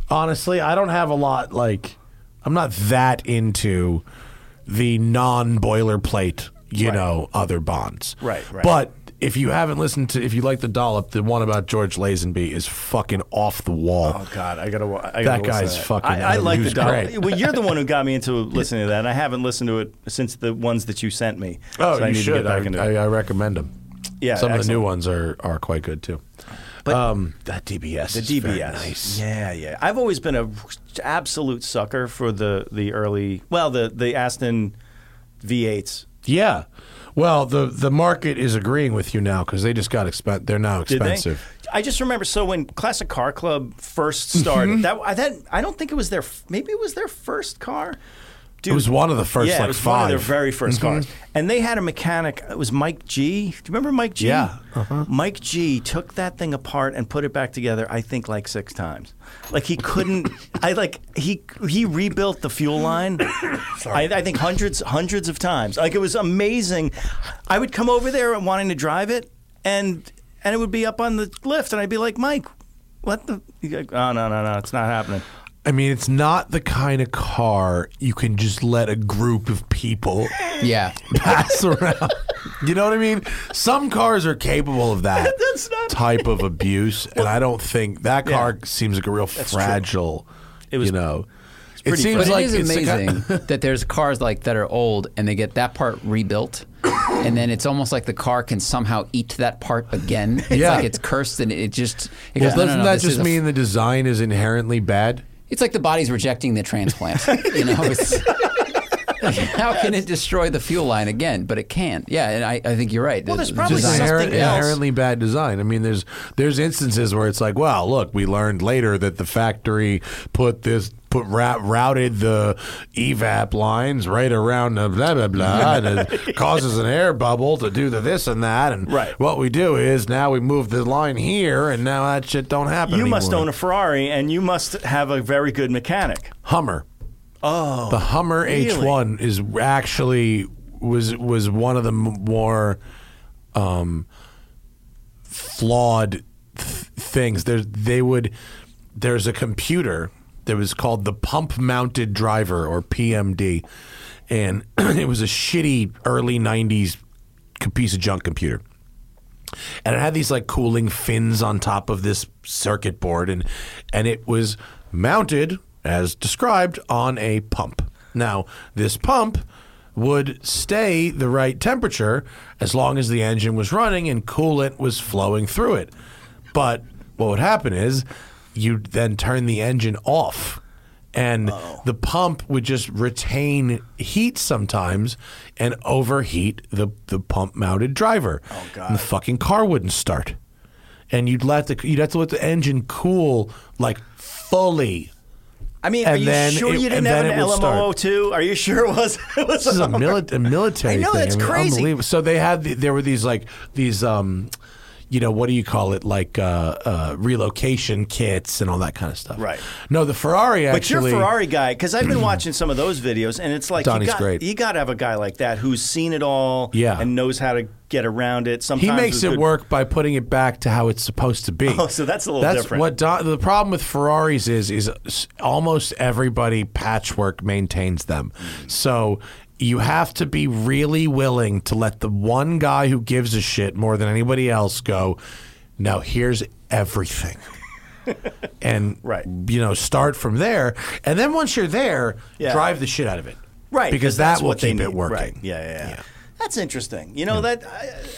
S4: honestly, I don't have a lot like I'm not that into the non boilerplate, you know, other bonds.
S3: Right, right.
S4: But if you haven't listened to if you like the dollop, the one about George Lazenby is fucking off the wall.
S3: Oh God, I gotta. wa- I gotta
S4: That
S3: listen to
S4: guy's fucking-
S3: I, I like the
S4: he's
S3: doll.
S4: great.
S3: Well, you're the one who got me
S4: *laughs*
S3: into listening to that. and I haven't listened to it since the ones that you sent me.
S4: Oh,
S3: so I
S4: you
S3: need
S4: should.
S3: To get back
S4: I,
S3: into
S4: I,
S3: it.
S4: I recommend them.
S3: Yeah,
S4: some of the
S3: excellent.
S4: new ones are are quite good too. But um, that DBS,
S3: The
S4: is very
S3: DBS.
S4: nice.
S3: Yeah, yeah. I've always been a absolute sucker for the the early. Well, the the Aston V8s.
S4: Yeah. Well, the the market is agreeing with you now because they just got expen- They're now
S3: Did
S4: expensive.
S3: they? I just remember. So when Classic Car Club first
S4: Mm-hmm.
S3: started, that I that I don't think it was their. f- Maybe it was their first car. Dude,
S4: was one of the first,
S3: yeah,
S4: like,
S3: it was one of their
S4: five. Mm-hmm.
S3: very 1st cars, and they had a mechanic. It was Mike G. Do you remember Mike G?
S4: Yeah. uh-huh.
S3: Mike G. took that thing apart and put it back together. I think like six times. Like he couldn't. I like he he rebuilt the fuel
S4: *coughs*
S3: line. I, I think hundreds hundreds of times. Like it was amazing. I would come over there and wanting to drive it, and and it would be up on the lift, and I'd be like, Mike, what the? He's like, oh no no no, it's not happening.
S4: I mean, it's not the kind of car you can just let a group of people
S2: Yeah.
S4: pass around. You know what I mean? Some cars are capable of that
S3: *laughs* That's not-
S4: type of abuse, and I don't think that car seems like a real fragile. It was, you know, it
S3: pretty
S4: seems
S2: But
S4: like
S2: it is
S4: it's the ki-
S2: amazing
S4: *laughs*
S2: that there's cars like that are old and they get that part rebuilt, and then it's almost like the car can somehow eat that part
S4: *laughs*
S2: again. It's
S4: Yeah.
S2: like it's cursed and it just. It
S4: well,
S2: goes, "No, no,
S4: doesn't
S2: no,
S4: that
S2: this is
S4: just
S2: a f-"
S4: mean the design is inherently bad?
S2: it's like the body's rejecting the transplant? you know.
S4: *laughs*
S2: It's, like, how can it destroy the fuel line again? But it can. Yeah, and I, I think you're right.
S3: Well,
S2: The-
S3: there's
S2: the
S3: probably
S4: Just
S2: design-
S3: something
S4: inherent,
S3: else.
S4: inherently bad design. I mean, there's there's instances where it's like, well, look, we learned later that the factory put this put ra- routed the evap lines right around the blah blah blah,
S3: *laughs*
S4: and it causes an air bubble to do the this and that. And
S3: Right.
S4: what we do is now we move the line here, and now that shit don't happen.
S3: You must
S4: anymore.
S3: own a Ferrari and you must have a very good mechanic.
S4: Hummer. Oh, the Hummer H1 is actually was was one of the m- more um, flawed th- things. There they would there's a computer that was called the Pump Mounted Driver or PMD, and *clears throat* it was a shitty early '90s c- piece of junk computer and it had these like cooling fins on top of this circuit board and and it was mounted as described on a pump now this pump would stay the right temperature as long as the engine was running and coolant was flowing through it but what would happen is you'd then turn the engine off and the pump would just retain heat sometimes and overheat the, the pump mounted driver. Oh god. And the fucking car wouldn't start. And you'd let the you'd have to let the engine cool like fully.
S3: I mean, are
S4: And
S3: you
S4: then
S3: sure
S4: it-
S3: you didn't
S4: and
S3: have
S4: then
S3: an
S4: it will start.
S3: LMO too? Are you sure it was? *laughs* It was
S4: This is a, mili- a military
S3: I know,
S4: thing.
S3: that's crazy.
S4: unbelievable. So they had the, there were these like these um you know what do you call it like uh, uh, relocation kits and all that kind of stuff.
S3: Right.
S4: No, the Ferrari
S3: But you're
S4: actually
S3: a Ferrari guy, because I've
S4: *clears throat*
S3: been watching some of those videos, and it's like
S4: Donnie's
S3: you got,
S4: great.
S3: You got to have a guy like that who's seen it all,
S4: Yeah.
S3: and knows how to get around it. Sometimes
S4: He makes
S3: with
S4: it
S3: good-
S4: work by putting it back to how it's supposed to be.
S3: *laughs* Oh, so that's a little
S4: That's
S3: different.
S4: what Don, the problem with Ferraris is is s- almost everybody patchwork maintains them. So you have to be really willing to let the one guy who gives a shit more than anybody else go. Now here's
S3: *laughs*
S4: everything. and
S3: Right.
S4: you know start from there and then once you're there
S3: Yeah.
S4: drive the shit out of it
S3: right?
S4: because
S3: that's
S4: that will
S3: what they
S4: keep it
S3: need.
S4: working
S3: Right. Yeah, yeah, yeah. That's interesting. You know that, uh,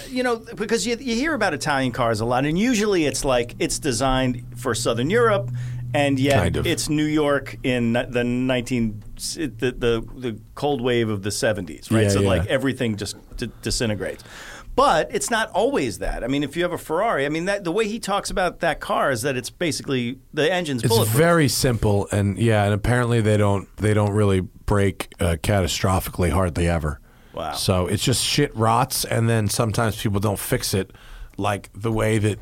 S3: you know, because you, you hear about Italian cars a lot, and usually it's like it's designed for Southern Europe, and yet
S4: Kind of.
S3: it's New York in the nineteen the the, the cold wave of the seventies, right?
S4: Yeah,
S3: so
S4: yeah.
S3: like everything just d- disintegrates. But it's not always that. I mean, if you have a Ferrari, I mean, that, the way he talks about that car is that it's basically the engine's
S4: It's
S3: bulletproof.
S4: very simple, and yeah, and apparently they don't they don't really break uh, catastrophically hardly ever.
S3: Wow.
S4: So it's just shit rots, and then sometimes people don't fix it like the way that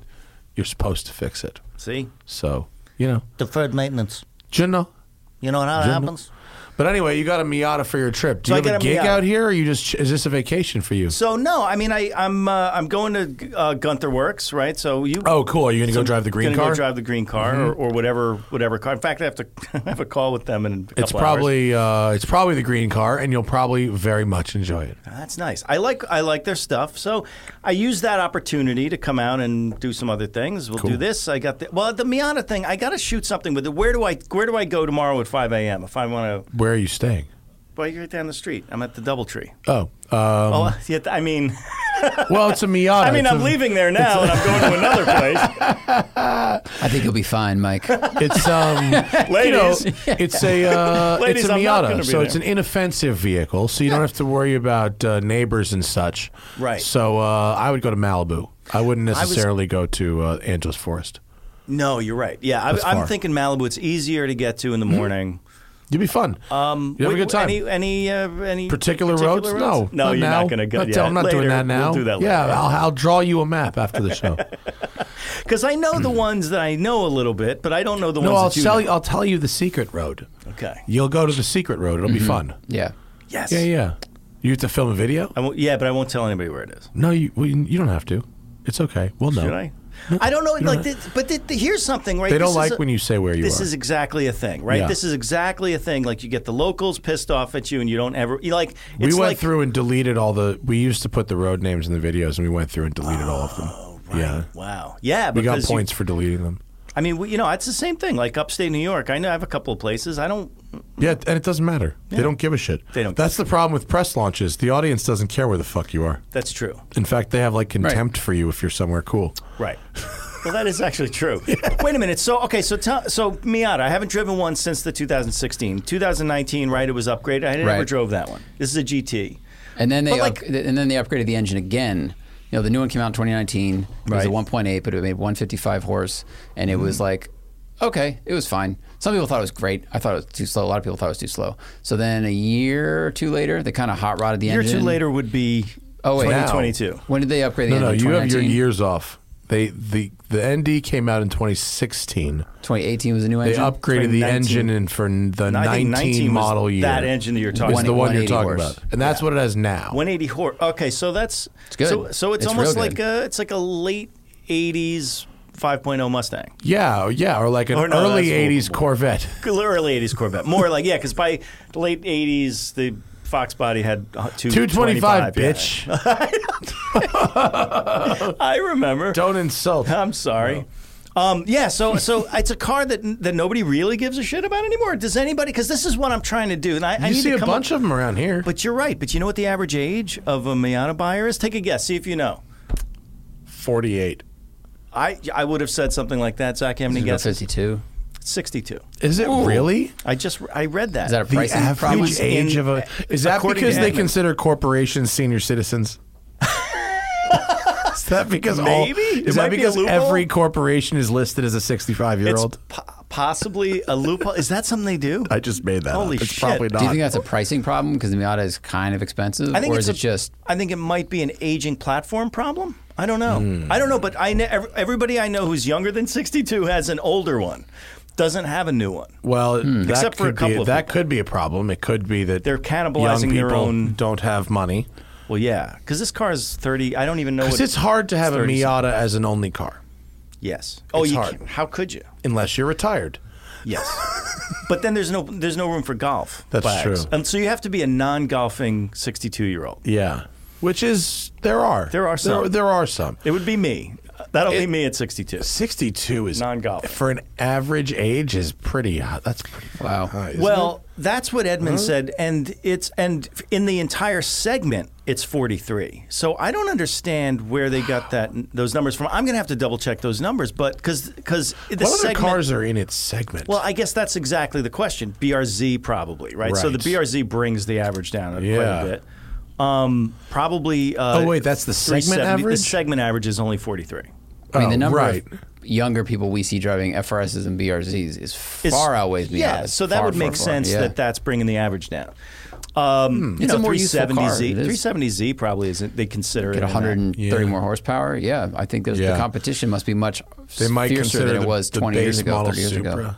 S4: you're supposed to fix it.
S3: See,
S4: So you know,
S7: Deferred maintenance.
S4: you know.
S7: You know how it
S4: General-
S7: happens?
S4: But anyway, you got a Miata for your trip. Do
S3: So
S4: you
S3: I
S4: have a
S3: got a
S4: gig
S3: Miata.
S4: out here, or you just is this a vacation for you?
S3: So no, I mean I I'm uh, I'm going to uh, Gunther Works, right? So you
S4: Oh, cool. Are you gonna go drive the green
S3: gonna
S4: car? Mm-hmm.
S3: Go drive the green car or, or whatever whatever car. In fact, I have to *laughs* have a call with them in. A
S4: it's
S3: couple hours.
S4: probably uh, it's probably the green car, and you'll probably very much enjoy it.
S3: that's nice. I like I like their stuff. So I use that opportunity to come out and do some other things. We'll do this. I got the well the Miata thing. I got to shoot something with it. Where do I where do I go tomorrow at 5 a.m. if I want to?
S4: Where are you staying?
S3: Well, you're right down the street. I'm at the DoubleTree.
S4: Oh, uh,
S3: Oh, *laughs* yeah, I mean,
S4: well, it's a Miata.
S3: *laughs*
S4: *laughs*
S3: I mean,
S4: It's
S3: I'm
S4: a-
S3: leaving there now and I'm going to
S4: *laughs*
S3: another place.
S2: I think you'll be fine, Mike.
S3: *laughs*
S4: It's um, you know,
S3: Ladies.
S4: it's a uh,
S3: *laughs* Ladies,
S4: it's a
S3: I'm not gonna
S4: Miata,
S3: be
S4: so it's an
S3: there.
S4: inoffensive vehicle, so you don't have to worry about uh, neighbors and such.
S3: Right.
S4: So uh, I would go to Malibu. I wouldn't
S3: was-
S4: necessarily go to uh, Angeles Forest.
S3: No, you're right. Yeah,
S4: That's
S3: I,
S4: far.
S3: I'm thinking Malibu. It's easier to get to in the morning.
S4: You'd be fun.
S3: Uh,
S4: Um, you have a
S3: Wait,
S4: good time.
S3: Any any uh, any
S4: particular, roads? No,
S3: no, you're
S4: now.
S3: not going to go.
S4: Not-
S3: yeah,
S4: I'm not doing
S3: later.
S4: that now.
S3: We'll do that
S4: yeah,
S3: later.
S4: I'll, I'll draw you a map after the
S3: *laughs*
S4: show.
S3: because I know the ones that I know a little bit, but I don't know the
S4: Hmm. no,
S3: ones
S4: I'll
S3: that you.
S4: tell
S3: know.
S4: you. I'll tell you the secret road.
S3: Okay.
S4: You'll go to the secret road. It'll
S3: Mm-hmm.
S4: be fun.
S2: Yeah.
S3: Yes.
S4: Yeah, yeah. You have to film a video.
S3: I won't, yeah, but I won't tell anybody where it is.
S4: No, you well, you you don't have to. It's okay. We'll know.
S5: Should I?
S3: I don't know, like, this, but th- th- here's something, right?
S4: They don't
S3: This is
S4: like
S3: a-
S4: when you say where you
S3: this
S4: are.
S3: is exactly a thing, right?
S4: Yeah.
S3: This is exactly a thing. Like, you get the locals pissed off at you, and you don't ever you like. It's
S4: we went
S3: like,
S4: through and deleted all the. We used to put the road names in the videos, and we went through and deleted all of them.
S3: Oh,
S4: Yeah,
S3: Wow. Yeah,
S4: we got
S3: because you-
S4: points for deleting them.
S3: I mean, we, you know, it's the same thing. Like upstate New York, I know I have a couple of places. I don't.
S4: Yeah, and it doesn't matter. They don't give a shit.
S3: Mm. They don't
S4: That's the problem with press launches. The audience doesn't care where the fuck you are.
S3: That's true.
S4: In fact, they have like contempt for you if you're somewhere cool.
S3: Right. Well, that is actually
S2: *laughs*
S3: true. Wait a minute. So, okay, so tell, so Miata, I haven't driven one since the 2016, 2019. Right, it was upgraded. I never
S2: Right.
S3: drove that one. This is a GT.
S2: And then they
S3: But, like-
S2: up- and then they upgraded the engine again. You know, the new one came out in 2019. It was a
S3: Right. Mm-hmm.
S2: 1.8, but it made 155 horse, and it was like, okay, it was fine. Some people thought it was great. I thought it was too slow. A lot of people thought it was too slow. So then a year or two later, they kind of hot rodded the
S3: Year
S2: engine.
S3: two later would be
S2: Oh, wait.
S3: 2022.
S2: When did they upgrade the
S4: No, no,
S2: engine?
S4: you have your
S2: 2019?
S4: years off. They the the ND came out in 2016.
S2: 2018 was the new
S4: They
S2: engine.
S4: upgraded the
S3: 2019.
S4: engine in for n- the
S3: I think
S4: 19,
S3: 19 was
S4: model year.
S3: that engine that you're talking
S4: is the
S2: about.
S4: one you're
S2: 180
S4: talking
S2: horse.
S4: about, and that's what it has now.
S3: 180 horse. Okay, so that's it's
S2: good.
S3: So, so it's,
S2: It's
S3: almost
S2: real
S3: like
S2: good.
S3: a, it's like a late 80s 5.0 Mustang.
S4: yeah, yeah, or like an
S3: Or Oh, no,
S4: early
S3: that's
S4: 80s
S3: *laughs*
S4: Corvette.
S3: early 80s Corvette. More like, yeah, because by the late 80s, the Fox body had uh, two-
S4: 225,
S3: 25, yeah.
S4: bitch.
S3: *laughs* I remember.
S4: Don't insult.
S3: I'm sorry. Um, yeah, so so it's a car that that nobody really gives a shit about anymore. Does anybody? Because this is what I'm trying to do, and I, I
S4: You
S3: need
S4: see
S3: to
S4: a
S3: come
S4: bunch
S3: up,
S4: of them around here.
S3: But you're right. But you know what the average age of a Miata buyer is? Take a guess. See if you know.
S4: 48.
S3: I I would have said something like that. Zach, how many
S2: About
S3: guesses?
S2: 52.
S3: 62.
S4: Is it really?
S3: I just I read that.
S2: Is that a
S4: The
S2: pricing
S4: average
S2: problem?
S3: In-
S4: age of a is that
S3: according
S4: because
S3: to
S4: they
S3: Edmund.
S4: consider corporations
S3: *laughs*
S4: senior citizens? is that because all
S3: Maybe. It
S4: is
S3: might
S4: that
S3: be a
S4: because
S3: loophole.
S4: every corporation is listed as a 65 year
S3: It's
S4: old?
S3: po- possibly a loophole. is that something they do?
S4: I just made that.
S3: Holy
S4: up. It's
S3: shit.
S4: probably
S2: Do you
S4: not.
S2: think that's a pricing problem because the Miata is kind of expensive,
S3: I think
S2: or
S3: it's
S2: is
S3: a-
S2: it just
S3: I think it might be an aging platform problem. I don't know. I don't know, but I ne- ev- everybody I know who's younger than 62 has an older one. Doesn't have a new one.
S4: well, that
S3: hmm. Except
S4: could
S3: for a
S4: be,
S3: couple of
S4: that
S3: people.
S4: could be a problem. It could be that
S3: They're cannibalizing
S4: young
S3: their
S4: people
S3: own-
S4: Don't have money
S3: Well, yeah, because this car is 30. I don't even know. What
S4: because it's hard to have a
S3: 30
S4: Miata as an only car
S3: Yes. Oh,
S4: It's
S3: you
S4: hard.
S3: can't- how could you?
S4: unless you're retired.
S3: *laughs* Yes. but then there's no there's no room for golf.
S4: That's
S3: flags.
S4: true.
S3: And so you have to be a non-golfing 62 year old.
S4: Yeah, which is there are
S3: There are some.
S4: there, are some.
S3: It would be me. That'll be me at 62.
S4: 62 is
S3: Non-golf.
S4: for an average age is pretty high. That's pretty fucking
S2: Wow.
S4: high, isn't
S3: Well, that's what Edmund said, and it's and in the entire segment, it's 43. So I don't understand where they got that those numbers from. I'm gonna have to double check those numbers, but because because the
S4: it? what other
S3: segment.
S4: cars are in its segment?
S3: well, I guess that's exactly the question. BRZ probably right. So the
S4: Right.
S3: BRZ brings the average down
S4: Yeah.
S3: quite a bit. Um, probably. Uh,
S4: Oh, wait, that's the segment
S3: 370
S4: average?
S3: The segment average is only 43.
S2: I mean,
S4: Oh,
S2: the number
S4: right.
S2: of younger people we see driving FRSs and BRZs is far
S3: It's-
S2: outweighs Miatas.
S3: Yeah, so that
S2: Far,
S3: would
S2: far,
S3: make
S2: far.
S3: sense
S2: Yeah. Hmm,
S3: that that's bringing the average down. Um, you
S2: It's
S3: know,
S2: a more useful car,
S3: 370Z,
S2: it is.
S3: 370Z probably isn't. They consider it
S2: Get
S3: in that.
S2: 130
S4: Yeah.
S2: more horsepower. Yeah, I think there's
S4: Yeah.
S2: the competition must be much
S4: they might
S2: fiercer
S4: consider
S2: than
S4: the,
S2: it was
S4: the
S2: 20 years
S4: base
S2: ago,
S4: model
S2: 30 years
S4: Supra.
S2: ago.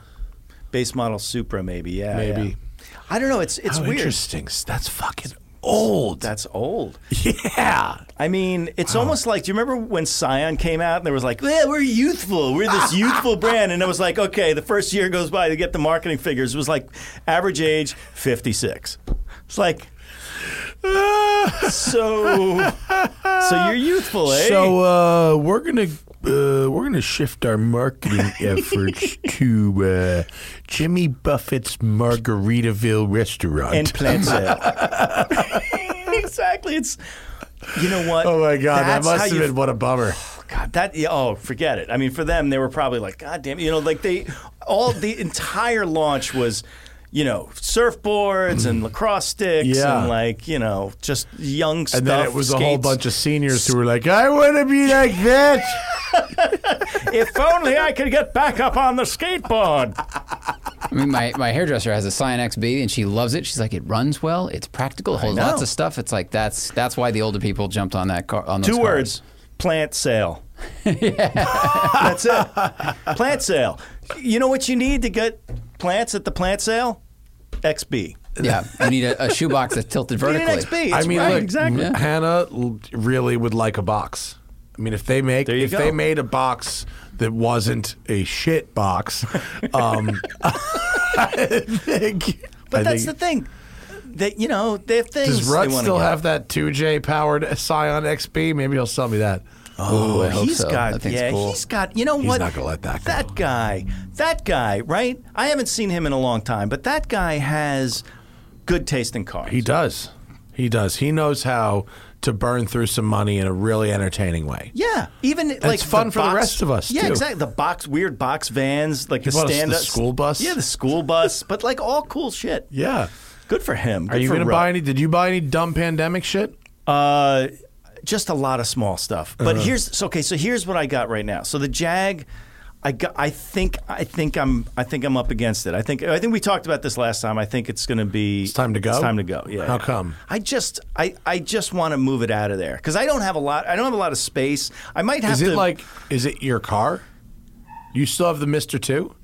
S3: base model Supra, maybe. Yeah,
S4: Maybe.
S3: yeah. I don't know. It's it's
S4: Oh,
S3: weird.
S4: interesting. That's fucking old.
S3: That's old.
S4: yeah.
S3: I mean, it's almost like. Do you remember when Scion came out and there was like, "Yeah, we're youthful. We're this
S4: *laughs*
S3: youthful brand," and it was like, okay, the first year goes by to get the marketing figures. It was like average age fifty six. It's like. so, so you're youthful, eh?
S4: So uh, we're gonna uh, we're gonna shift
S3: *laughs*
S4: our marketing efforts to uh, Jimmy Buffett's Margaritaville restaurant.
S3: and plant sale. *laughs* exactly. It's you know what?
S4: *laughs* oh my god,
S3: That's
S4: that must
S3: how
S4: have
S3: you-
S4: been what a bummer.
S3: God, that yeah, oh, forget it. I mean, for them, they were probably like, God damn, it." you know, like they all the entire launch was. You know, surfboards and lacrosse sticks
S4: Yeah.
S3: and like you know, just young stuff.
S4: And then it was a whole
S3: skates.
S4: bunch of seniors who were like, "I want to be like that."
S3: If only I could get back up on the
S4: *laughs*
S3: skateboard.
S2: I mean, my, my hairdresser has a Scion XB and she loves it. She's like, it runs well, it's practical, it holds
S3: know.
S2: lots of stuff. It's like that's that's why the older people jumped on that car. On those
S3: Two
S2: cars.
S3: words: plant
S4: *laughs*
S3: sale. That's it. Plant sale. You know what you need to get plants at the plant sale? XB.
S2: Yeah, you need a,
S3: *laughs*
S2: a shoebox that's tilted
S3: You need an
S2: vertically.
S3: XB. It's
S4: I mean,
S3: right,
S4: look,
S3: exactly.
S4: Hannah l- really would like a box. I mean, if they make
S3: There you
S4: if
S3: go.
S4: they made a box that wasn't a shit *laughs* box, um, I think.
S3: But
S4: I
S3: that's
S4: think-
S3: the thing. That you know, they have things.
S4: Does Rudd
S3: they wanna
S4: still
S3: get.
S4: have that 2J powered Scion XP? Maybe he'll sell me that.
S2: Oh, I hope
S3: He's
S2: so.
S3: got,
S2: That thing's
S3: yeah,
S2: cool.
S3: he's got. You know
S4: He's
S3: what?
S4: not gonna let that go.
S3: That guy, that guy, right? I haven't seen him in a long time, but that guy has good taste in cars.
S4: He does. He does. He knows how to burn through some money in a really entertaining way.
S3: yeah, even like
S4: fun for the
S3: box-
S4: rest of us,
S3: Yeah,
S4: too.
S3: exactly. The box, weird box vans, like the
S4: bought us the
S3: stand up
S4: school bus?
S3: Yeah, the school bus, but like all cool shit.
S4: Yeah.
S3: Good for him.
S4: Are you
S3: going
S4: going
S3: to
S4: to buy any? Did you buy any dumb pandemic shit?
S3: Uh, just a lot of small stuff. But
S4: Uh-huh.
S3: here's so okay. So here's what I got right now. So the Jag, I got. I think. I think I'm. I think I'm up against it. I think. I think we talked about this last time. I think it's going to be. It's
S4: time to go?
S3: It's time to go. Yeah.
S4: How come?
S3: I just. I. I just want to move it out of there because I don't have a lot. I don't have a lot of space. I might have
S4: Is
S3: to.
S4: it like, is it your car? You still have the Mister Two?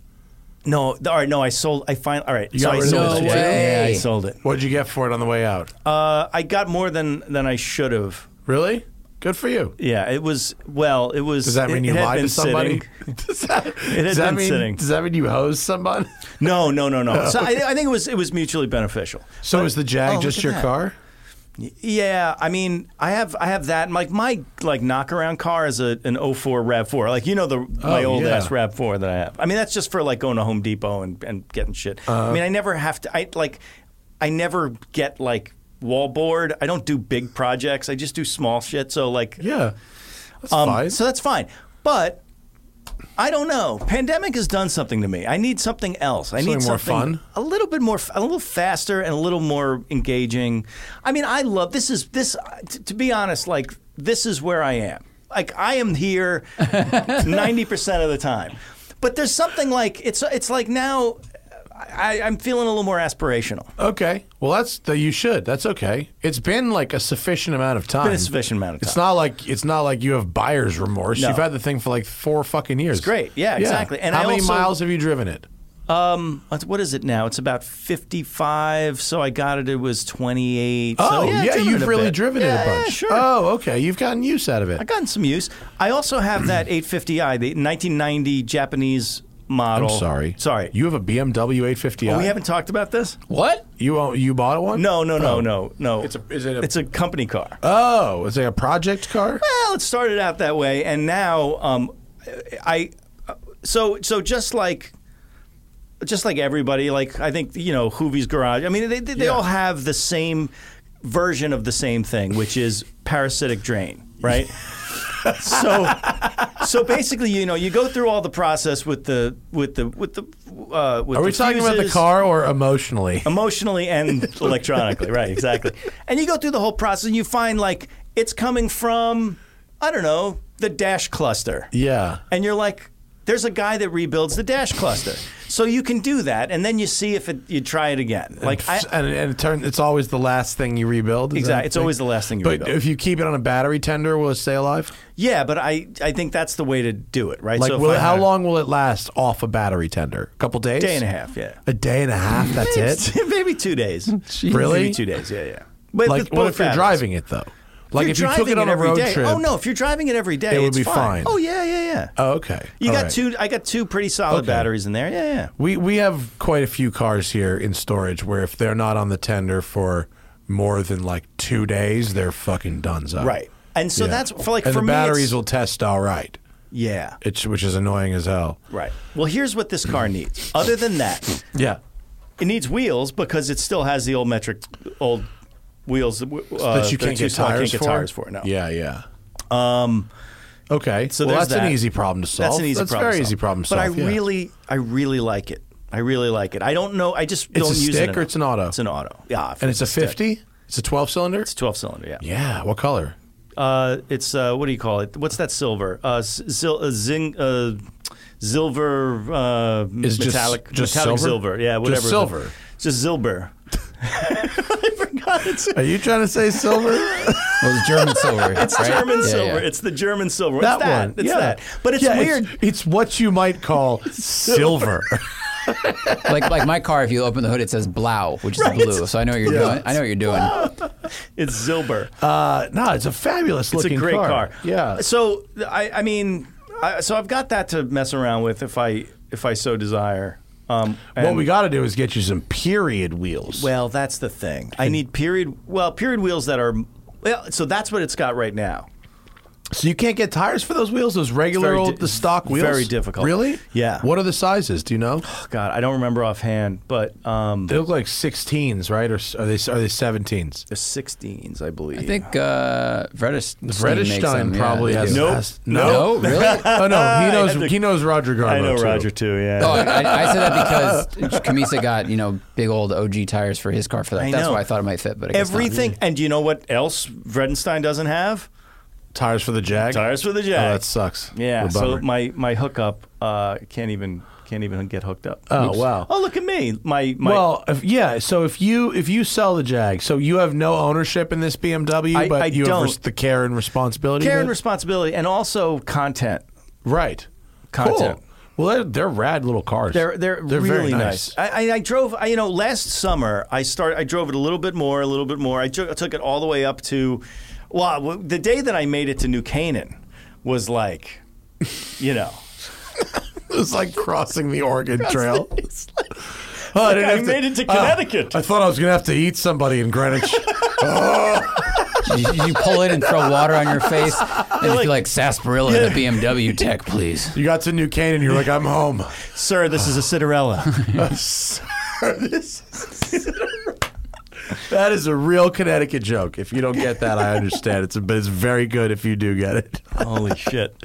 S3: No. th- All right. No. I sold. I find. All right.
S4: You
S3: so
S4: got
S3: I
S4: rid of
S3: sold
S4: the
S3: it.
S4: Jag?
S3: Yeah, I
S2: way.
S3: sold it.
S4: What'd you get for it on the way out?
S3: Uh, I got more than than I should have.
S4: really? Good for *laughs* you.
S3: Yeah. It was. Well. It was.
S4: Does that
S3: it-
S4: mean
S3: it
S4: you
S3: had
S4: lied
S3: been
S4: to somebody?
S3: sitting.
S4: does *laughs* that,
S3: had
S4: does that
S3: been
S4: mean
S3: sitting.
S4: does that mean you
S3: *laughs*
S4: hosed somebody?
S3: No, no, no, *laughs* no. So I, I think it was it was mutually beneficial.
S4: So is the
S3: oh,
S4: Jag
S3: look
S4: just
S3: at
S4: your
S3: that.
S4: car?
S3: Yeah, I mean, I have I have that. and, Like my like knockaround car is a an 04 Rav4. Like you know the my
S4: Oh,
S3: old
S4: yeah.
S3: ass Rav4 that I have. I mean that's just for like going to Home Depot and and getting shit. I mean I never have to. I like I never get like wallboard. I don't do big projects. I just do small shit. So like
S4: Yeah. That's
S3: um,
S4: fine.
S3: So that's fine. But I don't know. Pandemic has done something to me. I need something else. I need
S4: Something more
S3: something
S4: fun?
S3: a little bit more, f- a little faster, and a little more engaging. I mean, I love this. Is this t- to be honest? Like this is where I am. Like I am
S4: *laughs*
S3: here ninety percent of the time. But there's something like it's it's like now. I, I'm feeling a little more aspirational.
S4: Okay. Well, that's the you should. That's okay. It's been like a sufficient amount of time.
S3: Been a sufficient amount of
S4: It's
S3: time.
S4: not like it's not like you have buyer's remorse.
S3: No.
S4: You've had the thing for like four fucking years. It's
S3: great. Yeah, exactly. And
S4: how
S3: I
S4: many
S3: also-
S4: miles have you driven it?
S3: Um, what's- what is it now? It's about 55. So I got it. It was 28. so,
S4: oh,
S3: I've
S4: yeah,
S3: driven
S4: you've
S3: it a
S4: really
S3: bit.
S4: driven
S3: Yeah,
S4: it a
S3: yeah,
S4: bunch.
S3: sure.
S4: Oh, okay. You've gotten use out of it.
S3: I gotten some use. I also have
S4: *clears throat*
S3: that 850i, the 1990 Japanese model.
S4: I'm sorry.
S3: Sorry. Oh,
S4: You have a BMW 850i.
S3: we haven't talked about this?
S2: What?
S4: You own, you bought one?
S3: No, no, no,
S4: Oh.
S3: no, no.
S4: It's a- is it a-
S3: It's a company car.
S4: Oh, is it a project car?
S3: Well, it started out that way, and now um, I so so just like just like everybody, like I think you know Hoovy's Garage. I mean, they they, they
S4: Yeah.
S3: all have the same version of the same thing, which is parasitic drain,
S4: *laughs*
S3: right? so so basically, you know, you go through all the process with the with the with the uh, with
S4: Are we
S3: the
S4: talking about the
S3: fuses
S4: car
S3: *laughs*
S4: or emotionally?
S3: emotionally
S4: *laughs*
S3: and electronically right exactly and you go through the whole process and you find like it's coming from i don't know the dash cluster
S4: yeah.
S3: and you're like there's a guy that rebuilds the dash cluster so you can do that and then you see if it, you try it again like I,
S4: and, and it turn, it's always the last thing you rebuild. is
S3: Exact-
S4: that
S3: it's
S4: thing?
S3: always the last thing you
S4: but
S3: rebuild.
S4: if you keep it on a battery tender, will it stay alive?
S3: yeah but i i think that's the way to do it right
S4: Like,
S3: if
S4: will,
S3: I-
S4: how long will it last off a battery tender? A couple days?
S3: day and a half yeah
S4: A day and a half.
S3: *laughs*
S4: That's it.
S3: maybe two
S4: *laughs*
S3: days
S4: Really?
S3: maybe two days yeah yeah but
S4: Like,
S3: with
S4: what
S3: both
S4: if you're
S3: batteries.
S4: driving it though? Like, if you took
S3: driving
S4: it on a
S3: every
S4: road
S3: day-
S4: trip.
S3: oh no if you're driving it every day
S4: it would
S3: it's
S4: be fine.
S3: oh yeah yeah yeah
S4: Oh, okay.
S3: You
S4: All
S3: got
S4: right.
S3: two. I got two pretty solid batteries in there. Yeah, yeah.
S4: We we have quite a few cars here in storage where if they're not on the tender for more than like two days, they're fucking donezo.
S3: And so
S4: Yeah.
S3: that's for like
S4: and
S3: for
S4: the
S3: me.
S4: batteries
S3: it's-
S4: will test all right.
S3: yeah.
S4: It's which is annoying as hell.
S3: Right. Well, here's what this car needs. Other than that,
S4: Yeah.
S3: it needs wheels because it still has the old metric, old wheels that, w- uh,
S4: that you
S3: they're
S4: can't
S3: too
S4: get
S3: small, can't
S4: tires
S3: get
S4: for.
S3: tires for. No.
S4: Yeah, yeah. Um. Okay.
S3: So
S4: So well,
S3: there's
S4: that's an
S3: that.
S4: easy problem to solve.
S3: That's an easy problem.
S4: very
S3: to solve.
S4: easy problem to
S3: But
S4: solve.
S3: I
S4: yeah.
S3: really, I really like it. I really like it. I don't know. I just don't
S4: a
S3: use it.
S4: stick or
S3: enough.
S4: it's an auto?
S3: It's an auto. Yeah.
S4: and it's a fifty. It's a twelve cylinder.
S3: Twelve cylinder. Yeah.
S4: Yeah. What color?
S3: Uh, it's uh, what do you call it? What's that silver? Uh, s- zil- uh, zing, uh, silver uh,
S4: Is just-
S3: metallic,
S4: just
S3: metallic
S4: silver?
S3: silver. Yeah,
S4: Just
S3: whatever.
S4: silver?
S3: It's just silver. I forgot it's
S4: Are you trying
S3: *laughs*
S4: to say silver?
S2: Well, it's German silver. It's
S3: German silver. It's the German silver.
S4: that,
S3: it's that.
S4: one.
S3: It's
S4: yeah.
S3: that. But it's
S4: Yeah,
S3: weird.
S4: It's, what you might call silver.
S2: Like like my car, if you open the hood, it says blau, which is blue. So I know what you're doing. I know what you're doing.
S3: It's Zilber.
S4: Uh, *laughs* no, it's a fabulous
S3: It's
S4: looking
S3: a great car.
S4: Yeah.
S3: So th- I, I mean, I, so I've got that to mess around with if I if I so desire. Um,
S4: what
S3: and-
S4: we got to do is get you some period wheels.
S3: Well, that's the thing. I need period. Well, period wheels that are. Well, so that's what it's got right now.
S4: so you can't get tires for those wheels, those regular
S3: Very
S4: old
S3: di-
S4: the stock wheels.
S3: very difficult.
S4: Really?
S3: Yeah.
S4: What are the sizes? Do you know?
S3: Oh, God, I don't remember offhand, but um,
S4: They look like 16s, right? Or s- are they are they 17s?
S3: the 16s, I believe.
S2: I think uh, Reddish.
S4: Reddish Stein probably has.
S3: Nope.
S4: has-
S2: No,
S4: *laughs*
S2: really?
S4: Oh
S3: *laughs*
S4: no, he knows.
S3: I think-
S4: he knows Roger Garbo.
S3: I know
S4: too.
S3: Roger too. Yeah.
S2: Oh, I, I said that because Kamisa got you know big old OG tires for his car for that.
S3: I
S2: That's
S3: know.
S2: why I thought it might fit. But I guess not.
S3: Everything. And do you know what else Vredenstein doesn't have?
S4: Tires for the Jag.
S3: Tires for the
S4: Oh,
S3: Jag.
S4: that sucks.
S3: yeah.
S4: What a
S3: So
S4: bummer.
S3: my my hookup uh, can't even can't even get hooked up.
S4: Oh,
S3: Oops.
S4: wow.
S3: Oh look at me. My my.
S4: well, if, yeah. So if you if you sell the Jag, so you have no ownership in this BMW,
S3: I-
S4: but
S3: I
S4: you have
S3: don't.
S4: res- the care and responsibility.
S3: care
S4: of
S3: and
S4: it?
S3: responsibility, and also content.
S4: right
S3: Content.
S4: Cool. Well, they're, they're rad little cars.
S3: They're they're, really
S4: very *laughs*
S3: nice. I, I I drove I, you know last summer I started I drove it a little bit more a little bit more I took, I took it all the way up to well w- the day that I made it to New Canaan was like you know *laughs*
S4: It was like crossing the Oregon Trail. *laughs* Oh, I, didn't
S3: I
S4: have
S3: made it to
S4: oh,
S3: Connecticut.
S4: I thought I was going to have to eat somebody
S3: *laughs*
S4: in Greenwich.
S2: you, you pull in and throw water on
S3: *laughs*
S2: your face, and if you like sarsaparilla in a BMW tech, please.
S4: you got to New Canaan, you're like, I'm home.
S3: sir this is a
S4: *laughs*
S3: Cinderella
S4: That is a real Connecticut joke. If you don't get that, I understand. It's a, but it's very good if you do get it.
S3: holy shit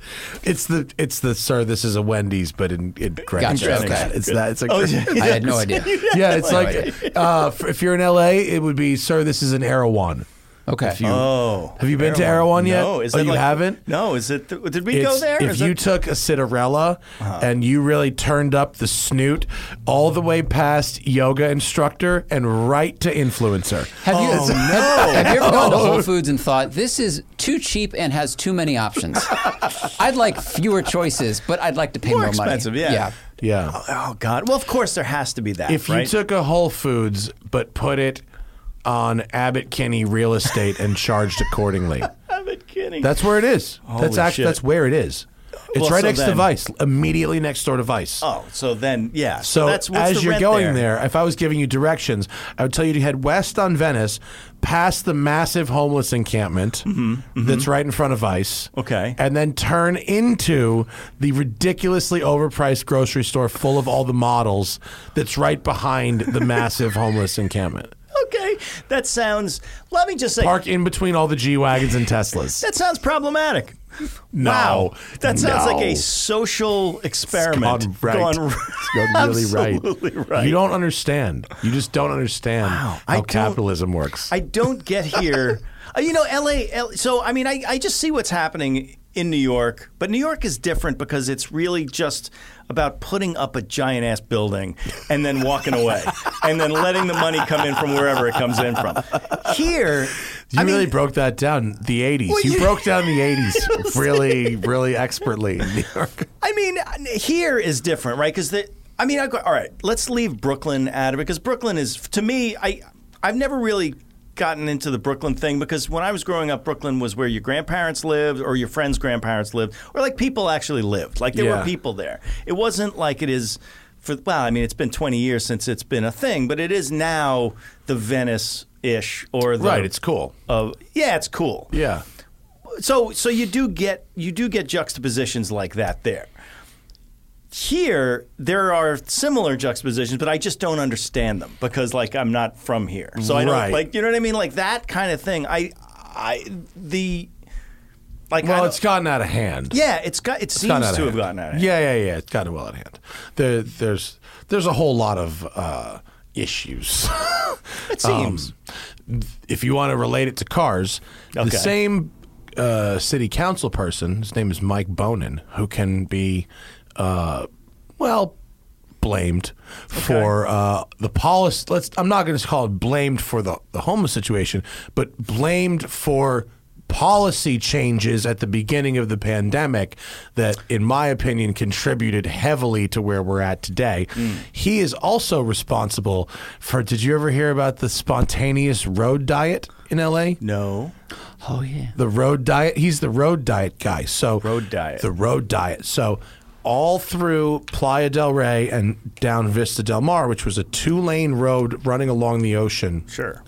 S4: It's the it's the sir. This is a Wendy's, but in, in Greenwich.
S2: Gotcha,
S4: It's
S2: okay.
S4: that. It's that. It's like
S3: Oh, yeah.
S2: I had no idea.
S4: *laughs* yeah. It's like uh, f- if you're in LA, it would be sir. This is an Erewhon.
S2: Okay.
S4: If you-
S3: oh
S4: have you been to Erewhon yet?
S3: no is
S4: oh,
S3: that
S4: you
S3: like-
S4: haven't.
S3: no is it th- did we go
S4: It's-
S3: there Uh-huh.
S4: If
S3: Is
S4: you
S3: that-
S4: took a Citarella and you really turned up the snoot all the way past yoga instructor and right to influencer.
S2: Have you, *laughs* have, have you ever gone to Whole Foods and thought this is too cheap and has too many *laughs* options? I'd like fewer choices, but I'd like to pay more,
S3: more expensive
S2: money.
S3: yeah.
S4: Yeah.
S3: oh god well of course there has to be that
S4: If
S3: right?
S4: you took a Whole Foods but put it on Abbott Kinney real estate and charged
S3: *laughs*
S4: accordingly.
S3: I'm not kidding
S4: That's where it is. that's
S3: Holy
S4: actually
S3: shit.
S4: that's where it is. It's
S3: Well,
S4: right
S3: so
S4: next to
S3: then-
S4: Vice, immediately next door to Vice.
S3: oh so then yeah so,
S4: So
S3: that's what's
S4: as
S3: the
S4: you're
S3: rent
S4: going there? if I was giving you directions, I would tell you to head west on Venice, past the massive homeless encampment that's right in front of Vice.
S3: Mm-hmm, Okay.
S4: And then turn into the ridiculously overpriced grocery store full of all the models that's right
S3: *laughs*
S4: behind the massive homeless encampment.
S3: Okay, that sounds. Let me just say
S4: Park in between all the G Wagons and Teslas.
S3: that sounds problematic.
S4: No.
S3: wow, that sounds
S4: No.
S3: like a social experiment
S4: Gone right.
S3: gone r-
S4: It's gone really right.
S3: Absolutely right.
S4: You don't understand. You just don't understand
S3: Wow, I
S4: how
S3: don't-
S4: capitalism works.
S3: I don't get here. Uh, you know, LA, L- So, I mean, I, I just see what's happening in New York, but New York is different because it's really just about putting up a giant ass building and then walking
S4: *laughs*
S3: away and then letting the money come in from wherever it comes in from. Here,
S4: You
S3: I mean,
S4: really broke that down. The '80s.
S3: Well,
S4: you,
S3: you-
S4: broke down the
S3: *laughs*
S4: '80s really, really expertly in New York.
S3: I mean, here is different, right? Because the, I mean, I go, all right, let's leave Brooklyn out of it because Brooklyn is to me, I, I've never really gotten into the Brooklyn thing because when I was growing up, Brooklyn was where your grandparents lived or your friends' grandparents lived or like people actually lived, like there
S4: Yeah.
S3: were people there. It wasn't like it is. For, well, I mean, it's been 20 years since it's been a thing, but it is now the Venice-ish or the
S4: Right, it's cool.
S3: of- yeah, it's cool
S4: Yeah.
S3: so so you do get you do get juxtapositions like that there. Here there are similar juxtapositions, but I just don't understand them because like I'm not from here, so I don't
S4: Right.
S3: like you know what I mean, like that kind of thing. I I the like I
S4: Well,
S3: don't-
S4: it's gotten out of hand.
S3: yeah, it's got it seems
S4: gotten
S3: to
S4: out of
S3: have
S4: hand.
S3: gotten out of hand.
S4: Yeah, yeah, yeah. It's gotten well out of hand. There, there's there's a whole lot of uh, issues. *laughs*
S3: it
S4: Um,
S3: seems.
S4: if you want to relate it to cars,
S3: Okay.
S4: the same uh, city council person, his name is Mike Bonin, who can be, uh, well, blamed for uh, the policy. Let's. I'm not going to call it blamed for the, the homeless situation, but blamed for policy changes at the beginning of the pandemic that, in my opinion, contributed heavily to where we're at today. He is also responsible for. Did you ever hear about the spontaneous road diet in LA?
S3: No.
S2: Oh yeah.
S4: The road diet. He's the road diet guy. So
S3: Road diet.
S4: The road diet. So all through Playa del Rey and down Vista del Mar, which was a two-lane road running along the ocean.
S3: Sure.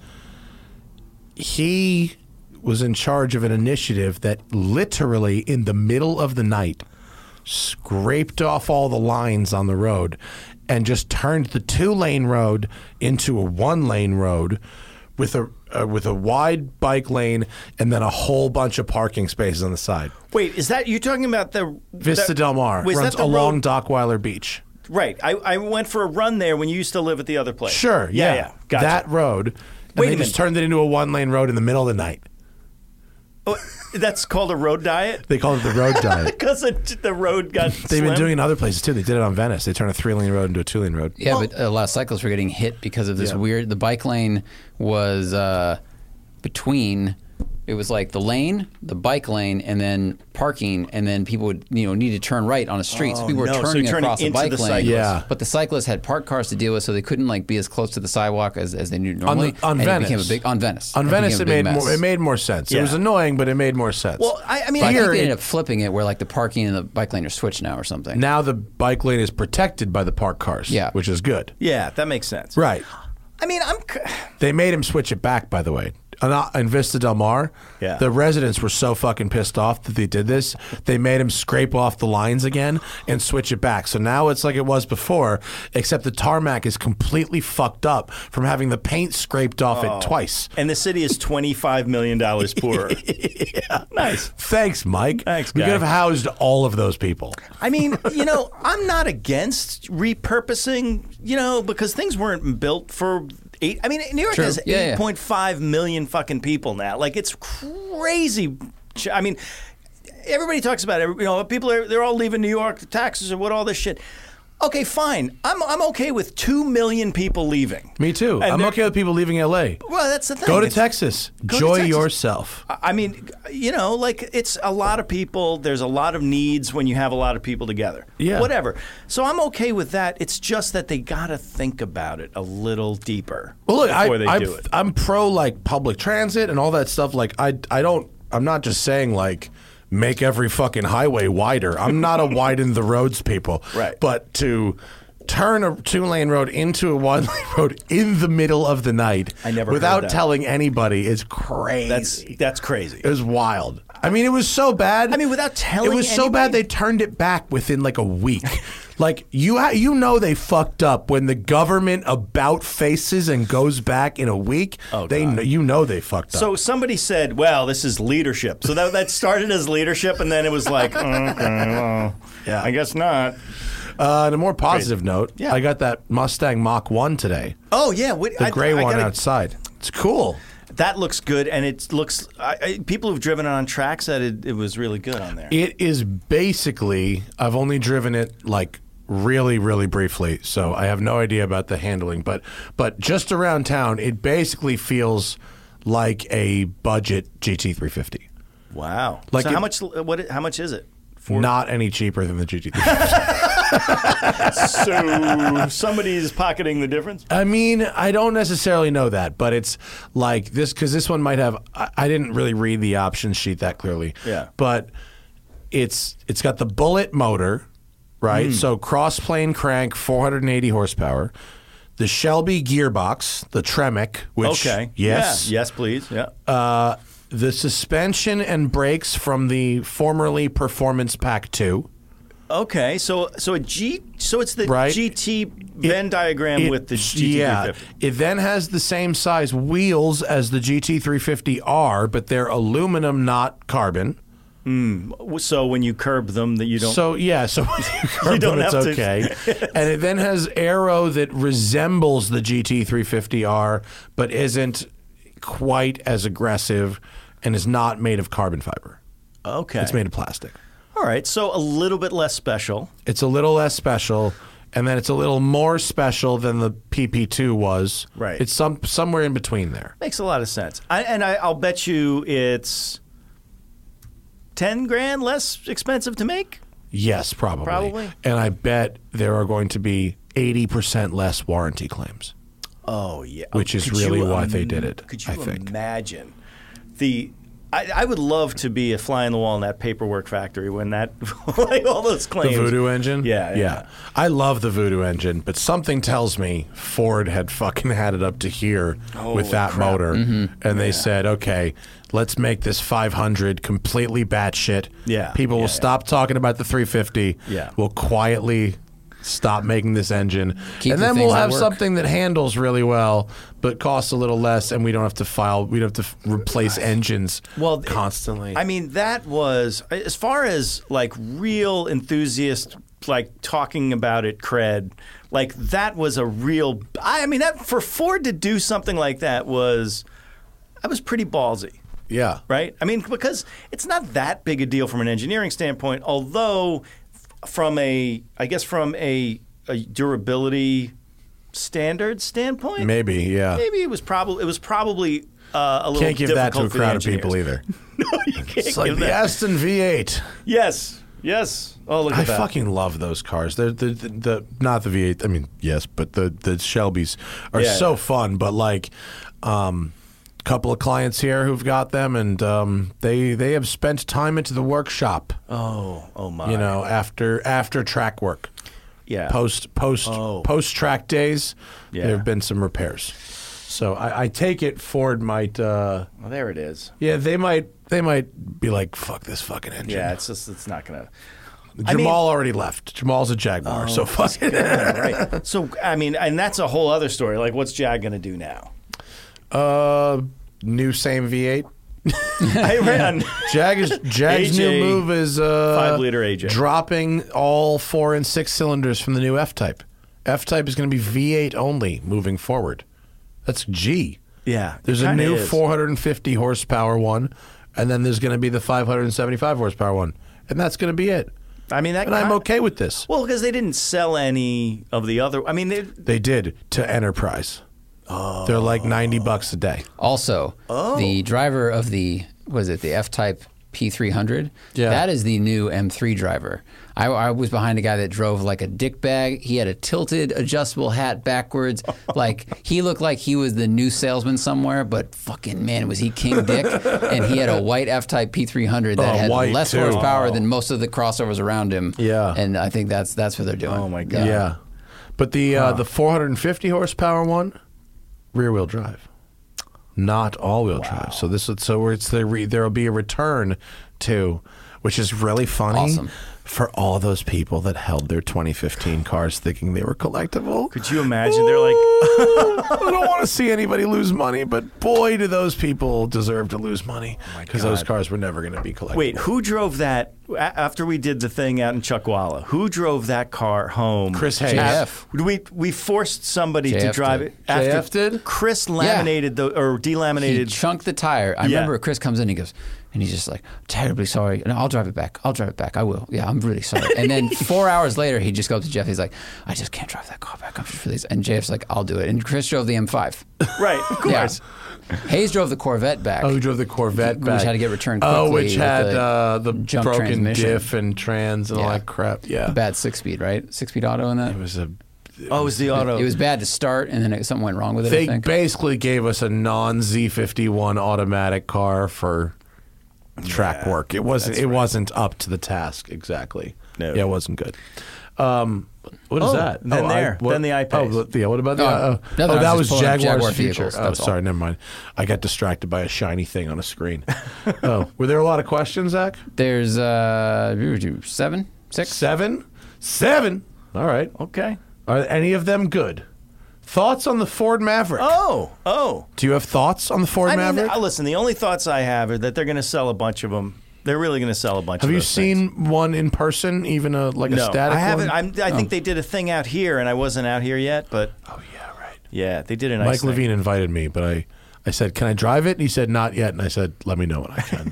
S4: He was in charge of an initiative that literally in the middle of the night scraped off all the lines on the road and just turned the two-lane road into a one-lane road with a uh, with a wide bike lane and then a whole bunch of parking spaces on the side.
S3: Wait, is that you talking about the
S4: Vista
S3: the-
S4: Del Mar
S3: Was
S4: runs
S3: that the
S4: along
S3: road?
S4: Dockweiler Beach.
S3: Right. I, I went for a run there when you used to live at the other place.
S4: Sure,
S3: Yeah.
S4: yeah,
S3: yeah. Gotcha.
S4: that road. And
S3: Wait
S4: they
S3: a
S4: just
S3: minute.
S4: turned it into a one-lane road in the middle of the night.
S3: Oh, that's called a road diet
S4: They called it
S3: *laughs*
S4: the road diet.
S3: because the road got.
S4: They've been
S3: slim?
S4: doing it in other places too. They did it on Venice. They turned a three-lane road into a two-lane road.
S2: Yeah, but a lot of cyclists were getting hit because of this
S4: Yeah.
S2: weird. The bike lane was uh, between. It was like the lane, the bike lane, and then parking, and then people would you know need to turn right on a street. so
S3: Oh,
S2: people
S3: no,
S2: were
S3: so you're
S2: turning
S3: turning
S2: across the
S3: into
S2: bike
S3: the
S2: lane.
S3: cyclist.
S4: Yeah.
S2: But the cyclists had parked cars to deal with, so they couldn't like be as close to the sidewalk as, as they knew normally.
S4: on
S2: and It became a
S4: Venice.
S2: big on Venice.
S4: On
S2: It
S4: Venice,
S2: became
S4: it
S2: a big
S4: made
S2: mess.
S4: more, it made more sense. It
S3: Yeah.
S4: was annoying, but it made more sense.
S3: Well, I, I mean,
S2: But I think
S4: Here
S2: they
S4: it-
S2: ended up flipping it where like the parking and the bike lane are switched now or something.
S4: now the bike lane is protected by the park cars.
S2: Yeah.
S4: which is good.
S3: yeah, that makes sense.
S4: Right.
S3: I mean, I'm. c- *sighs*
S4: They made him switch it back, by the way. And, uh, In Vista Del Mar,
S3: Yeah.
S4: the residents were so fucking pissed off that they did this. They made him scrape off the lines again and switch it back. So now it's like it was before, except the tarmac is completely fucked up from having the paint scraped off
S2: Oh.
S4: it twice.
S3: And the city is twenty five million dollars
S4: *laughs*
S3: poorer. Nice.
S4: Thanks, Mike.
S3: Thanks,
S4: We
S3: guy.
S4: could have housed all of those people.
S3: I mean, you know, I'm not against repurposing, you know, because things weren't built for eight. I mean, New York
S2: Sure.
S3: has
S2: Yeah, yeah.
S3: eight point five million fucking people now. Like, it's crazy. ch- I mean, everybody talks about it. You know, people are they're all leaving New York. The taxes are what all this shit. Okay, fine. I'm I'm okay with two million people leaving.
S4: Me too.
S3: And
S4: I'm
S3: they're-
S4: okay with people leaving LA.
S3: Well, that's the thing.
S4: Go to
S3: It's-
S4: Texas.
S3: Go to
S4: Enjoy
S3: Texas.
S4: yourself.
S3: I I mean, you know, like it's a lot of people. There's a lot of needs when you have a lot of people together.
S4: Yeah.
S3: Whatever. So I'm okay with that. It's just that they got to think about it a little deeper
S4: Well, look, I,
S3: before they
S4: I,
S3: do it.
S4: I'm pro like public transit and all that stuff. Like, I, I don't. I'm not just saying like make every fucking highway wider. I'm not a widen the roads people.
S3: Right.
S4: But to turn a two lane road into a one lane *laughs* road in the middle of the night,
S3: I never heard
S4: without
S3: that.
S4: telling anybody is crazy.
S3: That's that's crazy.
S4: it was wild. I mean, it was so bad.
S3: I mean, without telling
S4: it was so bad
S3: anybody?
S4: they turned it back within like a week. like you, ha- you know, they fucked up when the government about faces and goes back in a week. Oh, they, kn- you know, they fucked up.
S3: so somebody said, "Well, this is leadership." So that, that started as leadership, and then it was like, okay, well,
S4: Yeah.
S3: I guess not.
S4: Uh, on a more positive note,
S3: Yeah.
S4: I got that Mustang Mach One today,
S3: Oh yeah, what,
S4: the
S3: I-
S4: gray
S3: I
S4: one
S3: gotta-
S4: outside. It's cool.
S3: That looks good, and it looks. I, I, people who've driven it on track said it, it was really good on there.
S4: It is basically. I've only driven it like really, really briefly, so I have no idea about the handling. But but just around town, it basically feels like a budget GT350.
S3: Wow.
S4: Like
S3: so
S4: it-
S3: how much? What? How much is it?
S4: Not any cheaper than the GT350.
S3: so somebody's pocketing the difference.
S4: I mean, I don't necessarily know that, but it's like this because this one might have. I, I didn't really read the option sheet that clearly.
S3: Yeah.
S4: But it's it's got the bullet motor, right?
S3: Hmm.
S4: So cross plane crank, 480 horsepower. The Shelby gearbox, the Tremec, which
S3: Okay.
S4: yes,
S3: Yeah. Yes, please. Yeah.
S4: Uh, the suspension and brakes from the formerly Performance Pack Two.
S3: okay. So so a G. So it's the
S4: Right.
S3: GT Venn diagram
S4: It-
S3: with the GT350.
S4: Yeah, it then has the same size wheels as the GT350R, but they're aluminum, not carbon.
S3: So when you curb them, that you don't.
S4: So yeah, so *laughs* when you curb
S3: don't
S4: them, it's
S3: have to- *laughs*
S4: okay. and it then has aero that resembles the GT350R, but isn't quite as aggressive, and is not made of carbon fiber.
S3: okay.
S4: It's made of plastic.
S3: All right. So a little bit less special.
S4: It's a little less special, and then it's a little more special than the PP2 was.
S3: Right.
S4: It's some somewhere in between there.
S3: Makes a lot of sense. I, and I, I'll bet you it's ten grand less expensive to make?
S4: Yes, probably.
S3: Probably.
S4: And I bet there are going to be 80% less warranty claims.
S3: Oh yeah,
S4: Which is
S3: Could
S4: really
S3: you
S4: why they did it,
S3: Could you
S4: I think.
S3: imagine the? I, I would love to be a fly on the wall in that paperwork factory when that *laughs* like all those
S4: The
S3: claims.
S4: Voodoo engine?
S3: Yeah, yeah.
S4: I love the Voodoo engine, but something tells me Ford had fucking had it up to here with that motor.
S3: Mm-hmm.
S4: And they said, okay, let's make this 500 completely batshit.
S3: Yeah,
S4: People will
S3: yeah, yeah.
S4: stop talking about the 350.
S3: Yeah.
S4: We'll quietly stop making this engine.
S2: Keep
S4: and
S2: the
S4: then
S2: things
S4: we'll
S2: that
S4: have
S2: work.
S4: something that handles really well, but costs a little less, and we don't have to file, we don't have to f- replace engines
S3: Well, th-
S4: constantly.
S3: I mean, that was as far as like real enthusiast, like talking about it, cred. Like that was a real. I I mean, that for Ford to do something like that was, I was pretty ballsy.
S4: yeah.
S3: right? I mean, because it's not that big a deal from an engineering standpoint, although from a, I guess from a, a durability standard standpoint,
S4: Maybe, yeah.
S3: maybe it was probably it was probably uh, a little
S4: Can't give that to a
S3: difficult for the
S4: crowd of people
S3: engineers.
S4: either.
S3: *laughs* You can't
S4: It's like
S3: give
S4: the
S3: that-
S4: Aston V8.
S3: Yes, yes. Oh, look at
S4: I
S3: that.
S4: fucking love those cars. They're the, the, the not the V8. I mean, yes, but the the Shelbys are
S3: Yeah,
S4: so
S3: yeah.
S4: fun. But like, um, couple of clients here who've got them, and um, they they have spent time into the workshop.
S3: oh, oh my.
S4: you know, after after track work,
S3: yeah.
S4: post post
S3: Oh.
S4: post track days,
S3: Yeah.
S4: there have been some repairs. So I, I take it Ford might. Uh,
S3: Well, there it is.
S4: yeah, they might. They might be like, "Fuck this fucking engine."
S3: Yeah, it's just it's not gonna. *laughs*
S4: Jamal
S3: I mean- Oh.
S4: already left. Jamal's a Jaguar, so fuck
S3: *laughs*
S4: it.
S3: right. So I mean, and that's a whole other story. Like, what's Jag gonna do
S4: *laughs*
S3: now?
S4: Uh, new same V8.
S3: I ran.
S4: Jag is Jag's
S3: AJ,
S4: new move is uh,
S3: five-liter AJ.
S4: dropping all four and six cylinders from the new F Type. F Type is going to be V8 only moving forward. That's G.
S3: Yeah, it
S4: There's a
S3: kinda
S4: new
S3: is.
S4: 450 horsepower one, and then there's going to be the 575 horsepower one, and that's going to be it.
S3: I mean, that
S4: And I'm
S3: kin-
S4: okay with this.
S3: Well, because they didn't sell any of the other. I mean, they,
S4: They did to Enterprise.
S3: Oh.
S4: They're like 90 bucks a day.
S2: Also,
S4: Oh.
S2: the driver of the was it the F Type P300?
S4: Yeah.
S2: that is the new M3 driver. I, I was behind a guy that drove like a dick bag. He had a tilted adjustable hat
S4: *laughs*
S2: backwards. Like he looked like he was the new salesman somewhere, but fucking man, was he king
S4: *laughs*
S2: dick? and he had a white F Type P300 that
S4: Oh,
S2: had
S4: white,
S2: less
S4: too. Oh.
S2: horsepower than most of the crossovers around him.
S4: Yeah.
S2: and I think that's that's what they're doing. Oh
S3: my
S4: Yeah.
S3: Yeah.
S4: But the uh, the 450 horsepower one, rear wheel drive, not all wheel drive. So this is- so we're- it's the re, there'll be a return to, which is really funny.
S2: Awesome.
S4: For all those people that held their 2015 cars thinking they were collectible,
S3: could you imagine? They're like,
S4: I don't want to see anybody lose money, but boy, do those people deserve to lose money because those cars were never going to be collectible.
S3: Oh wait, who drove that? a- After we did the thing out in Chuckwalla, who drove that car home?
S4: Chris Hayes.
S2: JF.
S3: We we forced somebody to
S2: JF
S3: drive
S2: did.
S3: it. After
S4: JF did?
S3: Chris laminated the or
S2: He
S3: delaminated?
S2: chunked the tire. I
S3: Yeah.
S2: remember Chris comes in, he goes, and he's just like, terribly sorry. No, I'll drive it back. I'll drive it back. I will. Yeah, I'm really sorry.
S3: *laughs*
S2: And then four hours later, he just goes up to Jeff. He's like, I just can't drive that car back. I'm just really. sorry." And Jeff's like, I'll do it. And Chris drove the M5.
S3: right, of
S2: Yeah.
S3: course.
S2: Hayes drove the Corvette back.
S4: Oh, who drove the Corvette
S2: Which
S4: back?
S2: had to get returned
S4: Oh,
S2: quickly
S4: which
S2: with
S4: had
S2: the
S4: uh, the
S2: junk
S4: broken
S2: transmission.
S4: diff and trans and all
S2: Yeah.
S4: that crap. Yeah,
S2: Bad six speed, right? Six speed auto in that.
S4: it was a.
S3: Oh, it was the auto.
S2: It was bad to start, and then it, something went wrong with it. I
S4: They
S2: think.
S4: basically gave us a non Z51 automatic car for track work. It wasn't. It wasn't up to the task exactly.
S3: No.
S4: Yeah, it wasn't good. Um, what is
S3: Oh,
S4: that?
S3: then there.
S4: what-
S3: Then the iPace.
S4: Oh, yeah. What about the?
S2: Oh,
S4: Oh,
S2: no, no, I
S4: oh,
S2: was
S4: that
S2: just
S4: was
S2: pulling up
S4: Jaguar's
S2: Jaguar
S4: future.
S2: vehicles,
S4: oh,
S2: that's all.
S4: sorry, never mind. I got distracted by a shiny thing on
S3: *laughs*
S4: a screen. oh, were there a lot of questions, Zach?
S2: There's uh, seven, six.
S4: Seven? Seven? All right.
S3: okay.
S4: Are any of them good? Thoughts on the Ford Maverick?
S3: Oh, oh.
S4: Do you have thoughts on the Ford
S3: I mean,
S4: Maverick?
S3: uh, listen. The only thoughts I have are that they're going to sell a bunch of them. They're really going to sell a bunch.
S4: have
S3: of
S4: you
S3: those things.
S4: seen one in person, even a like a
S3: No,
S4: static
S3: I haven't.
S4: one?
S3: I'm, I think they did a thing out here, and I wasn't out here yet. But
S4: oh yeah, right.
S3: yeah, they did a nice
S4: Mike
S3: thing.
S4: Levine invited me, but I, I said, "Can I drive it?" And he said, "Not yet." And I said, "Let me know when I
S3: *laughs*
S4: can,"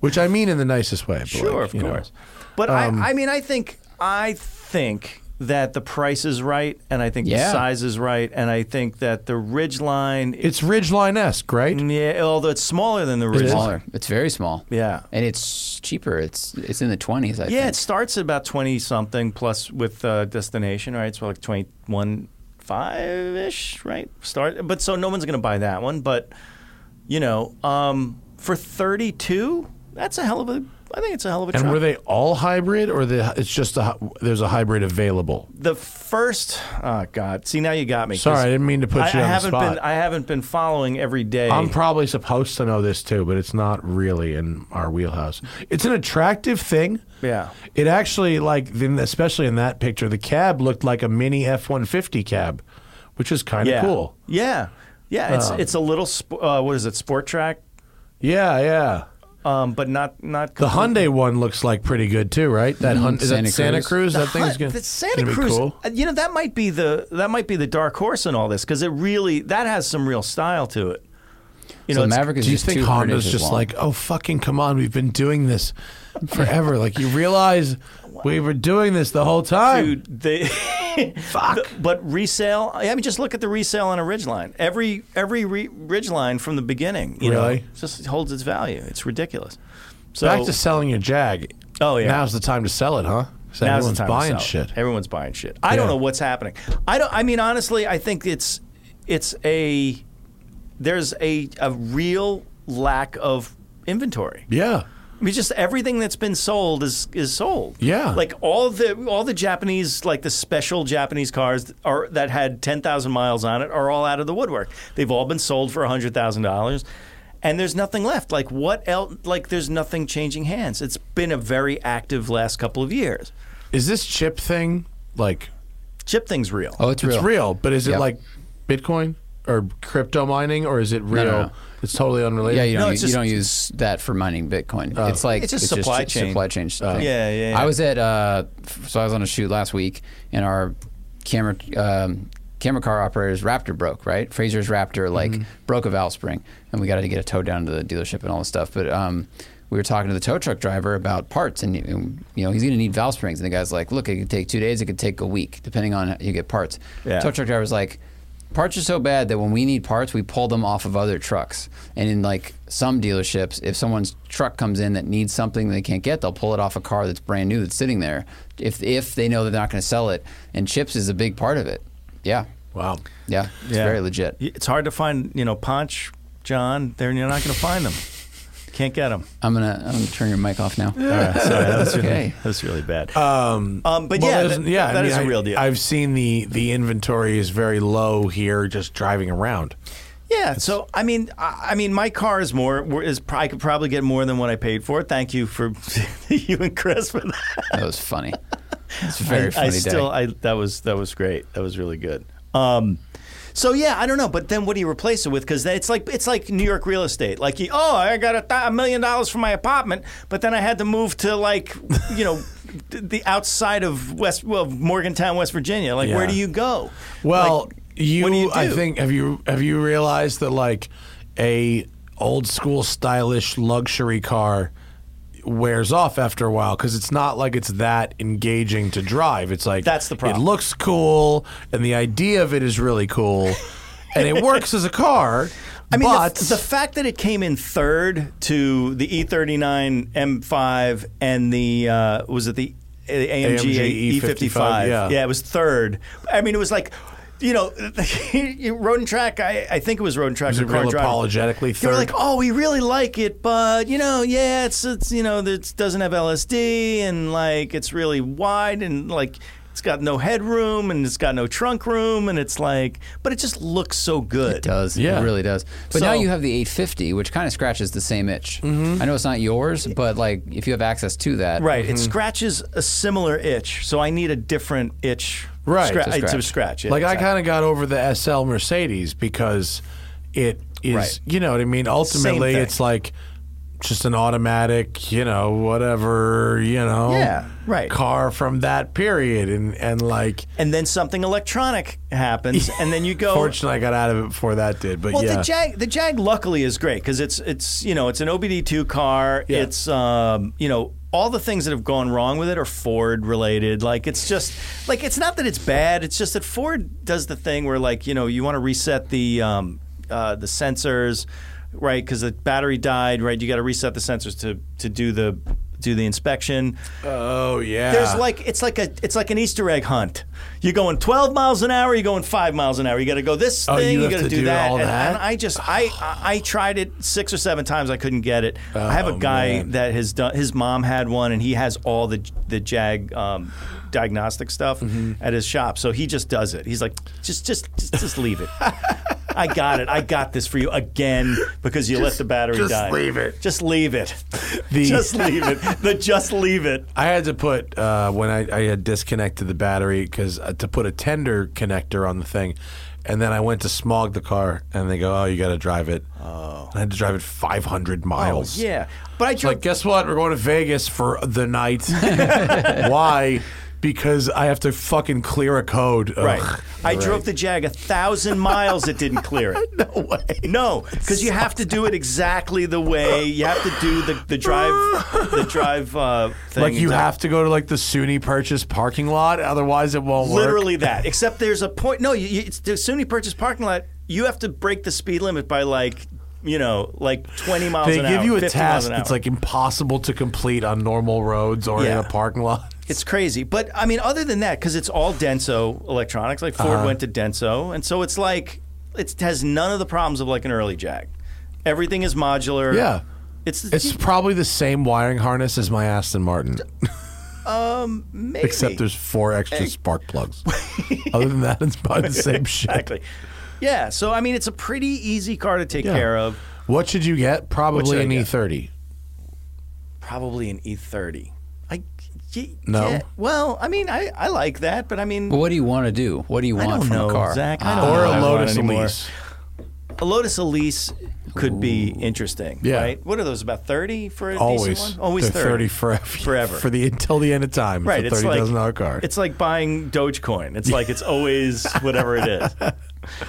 S4: which I mean in the nicest way. but,
S3: Sure,
S4: like,
S3: of
S4: you know.
S3: course. But I, I mean, I think I think that the price is right, and I think the
S2: Yeah.
S3: size is right, and I think that the Ridgeline,
S4: It's Ridgeline esque, right?
S3: yeah, although it's smaller than the Ridgeline.
S2: Smaller. It's very small.
S3: Yeah.
S2: And it's cheaper. It's it's in the twenties. I
S3: Yeah,
S2: think.
S3: it starts at about twenty something plus with uh, destination, right? So like twenty one five ish, right? Start, but so no one's going to buy that one. But you know, um, for thirty two, that's a hell of a. I think it's a hell of a.
S4: And
S3: truck.
S4: were they all hybrid, or the it's just a hy- there's a hybrid available?
S3: the first? Oh God! See now you got me. 'cause
S4: Sorry, I didn't mean to put
S3: I,
S4: you
S3: I
S4: on the
S3: haven't
S4: spot.
S3: been. I haven't been following every day.
S4: I'm probably supposed to know this too, but it's not really in our wheelhouse. It's an attractive thing.
S3: Yeah.
S4: It actually like then especially in that picture, the cab looked like a mini F150 cab, which is kind of
S3: yeah.
S4: cool. Oh.
S3: Yeah, yeah. It's it's a little. Sp- uh, what is it? Sport track,
S4: Yeah, yeah.
S3: um, but not not.
S4: The
S3: completely-
S4: Hyundai one looks like pretty good too, right? That Hun- is
S2: Santa
S4: that Santa Cruz.
S2: Cruz.
S4: That thing is
S3: Huh,
S4: gonna,
S3: the Santa
S4: gonna be
S3: Cruz.
S4: cool.
S3: uh, You know that might be the that might be the dark horse in all this because it really that has some real style to it. You
S2: So
S3: know, it's-
S2: Maverick is
S4: Do you
S2: just
S4: think
S2: 200
S4: Honda's
S2: inches
S4: just
S2: long.
S4: like, oh fucking come on, we've been doing this forever? like you realize we were doing this the whole time. *laughs*
S3: dude, they fuck. *laughs* but resale. I mean, just look at the resale on a Ridgeline. Every every re, Ridgeline from the beginning, you know,
S4: Really?
S3: just holds its value. It's ridiculous. So
S4: Back to selling your Jag.
S3: Oh, yeah.
S4: Now's the time to sell it, huh?
S3: Now's
S4: 'Cause
S3: the
S4: everyone's
S3: time to
S4: buying
S3: sell.
S4: shit.
S3: Everyone's buying shit. I don't
S4: Yeah.
S3: know what's happening. I don't. I mean, honestly, I think it's it's a there's a a real lack of inventory.
S4: Yeah.
S3: I mean, just everything that's been sold is is sold.
S4: Yeah.
S3: like all the all the Japanese like the special Japanese cars are that had ten thousand miles on it are all out of the woodwork. They've all been sold for hundred thousand dollars, and there's nothing left. Like what else? Like there's nothing changing hands. It's been a very active last couple of years.
S4: Is this chip thing like
S3: Chip thing's real.
S2: oh, it's
S4: it's
S2: real.
S4: real, but is it
S2: Yep.
S4: like Bitcoin or crypto mining or is it real?
S2: no, no.
S4: It's totally unrelated.
S2: Yeah, you
S3: No,
S2: don't,
S3: it's
S2: use,
S3: just-
S2: you don't use that for mining Bitcoin.
S4: Oh.
S2: It's like
S3: It's just supply chain.
S2: supply chain. thing.
S3: Yeah, yeah, yeah.
S2: I was at uh, f- so I was on a shoot last week, and our camera um, camera car operator's Raptor broke. Right, Fraser's Raptor like
S4: Mm-hmm.
S2: broke a valve spring, and we got to get a tow down to the dealership and all this stuff. But um, we were talking to the tow truck driver about parts, and, and you know he's going to need valve springs. And the guy's like, "Look, it could take two days. It could take a week, depending on how you get parts."
S3: Yeah.
S2: Tow truck driver's like parts are so bad that when we need parts, we pull them off of other trucks. And in like some dealerships, if someone's truck comes in that needs something they can't get, they'll pull it off a car that's brand new that's sitting there. If if they know that they're not going to sell it, and chips is a big part of it. Yeah,
S4: Wow.
S2: yeah, it's
S3: Yeah.
S2: very legit.
S3: It's hard to find, you know, Punch, John. There, you're not going to find them. Can't get them.
S2: I'm gonna I'm gonna turn your mic
S3: *laughs*
S2: off now.
S3: that's
S2: *laughs* okay.
S3: That's really bad. Um, but
S4: Well,
S3: yeah,
S4: there's-
S3: that, yeah,
S4: I
S3: that
S4: mean,
S3: is
S4: I-
S3: a real deal.
S4: I've seen the the inventory is very low here, just driving around.
S3: yeah. So I mean, I, I mean, my car is more is pro- I could probably get more than what I paid for. it. Thank you for *laughs* you and Chris for that.
S2: That was funny. It's a very
S3: I,
S2: funny
S3: I
S2: day.
S3: still, I that was that was great. That was really good. Um, so yeah, I don't know. But then what do you replace it with? Because it's like it's like New York real estate. Like you, oh, I got a, th- a million dollars for my apartment, but then I had to move to like *laughs* you know the outside of West well Morgantown, West Virginia. Like where
S4: Yeah.
S3: do you go?
S4: Well, you,
S3: what do you
S4: I
S3: do?
S4: think have you have you realized that like a old school stylish luxury car wears off after a while because it's not like it's that engaging to drive. It's like
S3: That's the problem.
S4: It looks cool, and the idea of it is really cool, and it works as a car.
S3: *laughs* I mean,
S4: but
S3: the, the fact that it came in third to the E E39 M5 and the uh, was it the A- AMG,
S4: AMG
S3: E55?
S4: E yeah.
S3: it was third. I mean, it was like. You know, *laughs* Road and Track. I, I think it was Road and Track.
S4: Was it
S3: or Car
S4: real
S3: Driver.
S4: apologetically
S3: They were
S4: third?
S3: like, "Oh, we really like it, but you know, yeah, it's it's you know, it doesn't have LSD and like it's really wide and like it's got no headroom and it's got no trunk room and it's like, but it just looks so good.
S2: It does.
S4: Yeah.
S2: It really does. But now
S3: So- Mm-hmm.
S2: you have the 850, which kind of scratches the same itch. I know it's not yours, but like if you have access to that,
S3: Right.
S4: Mm-hmm.
S3: It scratches a similar itch, so I need a different itch.
S4: Right,
S3: Scra-
S4: to
S3: uh, to
S2: scratch.
S3: scratch it.
S4: Like I kind of got over the SL Mercedes because it is,
S3: Right.
S4: you know what I mean. Ultimately,
S3: thing.
S4: it's like just an automatic, you know, whatever, you know,
S3: Yeah, right.
S4: car from that period, and and like,
S3: and then something electronic
S4: *laughs*
S3: happens, and then you go.
S4: fortunately, I got out of it before that did. But
S3: Well,
S4: yeah,
S3: the Jag, the Jag, luckily is great because it's it's you know it's an OBD two car. It's um, you know all the things that have gone wrong with it are Ford related. Like it's just like it's not that it's bad. It's just that Ford does the thing where like you know you want to reset the um, uh, the sensors, right? Because the battery died, right? You got to reset the sensors to to do the do the inspection.
S4: Oh yeah.
S3: There's like it's like a it's like an Easter egg hunt. You're going 12 miles an hour. You're going five miles an hour. You got to go this
S4: Oh,
S3: thing.
S4: you
S3: You,
S4: have
S3: got
S4: to
S3: to do
S4: do
S3: that.
S4: all
S3: and,
S4: that?
S3: and I just I I I tried it six or seven times. I couldn't get it. I have a
S4: Oh,
S3: guy
S4: man.
S3: that has done. His mom had one, and he has all the the Jag um, diagnostic stuff
S4: Mm-hmm.
S3: at his shop. So he just does it. He's like, just just just, just leave
S4: *laughs*
S3: it. I got it. I got this for you again because you let the battery
S1: just
S3: die.
S1: leave it.
S3: Just leave it.
S4: The-
S3: just leave it. The just leave it.
S4: I had to put uh, when I, I had disconnected the battery because uh, to put a tender connector on the thing, and then I went to smog the car, and they go, "Oh, you got to drive it." Oh, I had to drive it 500 miles.
S3: Oh, Yeah, but I
S4: It's
S3: drove
S4: like guess what? We're going to Vegas for
S3: *laughs*
S4: the night. Why? Because I have to fucking clear a code. Ugh.
S3: Right. I drove the Jag a thousand miles. It didn't clear
S4: *laughs*
S3: it. no way. No, because you have to do it exactly the way you have to do the, the drive the drive uh, thing.
S4: Like you
S3: exactly.
S4: have to go to like the SUNY Purchase parking lot, otherwise it won't work.
S3: literally that. Except there's a point. No, you, you, it's the SUNY Purchase parking lot. You have to break the speed limit by like you know like twenty miles.
S4: They
S3: an
S4: give
S3: hour,
S4: you a
S3: 50 miles
S4: task
S3: an
S4: that's
S3: hour.
S4: like impossible to complete on normal roads or
S3: Yeah.
S4: in a parking lot.
S3: It's crazy. But I mean, other than that, because it's all Denso electronics, like Ford
S4: Uh-huh.
S3: went to Denso. And so it's like, it has none of the problems of like an early Jag. Everything is modular.
S4: Yeah.
S3: It's,
S4: It's probably the same wiring harness as my Aston Martin,
S3: um,
S4: *laughs*
S3: maybe.
S4: except there's four extra spark plugs.
S3: *laughs*
S4: Other than that, it's probably the same shit.
S3: Exactly. Yeah. So, I mean, it's a pretty easy car to take
S4: Yeah.
S3: care of.
S4: What should you get? Probably
S3: I
S4: an E
S3: get?
S4: E30.
S3: Probably an E30. I, y-
S4: No.
S3: yeah. well, I mean, I, I like that, but I mean,
S2: But what do you want to do? What do you
S3: I
S2: want
S3: don't
S2: from
S3: know,
S2: a car?
S3: Zach. I
S2: Ah,
S3: don't know
S4: Or
S3: what I
S4: a
S3: want
S4: Lotus
S3: anymore.
S4: Elise.
S3: A Lotus Elise could be interesting,
S4: Yeah.
S3: right? What are those about thirty for a
S4: Always.
S3: decent one? Always
S4: They're 30 forever.
S3: Forever.
S4: *laughs* For the until the end of time.
S3: right.
S4: It's a
S3: It's
S4: $30,000
S3: like
S4: car.
S3: It's like buying Dogecoin. It's like it's
S4: *laughs*
S3: always whatever it is,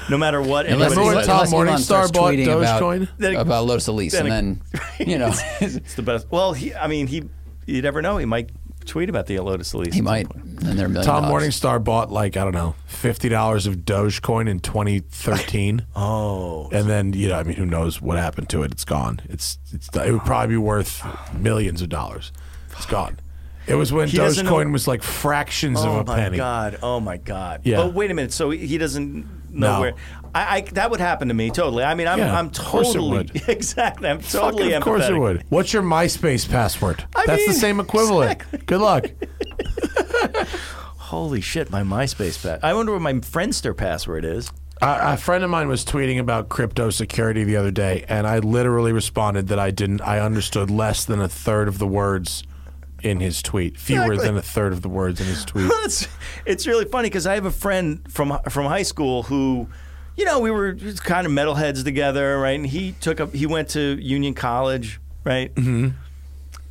S3: no matter what.
S2: Unless,
S3: anybody
S4: Remember when
S2: Elon-
S3: says,
S4: Tom
S2: unless Elon
S4: Morningstar
S2: starts
S4: bought
S2: tweeting
S4: Dogecoin?
S2: about,
S3: Then-
S2: about Lotus Elise,
S3: then
S2: and then you know *laughs*
S3: it's the best. Well, he, I mean, he. You never know. He might tweet about the Lotus Elise.
S2: he might. And they're a million.
S4: Tom
S2: dollars.
S4: Morningstar bought like I don't know fifty dollars of Dogecoin
S3: *laughs*
S4: in 2013. oh, and then you know I mean who knows what happened to it? It's gone. It's, it's it would probably be worth millions of dollars. It's gone. It was when
S3: He doesn't
S4: Dogecoin
S3: know-
S4: was like fractions
S3: Oh
S4: of a
S3: my
S4: penny.
S3: god! Oh my god!
S4: Yeah.
S3: But wait a minute. So he doesn't know
S4: No.
S3: where. I, I that would happen to me totally. I mean, I'm
S4: Yeah,
S3: I'm
S4: of course it
S3: totally
S4: would.
S3: *laughs* exactly. I'm
S4: Fucking
S3: totally.
S4: of course it
S3: empathetic.
S4: would. What's your MySpace password?
S3: I
S4: That's the
S3: mean,
S4: same equivalent. Good luck.
S3: Holy shit! My MySpace pat. I wonder what my Friendster password is.
S4: A, a friend of mine was tweeting about crypto security the other day, and I literally responded that I didn't. I understood less than a third of the words in his tweet. Fewer
S3: Exactly.
S4: than a third of the words in his tweet.
S3: Well, *laughs* it's it's really funny because I have a friend from from high school who, you know, we were just kind of metalheads together, right? And he took up he went to Union College, right? Mm-hmm.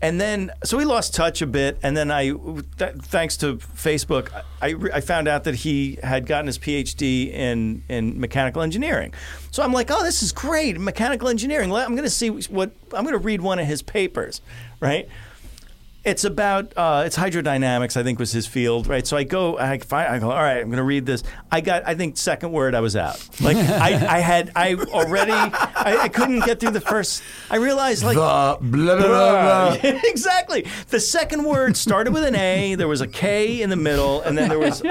S3: And then so we lost touch a bit, and then I, th- thanks to Facebook, I, re- I found out that he had gotten his PhD in in mechanical engineering. So I'm like, oh, this is great, mechanical engineering. Let- I'm going to see what I'm going to read one of his papers, right? It's about uh, it's hydrodynamics. I think was his field, right? So I go, I find, I go. All right, I'm going to read this. I got, I think second word, I was out. Like I, I had, I already, I, I couldn't get through the first. I realized like.
S4: *laughs* the blah blah blah. blah.
S3: *laughs*
S2: *laughs*
S3: exactly. The second word started with an A. There was a K in the middle, and then there was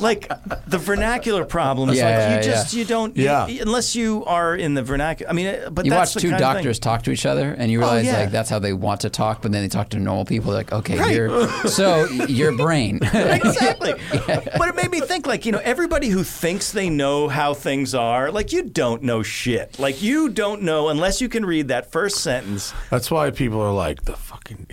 S3: like the vernacular problem. Is
S2: Yeah,
S3: like
S2: yeah,
S3: you just
S2: yeah.
S3: you don't
S4: Yeah.
S3: you- unless you are in the vernacular. I mean, uh, but
S2: You watch
S3: that's the
S2: two
S3: kind of thing-
S2: doctors talk to each other, and you realize
S3: yeah.
S2: like that's how they want to talk, but then they talk to normal people. They're like, okay, you're, so your brain. *laughs*
S3: *laughs* exactly. But it made me think, like, you know, everybody who thinks they know how things are, like, you don't know shit. Like, you don't know unless you can read that first sentence.
S4: That's why people are like the fucking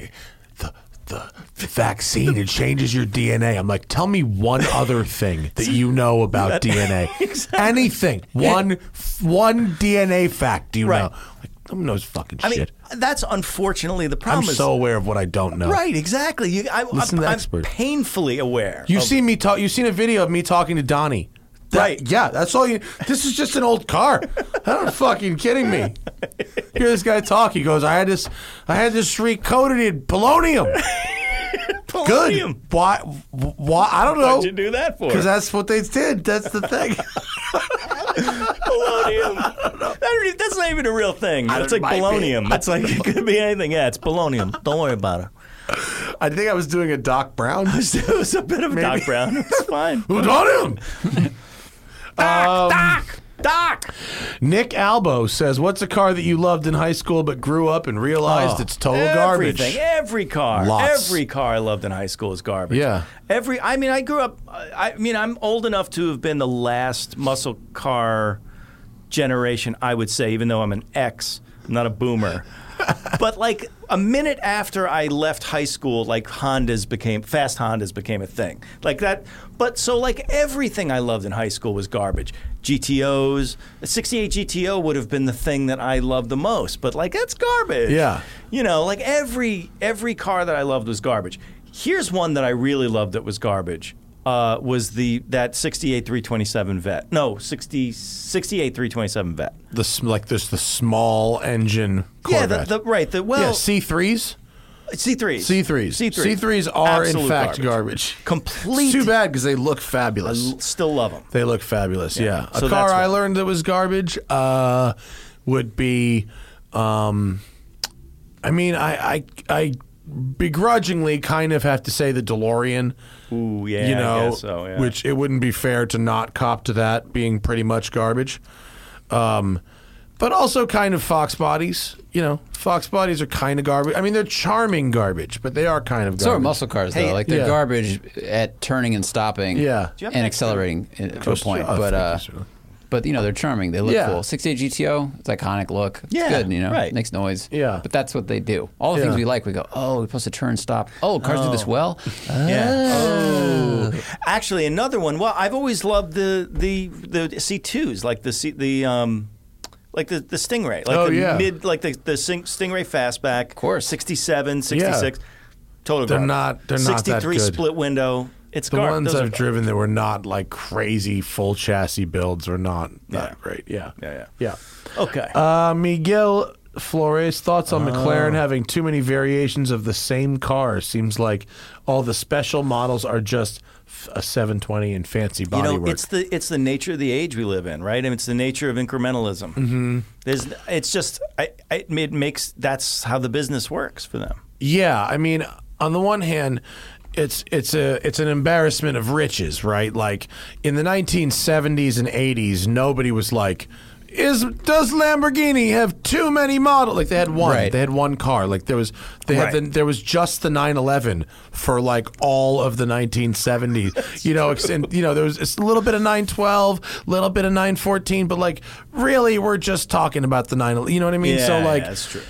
S4: the the vaccine. It changes your DNA. I'm like, tell me one other thing that you know *laughs* about DNA. Anything. One one DNA fact. Do you
S3: Right.
S4: know? Like, no one knows fucking
S3: I mean,
S4: shit.
S3: that's unfortunately the problem.
S4: I'm
S3: is-
S4: so aware of what I don't know.
S3: *laughs* Right, exactly. You, I,
S4: Listen to
S3: I'm, I'm
S4: experts.
S3: painfully aware.
S4: You've
S3: of-
S4: seen me talk. You've seen a video of me talking to Donnie. That-
S3: Right.
S4: Yeah, that's all you. This is just an old car. *laughs* I don't fucking kidding me. Hear this guy talk. He goes, I had this, I had this street coated in polonium.
S3: *laughs*
S5: Polonium.
S4: Good. Why? Why? I don't know.
S3: Oh.
S5: What'd you do that for?
S4: Because
S3: *laughs*
S4: that's what they did. That's the thing.
S5: Polonium.
S3: That don't even- that's not even a real thing. It's like
S4: might be.
S3: polonium. It's like it could be anything. Yeah, it's polonium. Don't worry about it.
S4: I think I was doing a Doc
S3: *laughs*
S4: Brown.
S3: It was a bit of Doc Brown. It's *laughs* fine.
S4: *laughs* Polonium. Um,
S3: Doc.
S4: Nick Albo says, "What's a car that you loved in high school but grew up and realized
S3: Oh,
S4: it's total
S3: Everything.
S4: garbage?"
S3: Every car.
S4: Lots.
S3: Every car I loved in high school is garbage.
S4: Yeah.
S3: Every. I mean, I grew up. I I mean, I'm old enough to have been the last muscle car generation. I would say, even though I'm an ex, I'm not a
S4: *laughs*
S3: boomer. but like a minute after I left high school, like Hondas became fast Hondas became a thing. Like that. But so like everything I loved in high school was garbage. GTOs, a 68 GTO would have been the thing that I loved the most. But like that's garbage.
S4: Yeah.
S3: You know, like every every car that I loved was garbage. Here's one that I really loved that was garbage. Uh, was the that 68 327 vet? No, 60, 68 327 vet.
S4: The s- like this the small engine Corvette.
S3: Yeah, the, the, right. The well,
S4: yeah, C threes.
S3: C threes.
S4: C threes.
S3: C threes.
S4: C threes are in
S3: Absolute
S4: fact garbage.
S3: Complete.
S4: Too bad because they look fabulous.
S3: L- Still love them.
S4: They look fabulous. Yeah.
S3: So
S4: a car
S3: that's
S4: I
S3: what-
S4: learned that was garbage uh, would be. Um, I mean, I, I I begrudgingly kind of have to say the DeLorean.
S3: Ooh, yeah.
S4: you know,
S3: I guess so, yeah.
S4: which it wouldn't be fair to not cop to that being pretty much garbage. Um, but also kind of fox bodies. You know, fox bodies are kind of garbage. I mean, they're charming garbage, but they are kind of garbage.
S2: So are muscle cars though.
S3: Hey,
S2: like they're
S4: yeah.
S2: garbage at turning and stopping.
S4: Yeah. Do you
S3: have
S2: and
S3: that
S2: accelerating i- to a
S4: course,
S2: point.
S4: yeah,
S2: but
S4: Oh, thank
S2: uh,
S4: you, sir.
S2: but you know they're charming. They look
S4: Yeah.
S2: cool. 68 GTO. It's iconic look. It's
S3: Yeah,
S2: good. You know,
S3: right.
S2: makes noise.
S4: Yeah.
S2: But that's what they do. All the
S4: Yeah.
S2: things we like, we go. Oh, we're supposed to turn stop. Oh, cars do this well.
S3: Yeah. Oh. Actually, another one. Well, I've always loved the the the C twos, like the C, the um, like the, the Stingray, like
S4: Oh,
S3: the
S4: yeah.
S3: mid, like the the Sing, Stingray fastback, of
S2: course.
S3: 67, 66. Total.
S4: They're
S3: garbage.
S4: not- they're not that
S3: 63
S4: good.
S3: split window. It's
S4: the
S3: gar-
S4: ones
S3: those are
S4: I've
S3: gar-
S4: driven that were not like crazy full chassis builds were not that great. Yeah.
S3: Yeah,
S4: Yeah.
S3: Okay.
S4: Uh, Miguel Flores, thoughts on McLaren having too many variations of the same car? Seems like all the special models are just f- a 720 and fancy
S3: you
S4: bodywork.
S3: know, it's the it's the nature of the age we live in, right? And it's the nature of incrementalism. Mm-hmm. There's, it's just, I, I, it makes that's how the business works for them.
S4: Yeah, I mean, on the one hand, it's it's a it's an embarrassment of riches, right? Like in the 1970s and 80s, nobody was like is does Lamborghini have too many models? Like they had one,
S2: Right.
S4: they had one car. Like there was they had the,
S3: Right.
S4: there was just the 911 for like all of the 1970s. you know, ex- and you know there was it's a little bit of 912, little bit of 914, but like really we're just talking about the 9. You know what I mean? so
S3: Yeah,
S4: like
S3: that's true.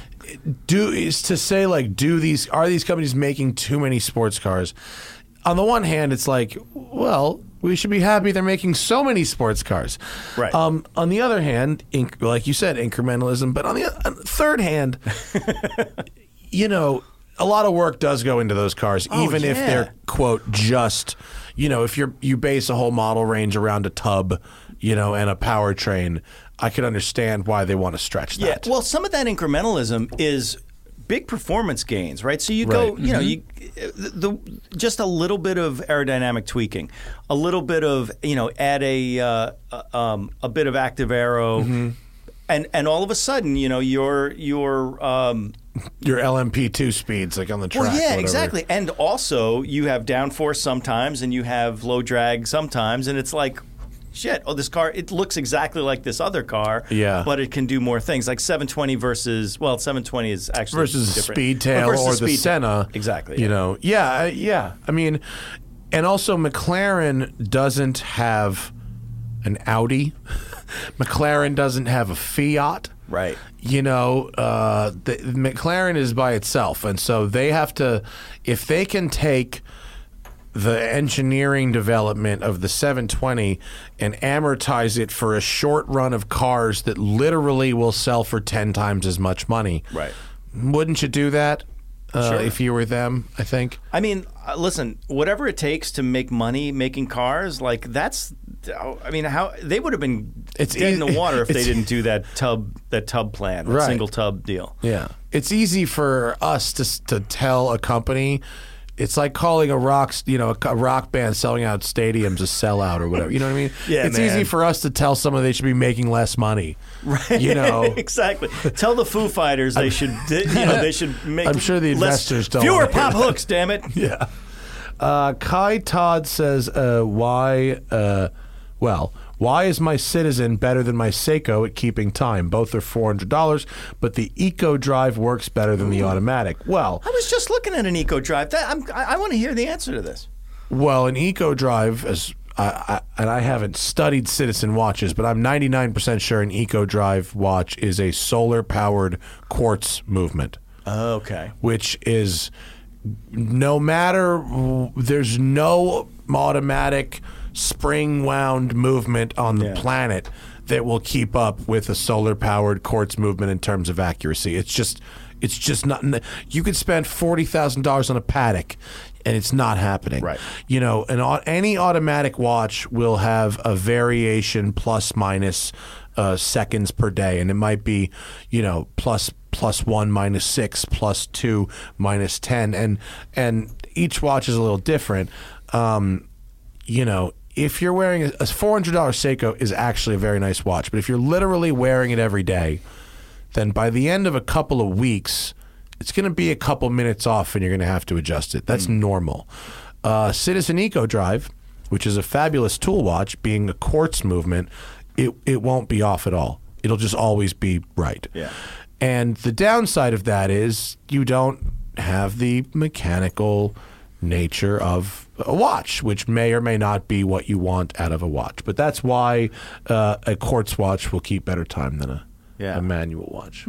S4: do is to say like do these are these companies making too many sports cars on the one hand it's like well we should be happy they're making so many sports cars
S3: Right.
S4: um, on the other hand inc- like you said incrementalism but on the oth- on the
S3: *laughs*
S4: third hand you know a lot of work does go into those cars even if
S3: Oh, yeah.
S4: they're quote just you know if you're you base a whole model range around a tub you know and a powertrain i could understand why they want to stretch that
S3: Yeah, well, some of that incrementalism is big performance gains, right? So you go,
S4: Right. Mm-hmm.
S3: you know, you the, the just a little bit of aerodynamic tweaking, a little bit of you know, add a uh, uh, um, a bit of active aero.
S4: Mm-hmm.
S3: And, and all of a sudden, you know, your your um,
S4: your LMP two speeds like on the track.
S3: well, yeah,
S4: whatever.
S3: exactly. And also, you have downforce sometimes, and you have low drag sometimes, and it's like, shit. Oh, this car. It looks exactly like this other car.
S4: Yeah.
S3: but it can do more things, like 720 versus. Well, 720 is actually
S4: Versus
S3: different.
S4: speed
S3: But
S4: tail
S3: versus
S4: or the
S3: Speed Tail.
S4: Senna,
S3: Exactly.
S4: You
S3: yeah.
S4: know, yeah, I- yeah. I mean, and also McLaren doesn't have an Audi. *laughs* McLaren doesn't have a Fiat.
S3: Right.
S4: You know, uh, the, McLaren is by itself, and so they have to if they can take. the engineering development of the 720 and amortize it for a short run of cars that literally will sell for 10 times as much money.
S3: Right.
S4: Wouldn't you do that uh,
S3: Sure.
S4: if you were them? I think.
S3: I mean, uh, listen, whatever it takes to make money making cars, like that's I mean, how they would have been
S4: It's
S3: dead in
S4: ea-
S3: the
S4: *laughs*
S3: water if they
S4: it's-
S3: didn't do that tub that tub plan, that
S4: Right.
S3: single tub deal.
S4: Yeah. It's easy for us to, s- to tell a company. It's like calling a rock, s- you know, a co- rock band selling out stadiums a sellout or whatever. You know what I mean?
S3: *laughs* Yeah,
S4: It's
S3: man.
S4: easy for us to tell someone they should be making less money.
S3: *laughs*
S4: Right. You know,
S3: exactly. Tell the Foo Fighters they should, you know, they should make.
S4: *laughs* I'm sure the
S3: less-
S4: investors don't
S3: fewer
S4: wanna hear
S3: pop hooks. Damn
S4: *laughs*
S3: it!
S4: yeah. Uh, Kai Todd says, uh, "Why? Uh, well, why is my Citizen better than my Seiko at keeping time? Both are four hundred dollars, but the Eco Drive works better than the automatic. Well,
S3: I was just looking at an Eco Drive. That, I'm, I, I want to hear the answer to this.
S4: well, an Eco Drive is." I, I, and I haven't studied Citizen watches, but I'm 99% sure an Eco Drive watch is a solar powered quartz movement.
S3: Okay.
S4: which is no matter there's no automatic spring wound movement on the
S3: Yeah.
S4: planet that will keep up with a solar powered quartz movement in terms of accuracy it's just it's just not you could spend $40,000 on a paddock and it's not happening
S3: Right.
S4: you know an au- any automatic watch will have a variation plus minus uh, seconds per day and it might be you know plus plus 1 minus 6 plus 2 minus 10 and and each watch is a little different um, you know if you're wearing a a $400 Seiko is actually a very nice watch but if you're literally wearing it every day then by the end of a couple of weeks, it's going to be a couple minutes off and you're going to have to adjust it. That's normal. Uh, Citizen Eco Drive, which is a fabulous tool watch, being a quartz movement, it, it won't be off at all. It'll just always be right.
S3: Yeah.
S4: And the downside of that is you don't have the mechanical nature of a watch, which may or may not be what you want out of a watch. But that's why uh, a quartz watch will keep better time than a,
S3: Yeah. Hmm.
S4: a manual watch.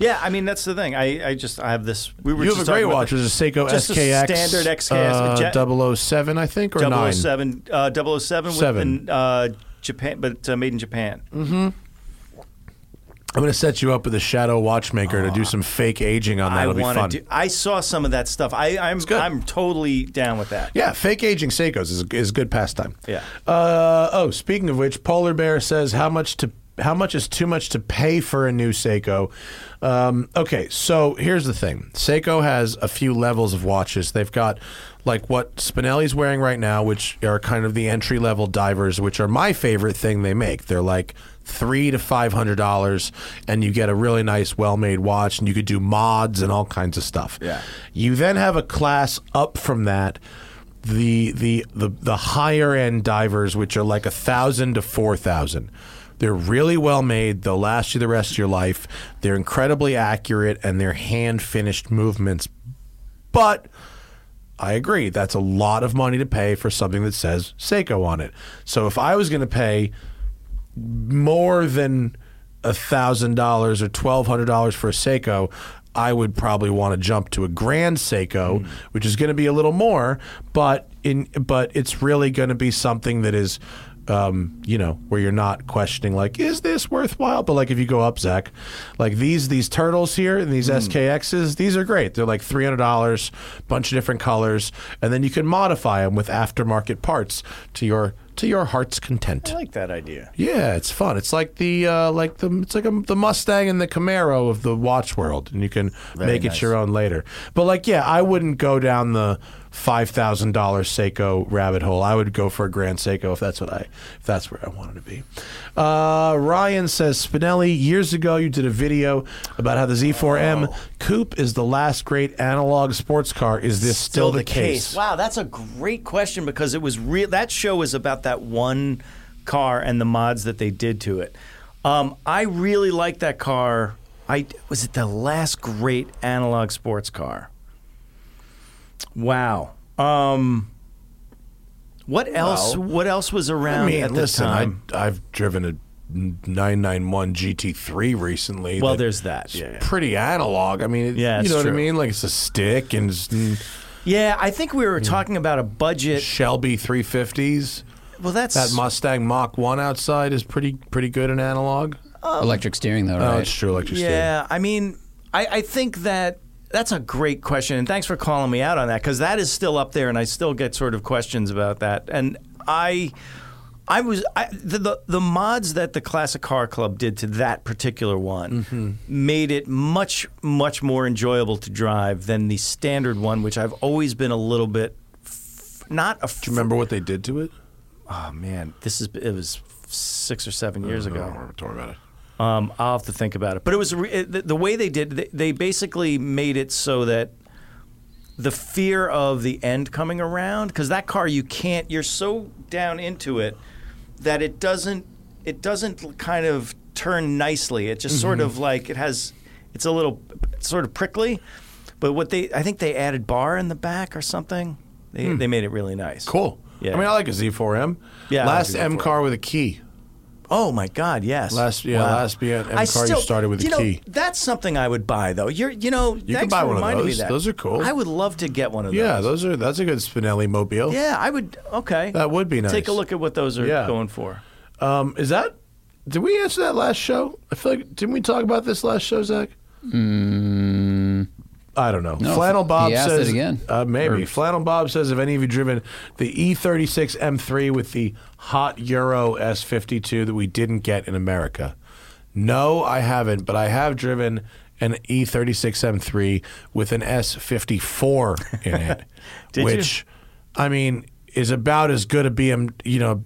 S3: Yeah, I mean that's the thing. I, I just I have this. We were
S4: You
S3: just
S4: have a
S3: talking
S4: great
S3: about
S4: watch.
S3: the-
S4: It's a Seiko
S3: just a
S4: SKX.
S3: standard XKS,
S4: uh,
S3: jet-
S4: 007, I think, or 9.
S3: 007, uh, 007 with
S4: Seven. Mm-hmm.
S3: an, uh, Japan, but uh, made in Japan.
S4: I'm going to set you up with a shadow watchmaker to do some fake aging on that.
S3: Ah. I
S4: It'll be
S3: wanna
S4: fun.
S3: do. I saw some of that stuff. I, I'm
S4: good.
S3: I'm totally down with that.
S4: yeah, fake aging Seikos is, is good pastime.
S3: Yeah.
S4: Uh, oh, speaking of which, Polar Bear says how much to how much is too much to pay for a new Seiko? Um, okay, so here's the thing: Seiko has a few levels of watches. They've got like what Spinelli's wearing right now, which are kind of the entry level divers, which are my favorite thing they make. They're like three to five hundred dollars, and you get a really nice, well made watch, and you could do mods and all kinds of stuff.
S3: Yeah.
S4: You then have a class up from that, the the the, the higher end divers, which are like a thousand to four thousand. They're really well made. They'll last you the rest of your life. They're incredibly accurate and they're hand finished movements. But I agree. That's a lot of money to pay for something that says Seiko on it. So if I was going to pay more than thousand dollars or twelve hundred dollars for a Seiko, I would probably want to jump to a grand Seiko, which is going to be a little more, but in but it's really going to be something that is. Um, you know, where you're not questioning, like, is this worthwhile? But like, if you go up, Zach, like these these turtles here and these SKXs, these are great. They're like three hundred dollars, bunch of different colors, and then you can modify them with aftermarket parts to your to your heart's content.
S3: I like that idea.
S4: Yeah, it's fun. It's like the uh, like the it's like a, the Mustang and the Camaro of the watch world, and you can make it your own later. But like, yeah, I wouldn't go down the five thousand dollar Seiko rabbit hole. I would go for a Grand Seiko if that's what I if that's where I wanted to be. Uh, Ryan says Spinelli. Years ago, you did a video about how the Z4M Coupe is the last great analog sports car. Is this still, the, case?
S3: Wow, that's a great question because it was real. That show was about that one car and the mods that they did to it. Um, I really liked that car. I was it the last great analog sports car. Wow. Um, what else? what else was around
S4: I mean,
S3: at the
S4: listen,
S3: time?
S4: I, I've driven a 991 GT3 recently.
S3: Well,
S4: that
S3: there's that,
S4: is
S3: yeah, yeah.
S4: Pretty analog. I mean, it,
S3: Yeah,
S4: you
S3: it's
S4: know what I
S3: true.
S4: mean? Like it's a stick and it's
S3: Yeah, I think we were talking about a budget.
S4: Shelby 350s.
S3: Well, that's
S4: That Mustang Mach 1 outside is pretty pretty good in analog.
S2: Electric steering though,
S4: Oh,
S2: right?
S4: it's true electric steering.
S3: Yeah, I mean, I, I think that that's a great question, and thanks for calling me out on that because that is still up there, and I still get sort of questions about that. And I, I was I, the, the the mods that the Classic Car Club did to that particular one made it much much more enjoyable to drive than the standard one, which I've always been a little bit f- not a. Do
S4: Remember what they did to it?
S3: Oh man, Oh, this is it was six or seven years ago.
S4: Don't worry about it.
S3: Um, I'll have to think about it. But it was re- it- the, the way they did. They, they basically made it so that the fear of the end coming around, because that car you can't. You're so down into it that it doesn't. It doesn't kind of turn nicely. It just
S4: Mm-hmm.
S3: sort of like it has. It's a little it's sort of prickly. But what they, I think they added bar in the back or something. They, they made it really nice.
S4: Hmm. Cool.
S3: Yeah.
S4: I mean, I like a Z4M.
S3: Yeah, I like
S4: Last
S3: a
S4: M
S3: Z4M.
S4: car with a key.
S3: Oh my God! Yes.
S4: Last- yeah, last BM
S3: I
S4: car you started with a
S3: you know,
S4: key.
S3: That's something I would buy though. You're you know you
S4: could buy one of those. Those are cool.
S3: I would love to get one of
S4: Yeah,
S3: those.
S4: those are that's a good Spinelli mobile.
S3: Yeah, I would. Okay.
S4: That would be nice.
S3: Take a look at what those are
S4: Yeah.
S3: going for.
S4: Um, is that? Did we answer that last show? I feel like didn't we talk about this last show, Zach? I don't know. Flannel
S2: Mm. he
S4: Bob
S2: asked it
S4: says
S2: again.
S4: Uh, maybe Flannel Bob says if any of you driven the E E36 M3 with the hot Euro S52 that we didn't get in America. No, I haven't, but I have driven an E E36 M3 with an S54
S2: *laughs*
S4: in it,
S3: Did you?
S4: which I mean is about as good a BM, you know,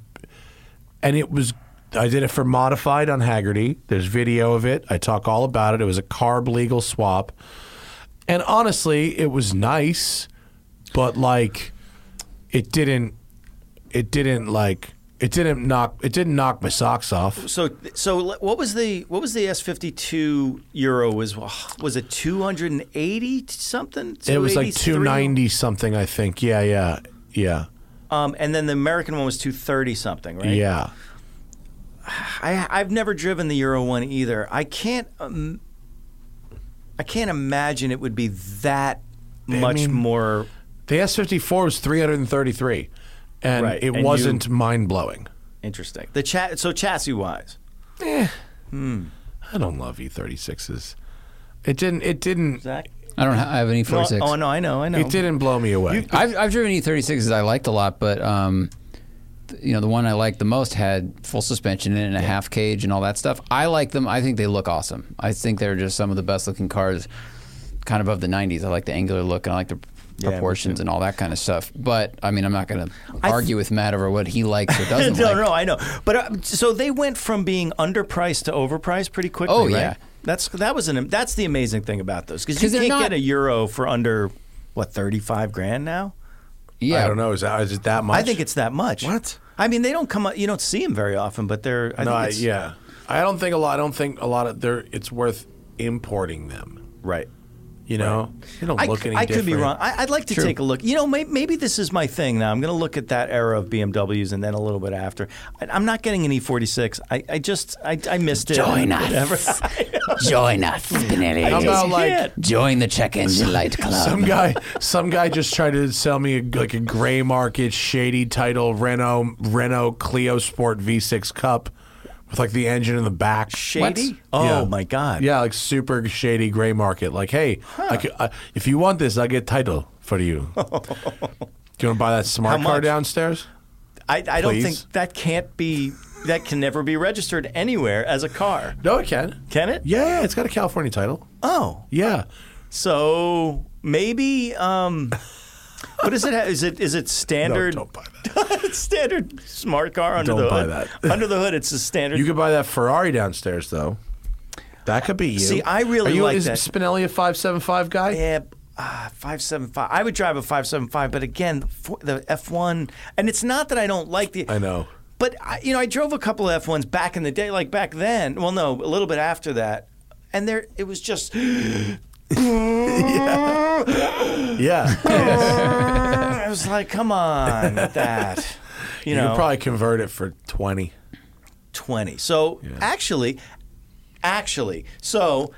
S4: and it was I did it for modified on Haggerty. There's video of it. I talk all about it. It was a carb legal swap. And honestly, it was nice, but like it didn't it didn't like it didn't knock it didn't knock my socks off.
S3: So so le- what was the what was the S fifty two euro was was it two hundred and eighty something?
S4: It was like
S3: 283?
S4: 290 something, I think. Yeah, yeah. Yeah.
S3: Um, and then the American one was two thirty something, right?
S4: Yeah.
S3: I, I've never driven the Euro one either. I can't. Um, I can't imagine it would be that much
S4: mean-
S3: more.
S4: The S54 was 333 and
S3: Right,
S4: it
S3: and you-
S4: wasn't mind-blowing.
S3: Interesting. The chat. So chassis wise,
S4: I don't love E36s. It didn't it didn't
S3: Zach.
S2: I don't ha- I have any
S3: No,
S2: 46.
S3: oh no, I know, I know.
S4: it didn't blow me away.
S2: I've, I've driven E36s I liked a lot, but um, th- you know the one I liked the most had full suspension in it and a half cage and all that stuff. I like them. I think they look awesome. I think they're just some of the best looking cars, kind of of the '90s. I like the angular look and I like the
S3: me
S2: proportions and all that kind of stuff. But I mean, I'm not going to
S3: I
S2: argue with Matt over what he likes
S3: *laughs*
S2: or
S3: no,
S2: doesn't like.
S3: no, I know. But uh, so they went from being underpriced to overpriced pretty quickly.
S2: Oh,
S3: right?
S2: yeah.
S3: That's that was an that's the amazing thing about those because you
S2: 'Cause they're
S3: can't
S2: not-
S3: get a Euro for under what thirty five grand now.
S2: Yeah,
S4: I don't know. Is, that, is it that much?
S3: I think it's that much.
S4: What?
S3: I mean, they don't come. up You don't see them very often, but they're. I
S4: No,
S3: think
S4: I,
S3: it's-
S4: yeah. I don't think a lot. I don't think a lot of there. It's worth importing them.
S3: Right.
S4: You know, they don't
S3: I,
S4: look
S3: c-
S4: any
S3: I could
S4: different.
S3: be wrong. I, I'd like to take a look. You know, may, maybe this is my thing now. I'm going to look at that era of BMWs and then a little bit after. I, I'm not getting an E46. I, I just I, I missed it.
S2: Join
S4: *laughs*
S3: Whatever.
S2: us.
S3: *laughs*
S2: Join us, Spinelli.
S4: How about like
S2: Join the check engine light club.
S4: *laughs* some guy? Some guy just tried to sell me a, like a gray market shady title Renault Renault Clio Sport V6 Cup with like the engine in the back.
S3: Shady.
S2: What?
S3: Oh
S4: Yeah.
S3: my God.
S4: Yeah, like super shady gray market. Like, hey, I could, I, if you want this, I get title
S3: *laughs*
S4: for you. Do you want to buy that smart
S3: How
S4: car
S3: much?
S4: downstairs?
S3: I, I don't
S4: Please.
S3: think that can't be. That can never be registered anywhere as a car.
S4: No, it can.
S3: Can it?
S4: Yeah, it's got a California title.
S3: Oh,
S4: Yeah.
S3: so maybe. Um, what is it? ha- Is it is it standard?
S4: don't buy
S3: *laughs* standard smart car under
S4: Don't
S3: the
S4: buy
S3: hood.
S4: that.
S3: under the hood, it's a standard.
S4: You could buy that Ferrari downstairs, though. That could be you.
S3: See, I really
S4: Are you,
S3: like
S4: is
S3: that.
S4: Spinelli a five seven five guy?
S3: Yeah, uh, five seven five. I would drive a five seven five, but again, the fo- the F one, and it's not that I don't like the.
S4: I know.
S3: But I, you know, I drove a couple of F ones back in the day, like back then. Well, no, a little bit after that, and there it was just. *laughs*
S4: Yeah,
S3: I was like, come on, with
S4: *laughs*
S3: that. You
S4: you
S3: know,
S4: could probably convert it for twenty.
S3: twenty. So actually, actually, so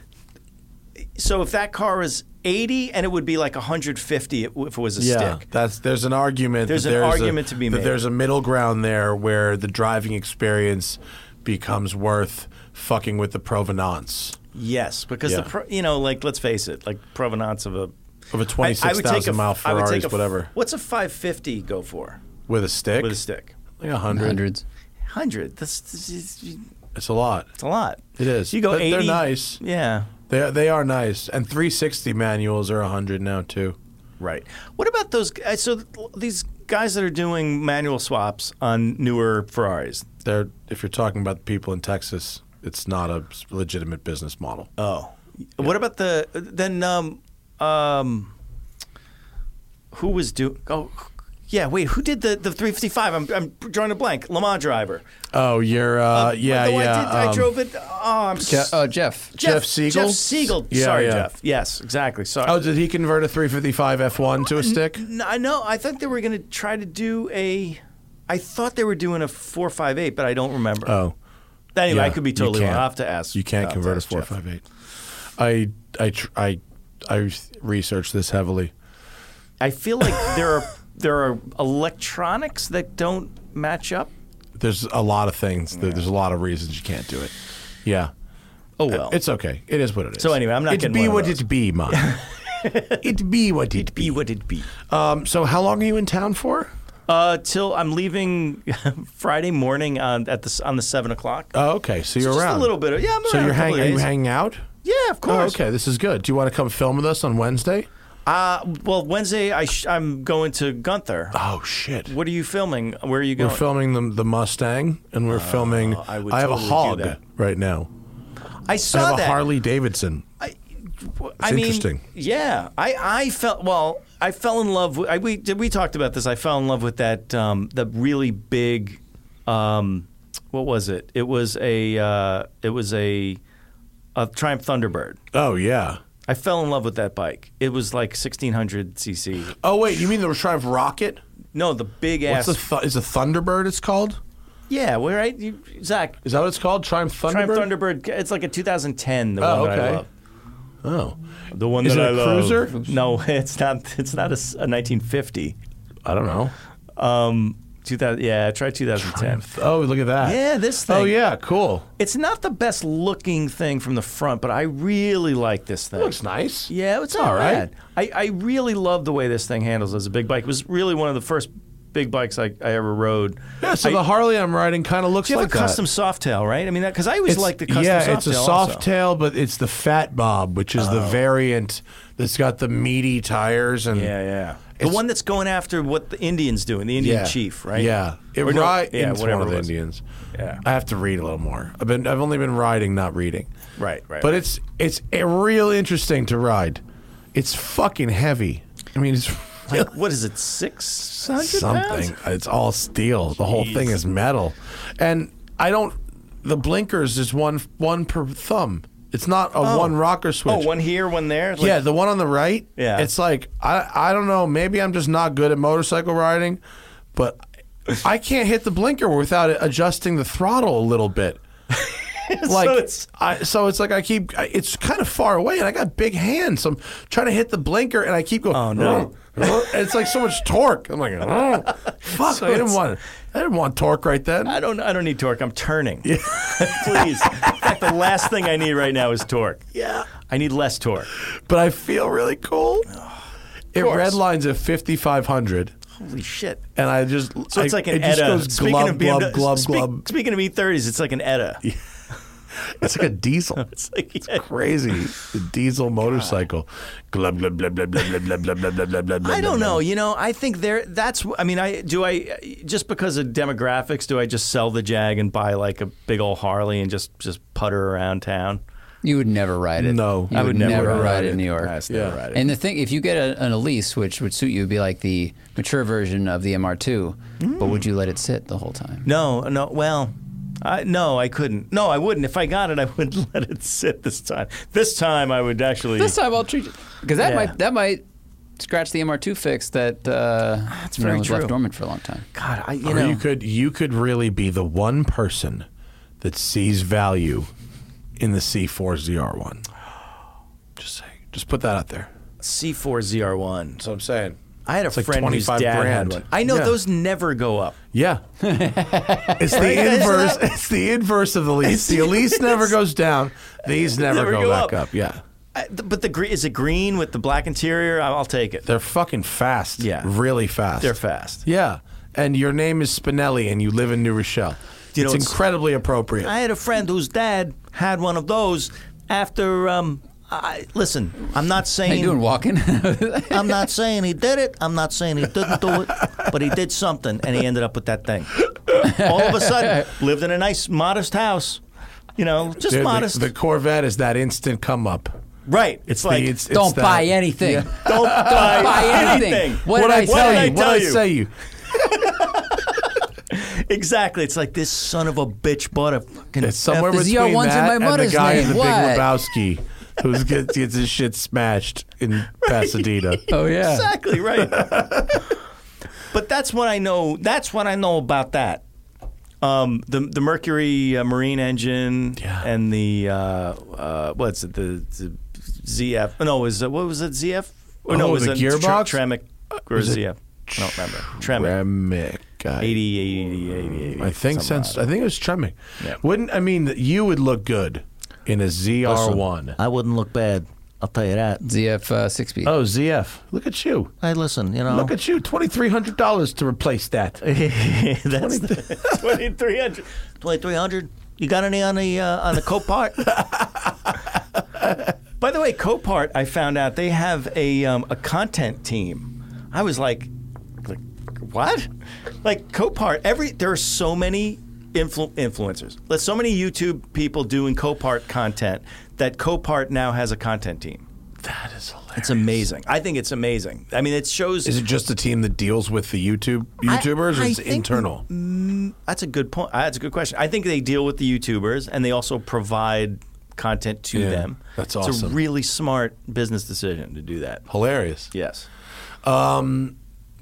S3: so if that car is eighty, and it would be like hundred fifty if it was a
S4: Yeah,
S3: stick.
S4: that's there's an argument.
S3: There's
S4: that
S3: an
S4: a-
S3: argument to be
S4: that
S3: made.
S4: There's a middle ground there where the driving experience becomes worth fucking with the provenance
S3: Yes, because
S4: Yeah.
S3: the pro, you know, like let's face it, like provenance of a
S4: of a
S3: I-
S4: twenty
S3: I
S4: six
S3: would take a
S4: thousand mile
S3: f- I would
S4: Ferrari,
S3: take a f-
S4: whatever,
S3: What's a 550 go for
S4: with a stick,
S3: with a stick?
S4: like a hundred.
S2: hundreds.
S3: hundred. This, this is
S4: It's a lot.
S3: it's a lot.
S4: It is.
S3: You go
S4: But
S3: 80.
S4: They're nice.
S3: Yeah.
S4: They they are nice. And 360 manuals are 100 now too.
S3: Right. What about those? uh, So th- these guys that are doing manual swaps on newer Ferraris.
S4: They're if you're talking about people in Texas, it's not a s- legitimate business model.
S3: Oh. What about the then? Um, um, who was doing? Oh, yeah. Wait, who did the the 355? I'm I'm drawing a blank. Lamar driver.
S4: Oh, you're uh, yeah,
S3: Although
S4: yeah.
S3: Um,
S4: uh,
S3: I, did, I drove it. Oh, I'm
S2: Je-
S3: s-
S2: oh, Jeff.
S4: Jeff Siegel?
S3: Jeff Siegel.
S4: Yeah,
S3: Sorry,
S4: yeah.
S3: Jeff. Yes, exactly. Sorry.
S4: Oh, did he convert a 355 F1 to a stick?
S3: No, I know. I thought they were going to try to do a. I thought they were doing a four five eight, but I don't remember.
S4: Oh.
S3: anyway, I
S4: Yeah,
S3: could be
S4: you
S3: totally wrong.
S4: can't.
S3: I have to ask.
S4: You can't
S3: I'll have to
S4: convert a
S3: ask Jeff.
S4: 458. I I tr- I I researched this heavily.
S3: I feel like there are *laughs* there are electronics that don't match up.
S4: There's a lot of things. there- There's a lot of reasons you can't do it. Yeah.
S3: Oh well,
S4: Uh, It's okay. It is what it is.
S3: So anyway, I'm not
S4: It
S3: getting
S4: be
S3: one of
S4: what
S3: those.
S4: it be, *laughs* man. it be what it, be.
S3: be what it be.
S4: Um, so how long are you in town for?
S3: Uh, till I'm leaving *laughs* Friday morning on at the s- on the seven o'clock.
S4: Oh, okay. So you're
S3: Just
S4: around
S3: a little bit. Of, yeah, I'm
S4: So
S3: around
S4: you're
S3: a couple
S4: hanging.
S3: of
S4: Are you
S3: days.
S4: hanging out?
S3: Yeah, of
S4: Oh,
S3: course.
S4: okay. This is good. Do you want to come film with us on Wednesday?
S3: Uh, well, Wednesday I sh- I'm going to Gunther.
S4: Oh shit.
S3: What are you filming? Where are you
S4: We're
S3: going?
S4: filming the the Mustang, and we're filming.
S3: I would
S4: have
S3: totally
S4: a
S3: do
S4: hog
S3: that.
S4: right now.
S3: I
S4: I
S3: saw
S4: have
S3: that.
S4: a Harley Davidson.
S3: I mean,
S4: interesting.
S3: Yeah, I I felt well. I fell in love with. I, we did. We talked about this. I fell in love with that. Um, the really big. Um, what was it? It was a. Uh, it was a. A Triumph Thunderbird.
S4: Oh yeah.
S3: I fell in love with that bike. It was like 1600 cc.
S4: Oh wait, you mean the Triumph Rocket?
S3: No, the big
S4: What's
S3: ass.
S4: the th- is a Thunderbird? It's called.
S3: yeah, we're right. You, Zach,
S4: Is that what it's called? Triumph Thunderbird.
S3: Triumph Thunderbird. It's like a 2010. The
S4: Oh,
S3: one that I
S4: okay.
S3: love.
S4: Oh,
S3: The one
S4: Is
S3: that
S4: it
S3: I
S4: a
S3: love.
S4: cruiser?
S3: No, *laughs* it's not. It's not a, s- a 1950.
S4: I don't know.
S3: Um, 2000, yeah, try 2010.
S4: Triumph. Oh, look at that.
S3: Yeah, this thing.
S4: Oh yeah, cool.
S3: It's not the best looking thing from the front, but I really like this thing.
S4: Looks nice.
S3: Yeah, it's
S4: all
S3: all right.
S4: right.
S3: I, I really love the way this thing handles as a big bike. It was really one of the first big bikes I, I ever rode.
S4: Yeah. So the Harley I'm riding kind of looks
S3: You have
S4: like
S3: a
S4: that.
S3: custom softtail, right? I mean, because I always like the custom
S4: yeah,
S3: softtail.
S4: it's a soft
S3: also. Oh.
S4: tail, but it's the fat bob, which is the variant that's got the meaty tires and
S3: Yeah, yeah. The one that's going after what the Indians do, and the Indian
S4: yeah,
S3: chief, right?
S4: Yeah, it
S3: Or no,
S4: ri-
S3: yeah,
S4: it's
S3: whatever
S4: one of
S3: it
S4: the
S3: was.
S4: Indians.
S3: Yeah.
S4: I have to read a little more. I've been I've only been riding, not reading.
S3: Right, right,
S4: But
S3: right.
S4: it's it's a real interesting to ride. It's fucking heavy. I mean, it's
S3: Like,
S4: *laughs*
S3: what is it, 600 pounds?
S4: something. It's all steel. The whole thing is metal, and I don't. The blinkers is one one per thumb. It's not a one rocker switch.
S3: Oh, one here, one there? Like,
S4: yeah, the one on the right.
S3: Yeah.
S4: It's like I I don't know. Maybe I'm just not good at motorcycle riding, but I can't hit the blinker without it adjusting the throttle a little bit.
S3: *laughs*
S4: like
S3: it's-
S4: I, so it's like I keep I- it's kind of far away and I got big hands. So I'm trying to hit the blinker and I keep going. Oh *laughs*
S3: no.
S4: it's like so much torque. I'm like,
S3: *laughs*
S4: oh, fuck! I didn't want I didn't want torque right then.
S3: I don't. I don't need torque. I'm turning. *laughs* Please. In fact, the last thing I need right now is torque.
S4: Yeah.
S3: I need less torque.
S4: but I feel really cool. It
S3: course.
S4: redlines at 5500.
S3: Holy shit!
S4: and I just
S3: So it's
S4: I-
S3: like an
S4: it just
S3: Etta.
S4: goes glub glub
S3: BMW
S4: glub
S3: speak-
S4: glub.
S3: Speaking of E30s, it's like an
S4: *laughs*
S3: Etta.
S4: It's like
S3: *laughs*
S4: a diesel.
S3: It's like yeah.
S4: Crazy, the diesel motorcycle. Glub glub glub glub glub glub glub glub glub glub glub. glub,
S3: I don't
S4: glub.
S3: know. You know, I think there. That's. I mean, I do. I just because of demographics, do I just sell the Jag and buy like a big old Harley and just just putter around town?
S2: You would never ride it.
S4: No,
S2: you
S4: I
S2: would,
S4: would
S2: never,
S4: never
S2: ride,
S4: ride
S2: it in
S4: it.
S2: New York.
S3: That's
S4: Yeah.
S3: right.
S2: And the thing, if you get a, an Elise, which would suit you, would be like the mature version of the MR2, but would you let it sit the whole time?
S3: No, no. Well, I, no, I couldn't. No, I wouldn't. If I got it, I wouldn't *laughs* let it sit this time. This time, I would actually.
S2: This time I'll treat it because that
S3: Yeah.
S2: might that might scratch the MR2 fix that uh, you know,
S3: very
S2: was
S3: true.
S2: left dormant for a long time.
S3: God, I, you
S4: Or
S3: know,
S4: you could you could really be the one person that sees value in the C4ZR1. Just saying. Just put that out there.
S3: C4ZR1.
S4: That's what I'm saying.
S3: I had a
S4: like
S3: friend whose
S4: 25
S3: dad had
S4: grand.
S3: one. I know
S4: Yeah.
S3: those never go up. *laughs*
S4: Yeah. it's the inverse. It's the inverse of
S3: *laughs*
S4: the lease. The lease never goes down. These never,
S3: never
S4: go,
S3: go up.
S4: back up. Yeah.
S3: I, th- but the gre- is it green with the black interior? I- I'll take it.
S4: They're fucking fast.
S3: Yeah.
S4: Really fast.
S3: They're fast.
S4: Yeah. And your name is Spinelli and you live in New Rochelle.
S3: You know,
S4: it's,
S3: it's-
S4: incredibly appropriate.
S3: I had a friend whose dad had one of those after. Um, I, listen, I'm not
S2: How you
S3: saying
S2: doing walking?
S3: I'm not saying he did it. I'm not saying he didn't do it, but he did something, and he ended up with that thing. All of a sudden, lived in a nice, modest house. You know, just
S4: Dude, the-
S3: modest.
S4: The, Corvette is that instant come up.
S3: right. It's, like
S4: the, it's, it's
S2: Don't
S4: that-
S2: buy anything.
S3: don't buy,
S2: buy anything. What
S4: What
S2: did
S4: I
S2: I say?
S4: tell you? What
S3: tell
S4: I
S3: you?
S4: say you?
S3: Exactly. It's like this son of a bitch bought a fucking.
S4: It's somewhere
S2: The
S3: F-
S4: between
S2: ZR1's in
S4: that
S2: my
S4: and the
S2: mother's
S4: guy in
S2: name.
S4: the
S2: What?
S4: Big Lebowski, who gets, gets his shit smashed
S3: *laughs*
S4: in Pasadena.
S2: Oh yeah.
S3: Exactly
S4: *laughs*
S3: right. but that's what I know. That's what I know about that. Um, the the Mercury uh, Marine engine
S4: Yeah.
S3: and the uh, uh, what's it the, the ZF? No, was it, what was it ZF? Or no,
S4: Oh,
S3: was
S4: the
S3: it
S4: gearbox? Uh,
S3: Tre- Tremec or ZF? I don't remember. Tremec.
S4: Remick. I
S3: 80, 80, 80, 80,
S4: I think
S3: something
S4: since
S3: like
S4: I think it was Treming.
S3: Yeah.
S4: Wouldn't I mean you would look good in a ZR1?
S3: that. I wouldn't look bad. I'll tell you that.
S2: ZF uh, six speed.
S4: oh, ZF. Look at you.
S3: Hey, listen, you know.
S4: Look at you. Twenty three hundred dollars to replace
S3: *laughs*
S4: that.
S3: That's twenty three hundred. Twenty three hundred. You got any on the uh, on the Copart? *laughs* By the way, Copart, I found out they have a um, a content team. I was like, like what? Like Copart? Every there are so many influ- influencers. There's so many YouTube people doing Copart content that Copart now has a content team.
S4: That is hilarious.
S3: It's amazing. I think it's amazing. I mean, it shows.
S4: Is it just a team that deals with the YouTube
S3: I-
S4: YouTubers, or
S3: I
S4: is it
S3: think-
S4: internal?
S3: That's a good point. Uh, That's a good question. I think they deal with the YouTubers and they also provide content to
S4: Yeah,
S3: them.
S4: that's
S3: It's a
S4: awesome.
S3: really smart business decision to do that.
S4: Hilarious.
S3: Yes.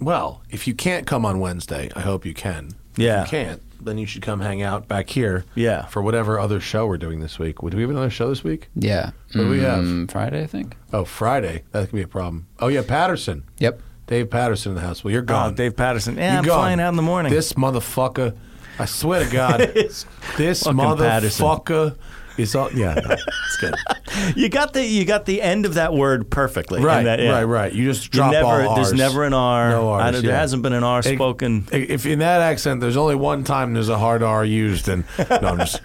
S4: Well, if you can't come on Wednesday, I hope you can.
S3: Yeah.
S4: If you can't, then you should come hang out back here.
S3: Yeah.
S4: For whatever other show we're doing this week. Do we have another show this week?
S2: yeah. Mm,
S4: What do we have?
S2: Friday, I think.
S4: Oh, Friday. That could be a problem. Oh yeah, Patterson.
S2: Yep.
S4: Dave Patterson in the house. Well, you're gone.
S3: Oh, Uh, Dave Patterson. Yeah,
S4: You're
S3: I'm
S4: gone.
S3: flying out in the morning.
S4: Um, This motherfucker. I swear
S3: *laughs*
S4: to God, this
S3: fucking Patterson.
S4: motherfucker is all.
S3: *laughs*
S4: Yeah, no, it's good.
S3: you got the you got the end of that word perfectly.
S4: Right,
S3: And that- yeah.
S4: right, right. You just
S3: You
S4: drop
S3: never-
S4: all R's.
S3: There's never an R.
S4: No R's,
S3: I don't- There
S4: yeah.
S3: hasn't been an R
S4: It-
S3: spoken.
S4: i- If in that accent, there's only one time there's a hard R used, and no,
S3: *laughs*
S4: I'm just.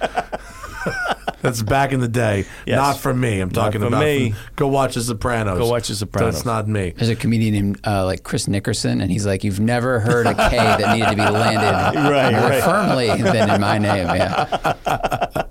S4: That's back in the day.
S3: Yes.
S4: Not from me. I'm talking
S3: from
S4: about.
S3: me.
S4: go watch The Sopranos.
S3: Go watch The Sopranos.
S4: That's not me.
S2: There's a comedian named uh, like Chris Nickerson, and he's like, "You've never heard a K that needed to be landed
S3: *laughs* Right,
S2: more
S3: right.
S2: firmly than in my name." Yeah.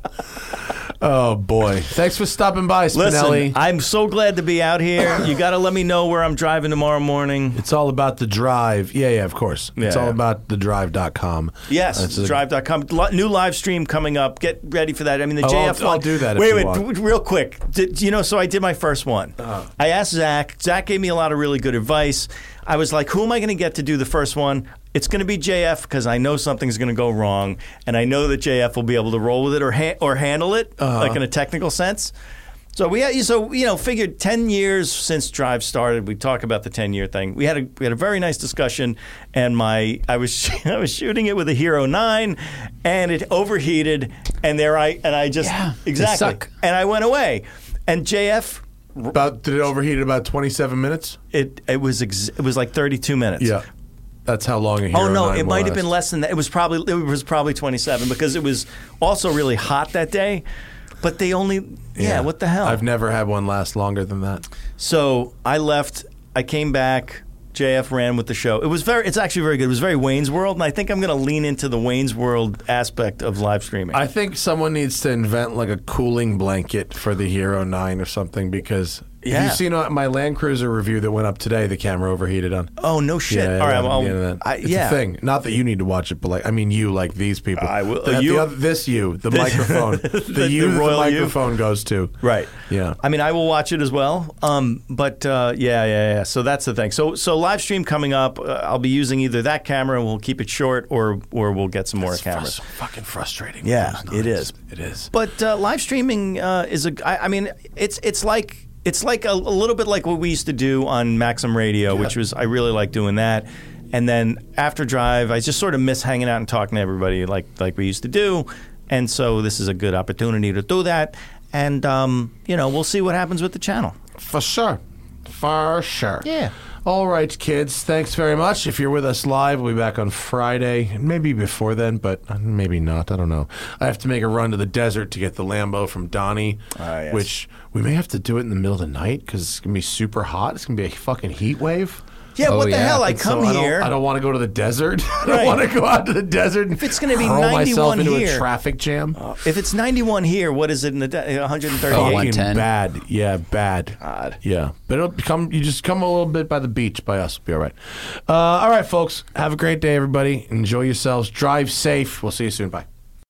S4: Oh boy! Thanks for stopping by,
S3: Listen,
S4: Spinelli.
S3: I'm so glad to be out here. You got to let me know where I'm driving tomorrow morning.
S4: It's all about the drive. Yeah, yeah, of course. it's
S3: Yeah,
S4: all
S3: yeah.
S4: about the drive.com.
S3: Yes,
S4: That's a-
S3: drive.com. Li- New live stream coming up. Get ready for that. I mean, the
S4: Oh, I'll-
S3: JF. one-
S4: I'll do that if
S3: Wait,
S4: you
S3: wait,
S4: want.
S3: d- *laughs* real quick. Did, you know, so I did my first one.
S2: Uh-huh.
S3: I asked Zach. Zach gave me a lot of really good advice. I was like, who am I going to get to do the first one? It's going to be JF because I know something's going to go wrong, and I know that JF will be able to roll with it or ha- or handle it,
S2: Uh-huh.
S3: like in a technical sense. So we had, so you know figured ten years since Drive started. We talk about the ten year thing. We had a we had a very nice discussion, and my I was *laughs* I was shooting it with a Hero Nine, and it overheated, and there I and I just
S2: Yeah, they
S3: exactly,
S2: suck.
S3: and I went away, and JF.
S4: About did it overheat in about 27 minutes?
S3: It, it was ex, it was like 32 minutes.
S4: That's how long a hero
S3: Oh no,
S4: nine
S3: it
S4: will
S3: might have been
S4: last.
S3: less than that. It was probably it was probably 27 because it was also really hot that day. But they only yeah, what the hell?
S4: I've never had one last longer than that.
S3: So I left. I came back. JF ran with the show. It was very. It's actually very good. It was very Wayne's World, and I think I'm going to lean into the Wayne's World aspect of live streaming.
S4: I think someone needs to invent like a cooling blanket for the Hero 9 or something because have
S3: Yeah.
S4: you seen uh, my Land Cruiser review that went up today, the camera overheated on.
S3: oh no shit!
S4: Yeah,
S3: All right,
S4: yeah,
S3: well,
S4: yeah, that-
S3: I,
S4: it's
S3: yeah.
S4: a thing. Not that you need to watch it, but like I mean, you like these people.
S3: I will-
S4: The,
S3: you-
S4: the other, this
S3: *laughs*
S4: you, the microphone, the,
S3: the
S4: you, that the,
S3: royal you.
S4: microphone goes to.
S3: Right.
S4: Yeah.
S3: I mean, I will watch it as well. Um, but uh, yeah, yeah, yeah. So that's the thing. So so live stream coming up. Uh, I'll be using either that camera. We'll keep it short, or or we'll get some more cameras.
S4: So fucking frustrating.
S3: Yeah,
S4: It's
S3: it is.
S4: It is.
S3: But uh, live streaming uh, is a. I, I mean, it's it's like it's like a, a little bit like what we used to do on Maxim Radio, which was I really like doing that. And then after drive, I just sort of miss hanging out and talking to everybody like like we used to do. And so this is a good opportunity to do that. And um, you know, we'll see what happens with the channel.
S4: For sure. For sure.
S3: Yeah.
S4: All right, kids. Thanks very much. If you're with us live, we'll be back on Friday. Maybe before then, but maybe not. I don't know. I have to make a run to the desert to get the Lambo from Donnie,
S3: Ah, yes.
S4: which we may have to do it in the middle of the night because it's gonna be super hot. It's gonna be a fucking heat wave.
S3: Yeah,
S2: Oh,
S3: what the
S2: yeah.
S3: hell? I
S2: And
S4: So
S3: come
S4: I don't-
S3: here.
S4: I don't, want to go to the desert. *laughs* I don't
S3: Right.
S4: want to go out to the desert. If
S3: it's gonna be
S4: hurl myself
S3: 91
S4: into a
S3: here-
S4: traffic jam.
S3: if it's 91 here, what is it in the de- 138?
S2: Oh,
S4: Fucking
S2: 110.
S4: bad. Yeah, bad. Yeah, but it'll come. You just come a little bit by the beach by us. We'll be all right. Uh, all right, folks. Have a great day, everybody. Enjoy yourselves. Drive safe. We'll see you soon. Bye.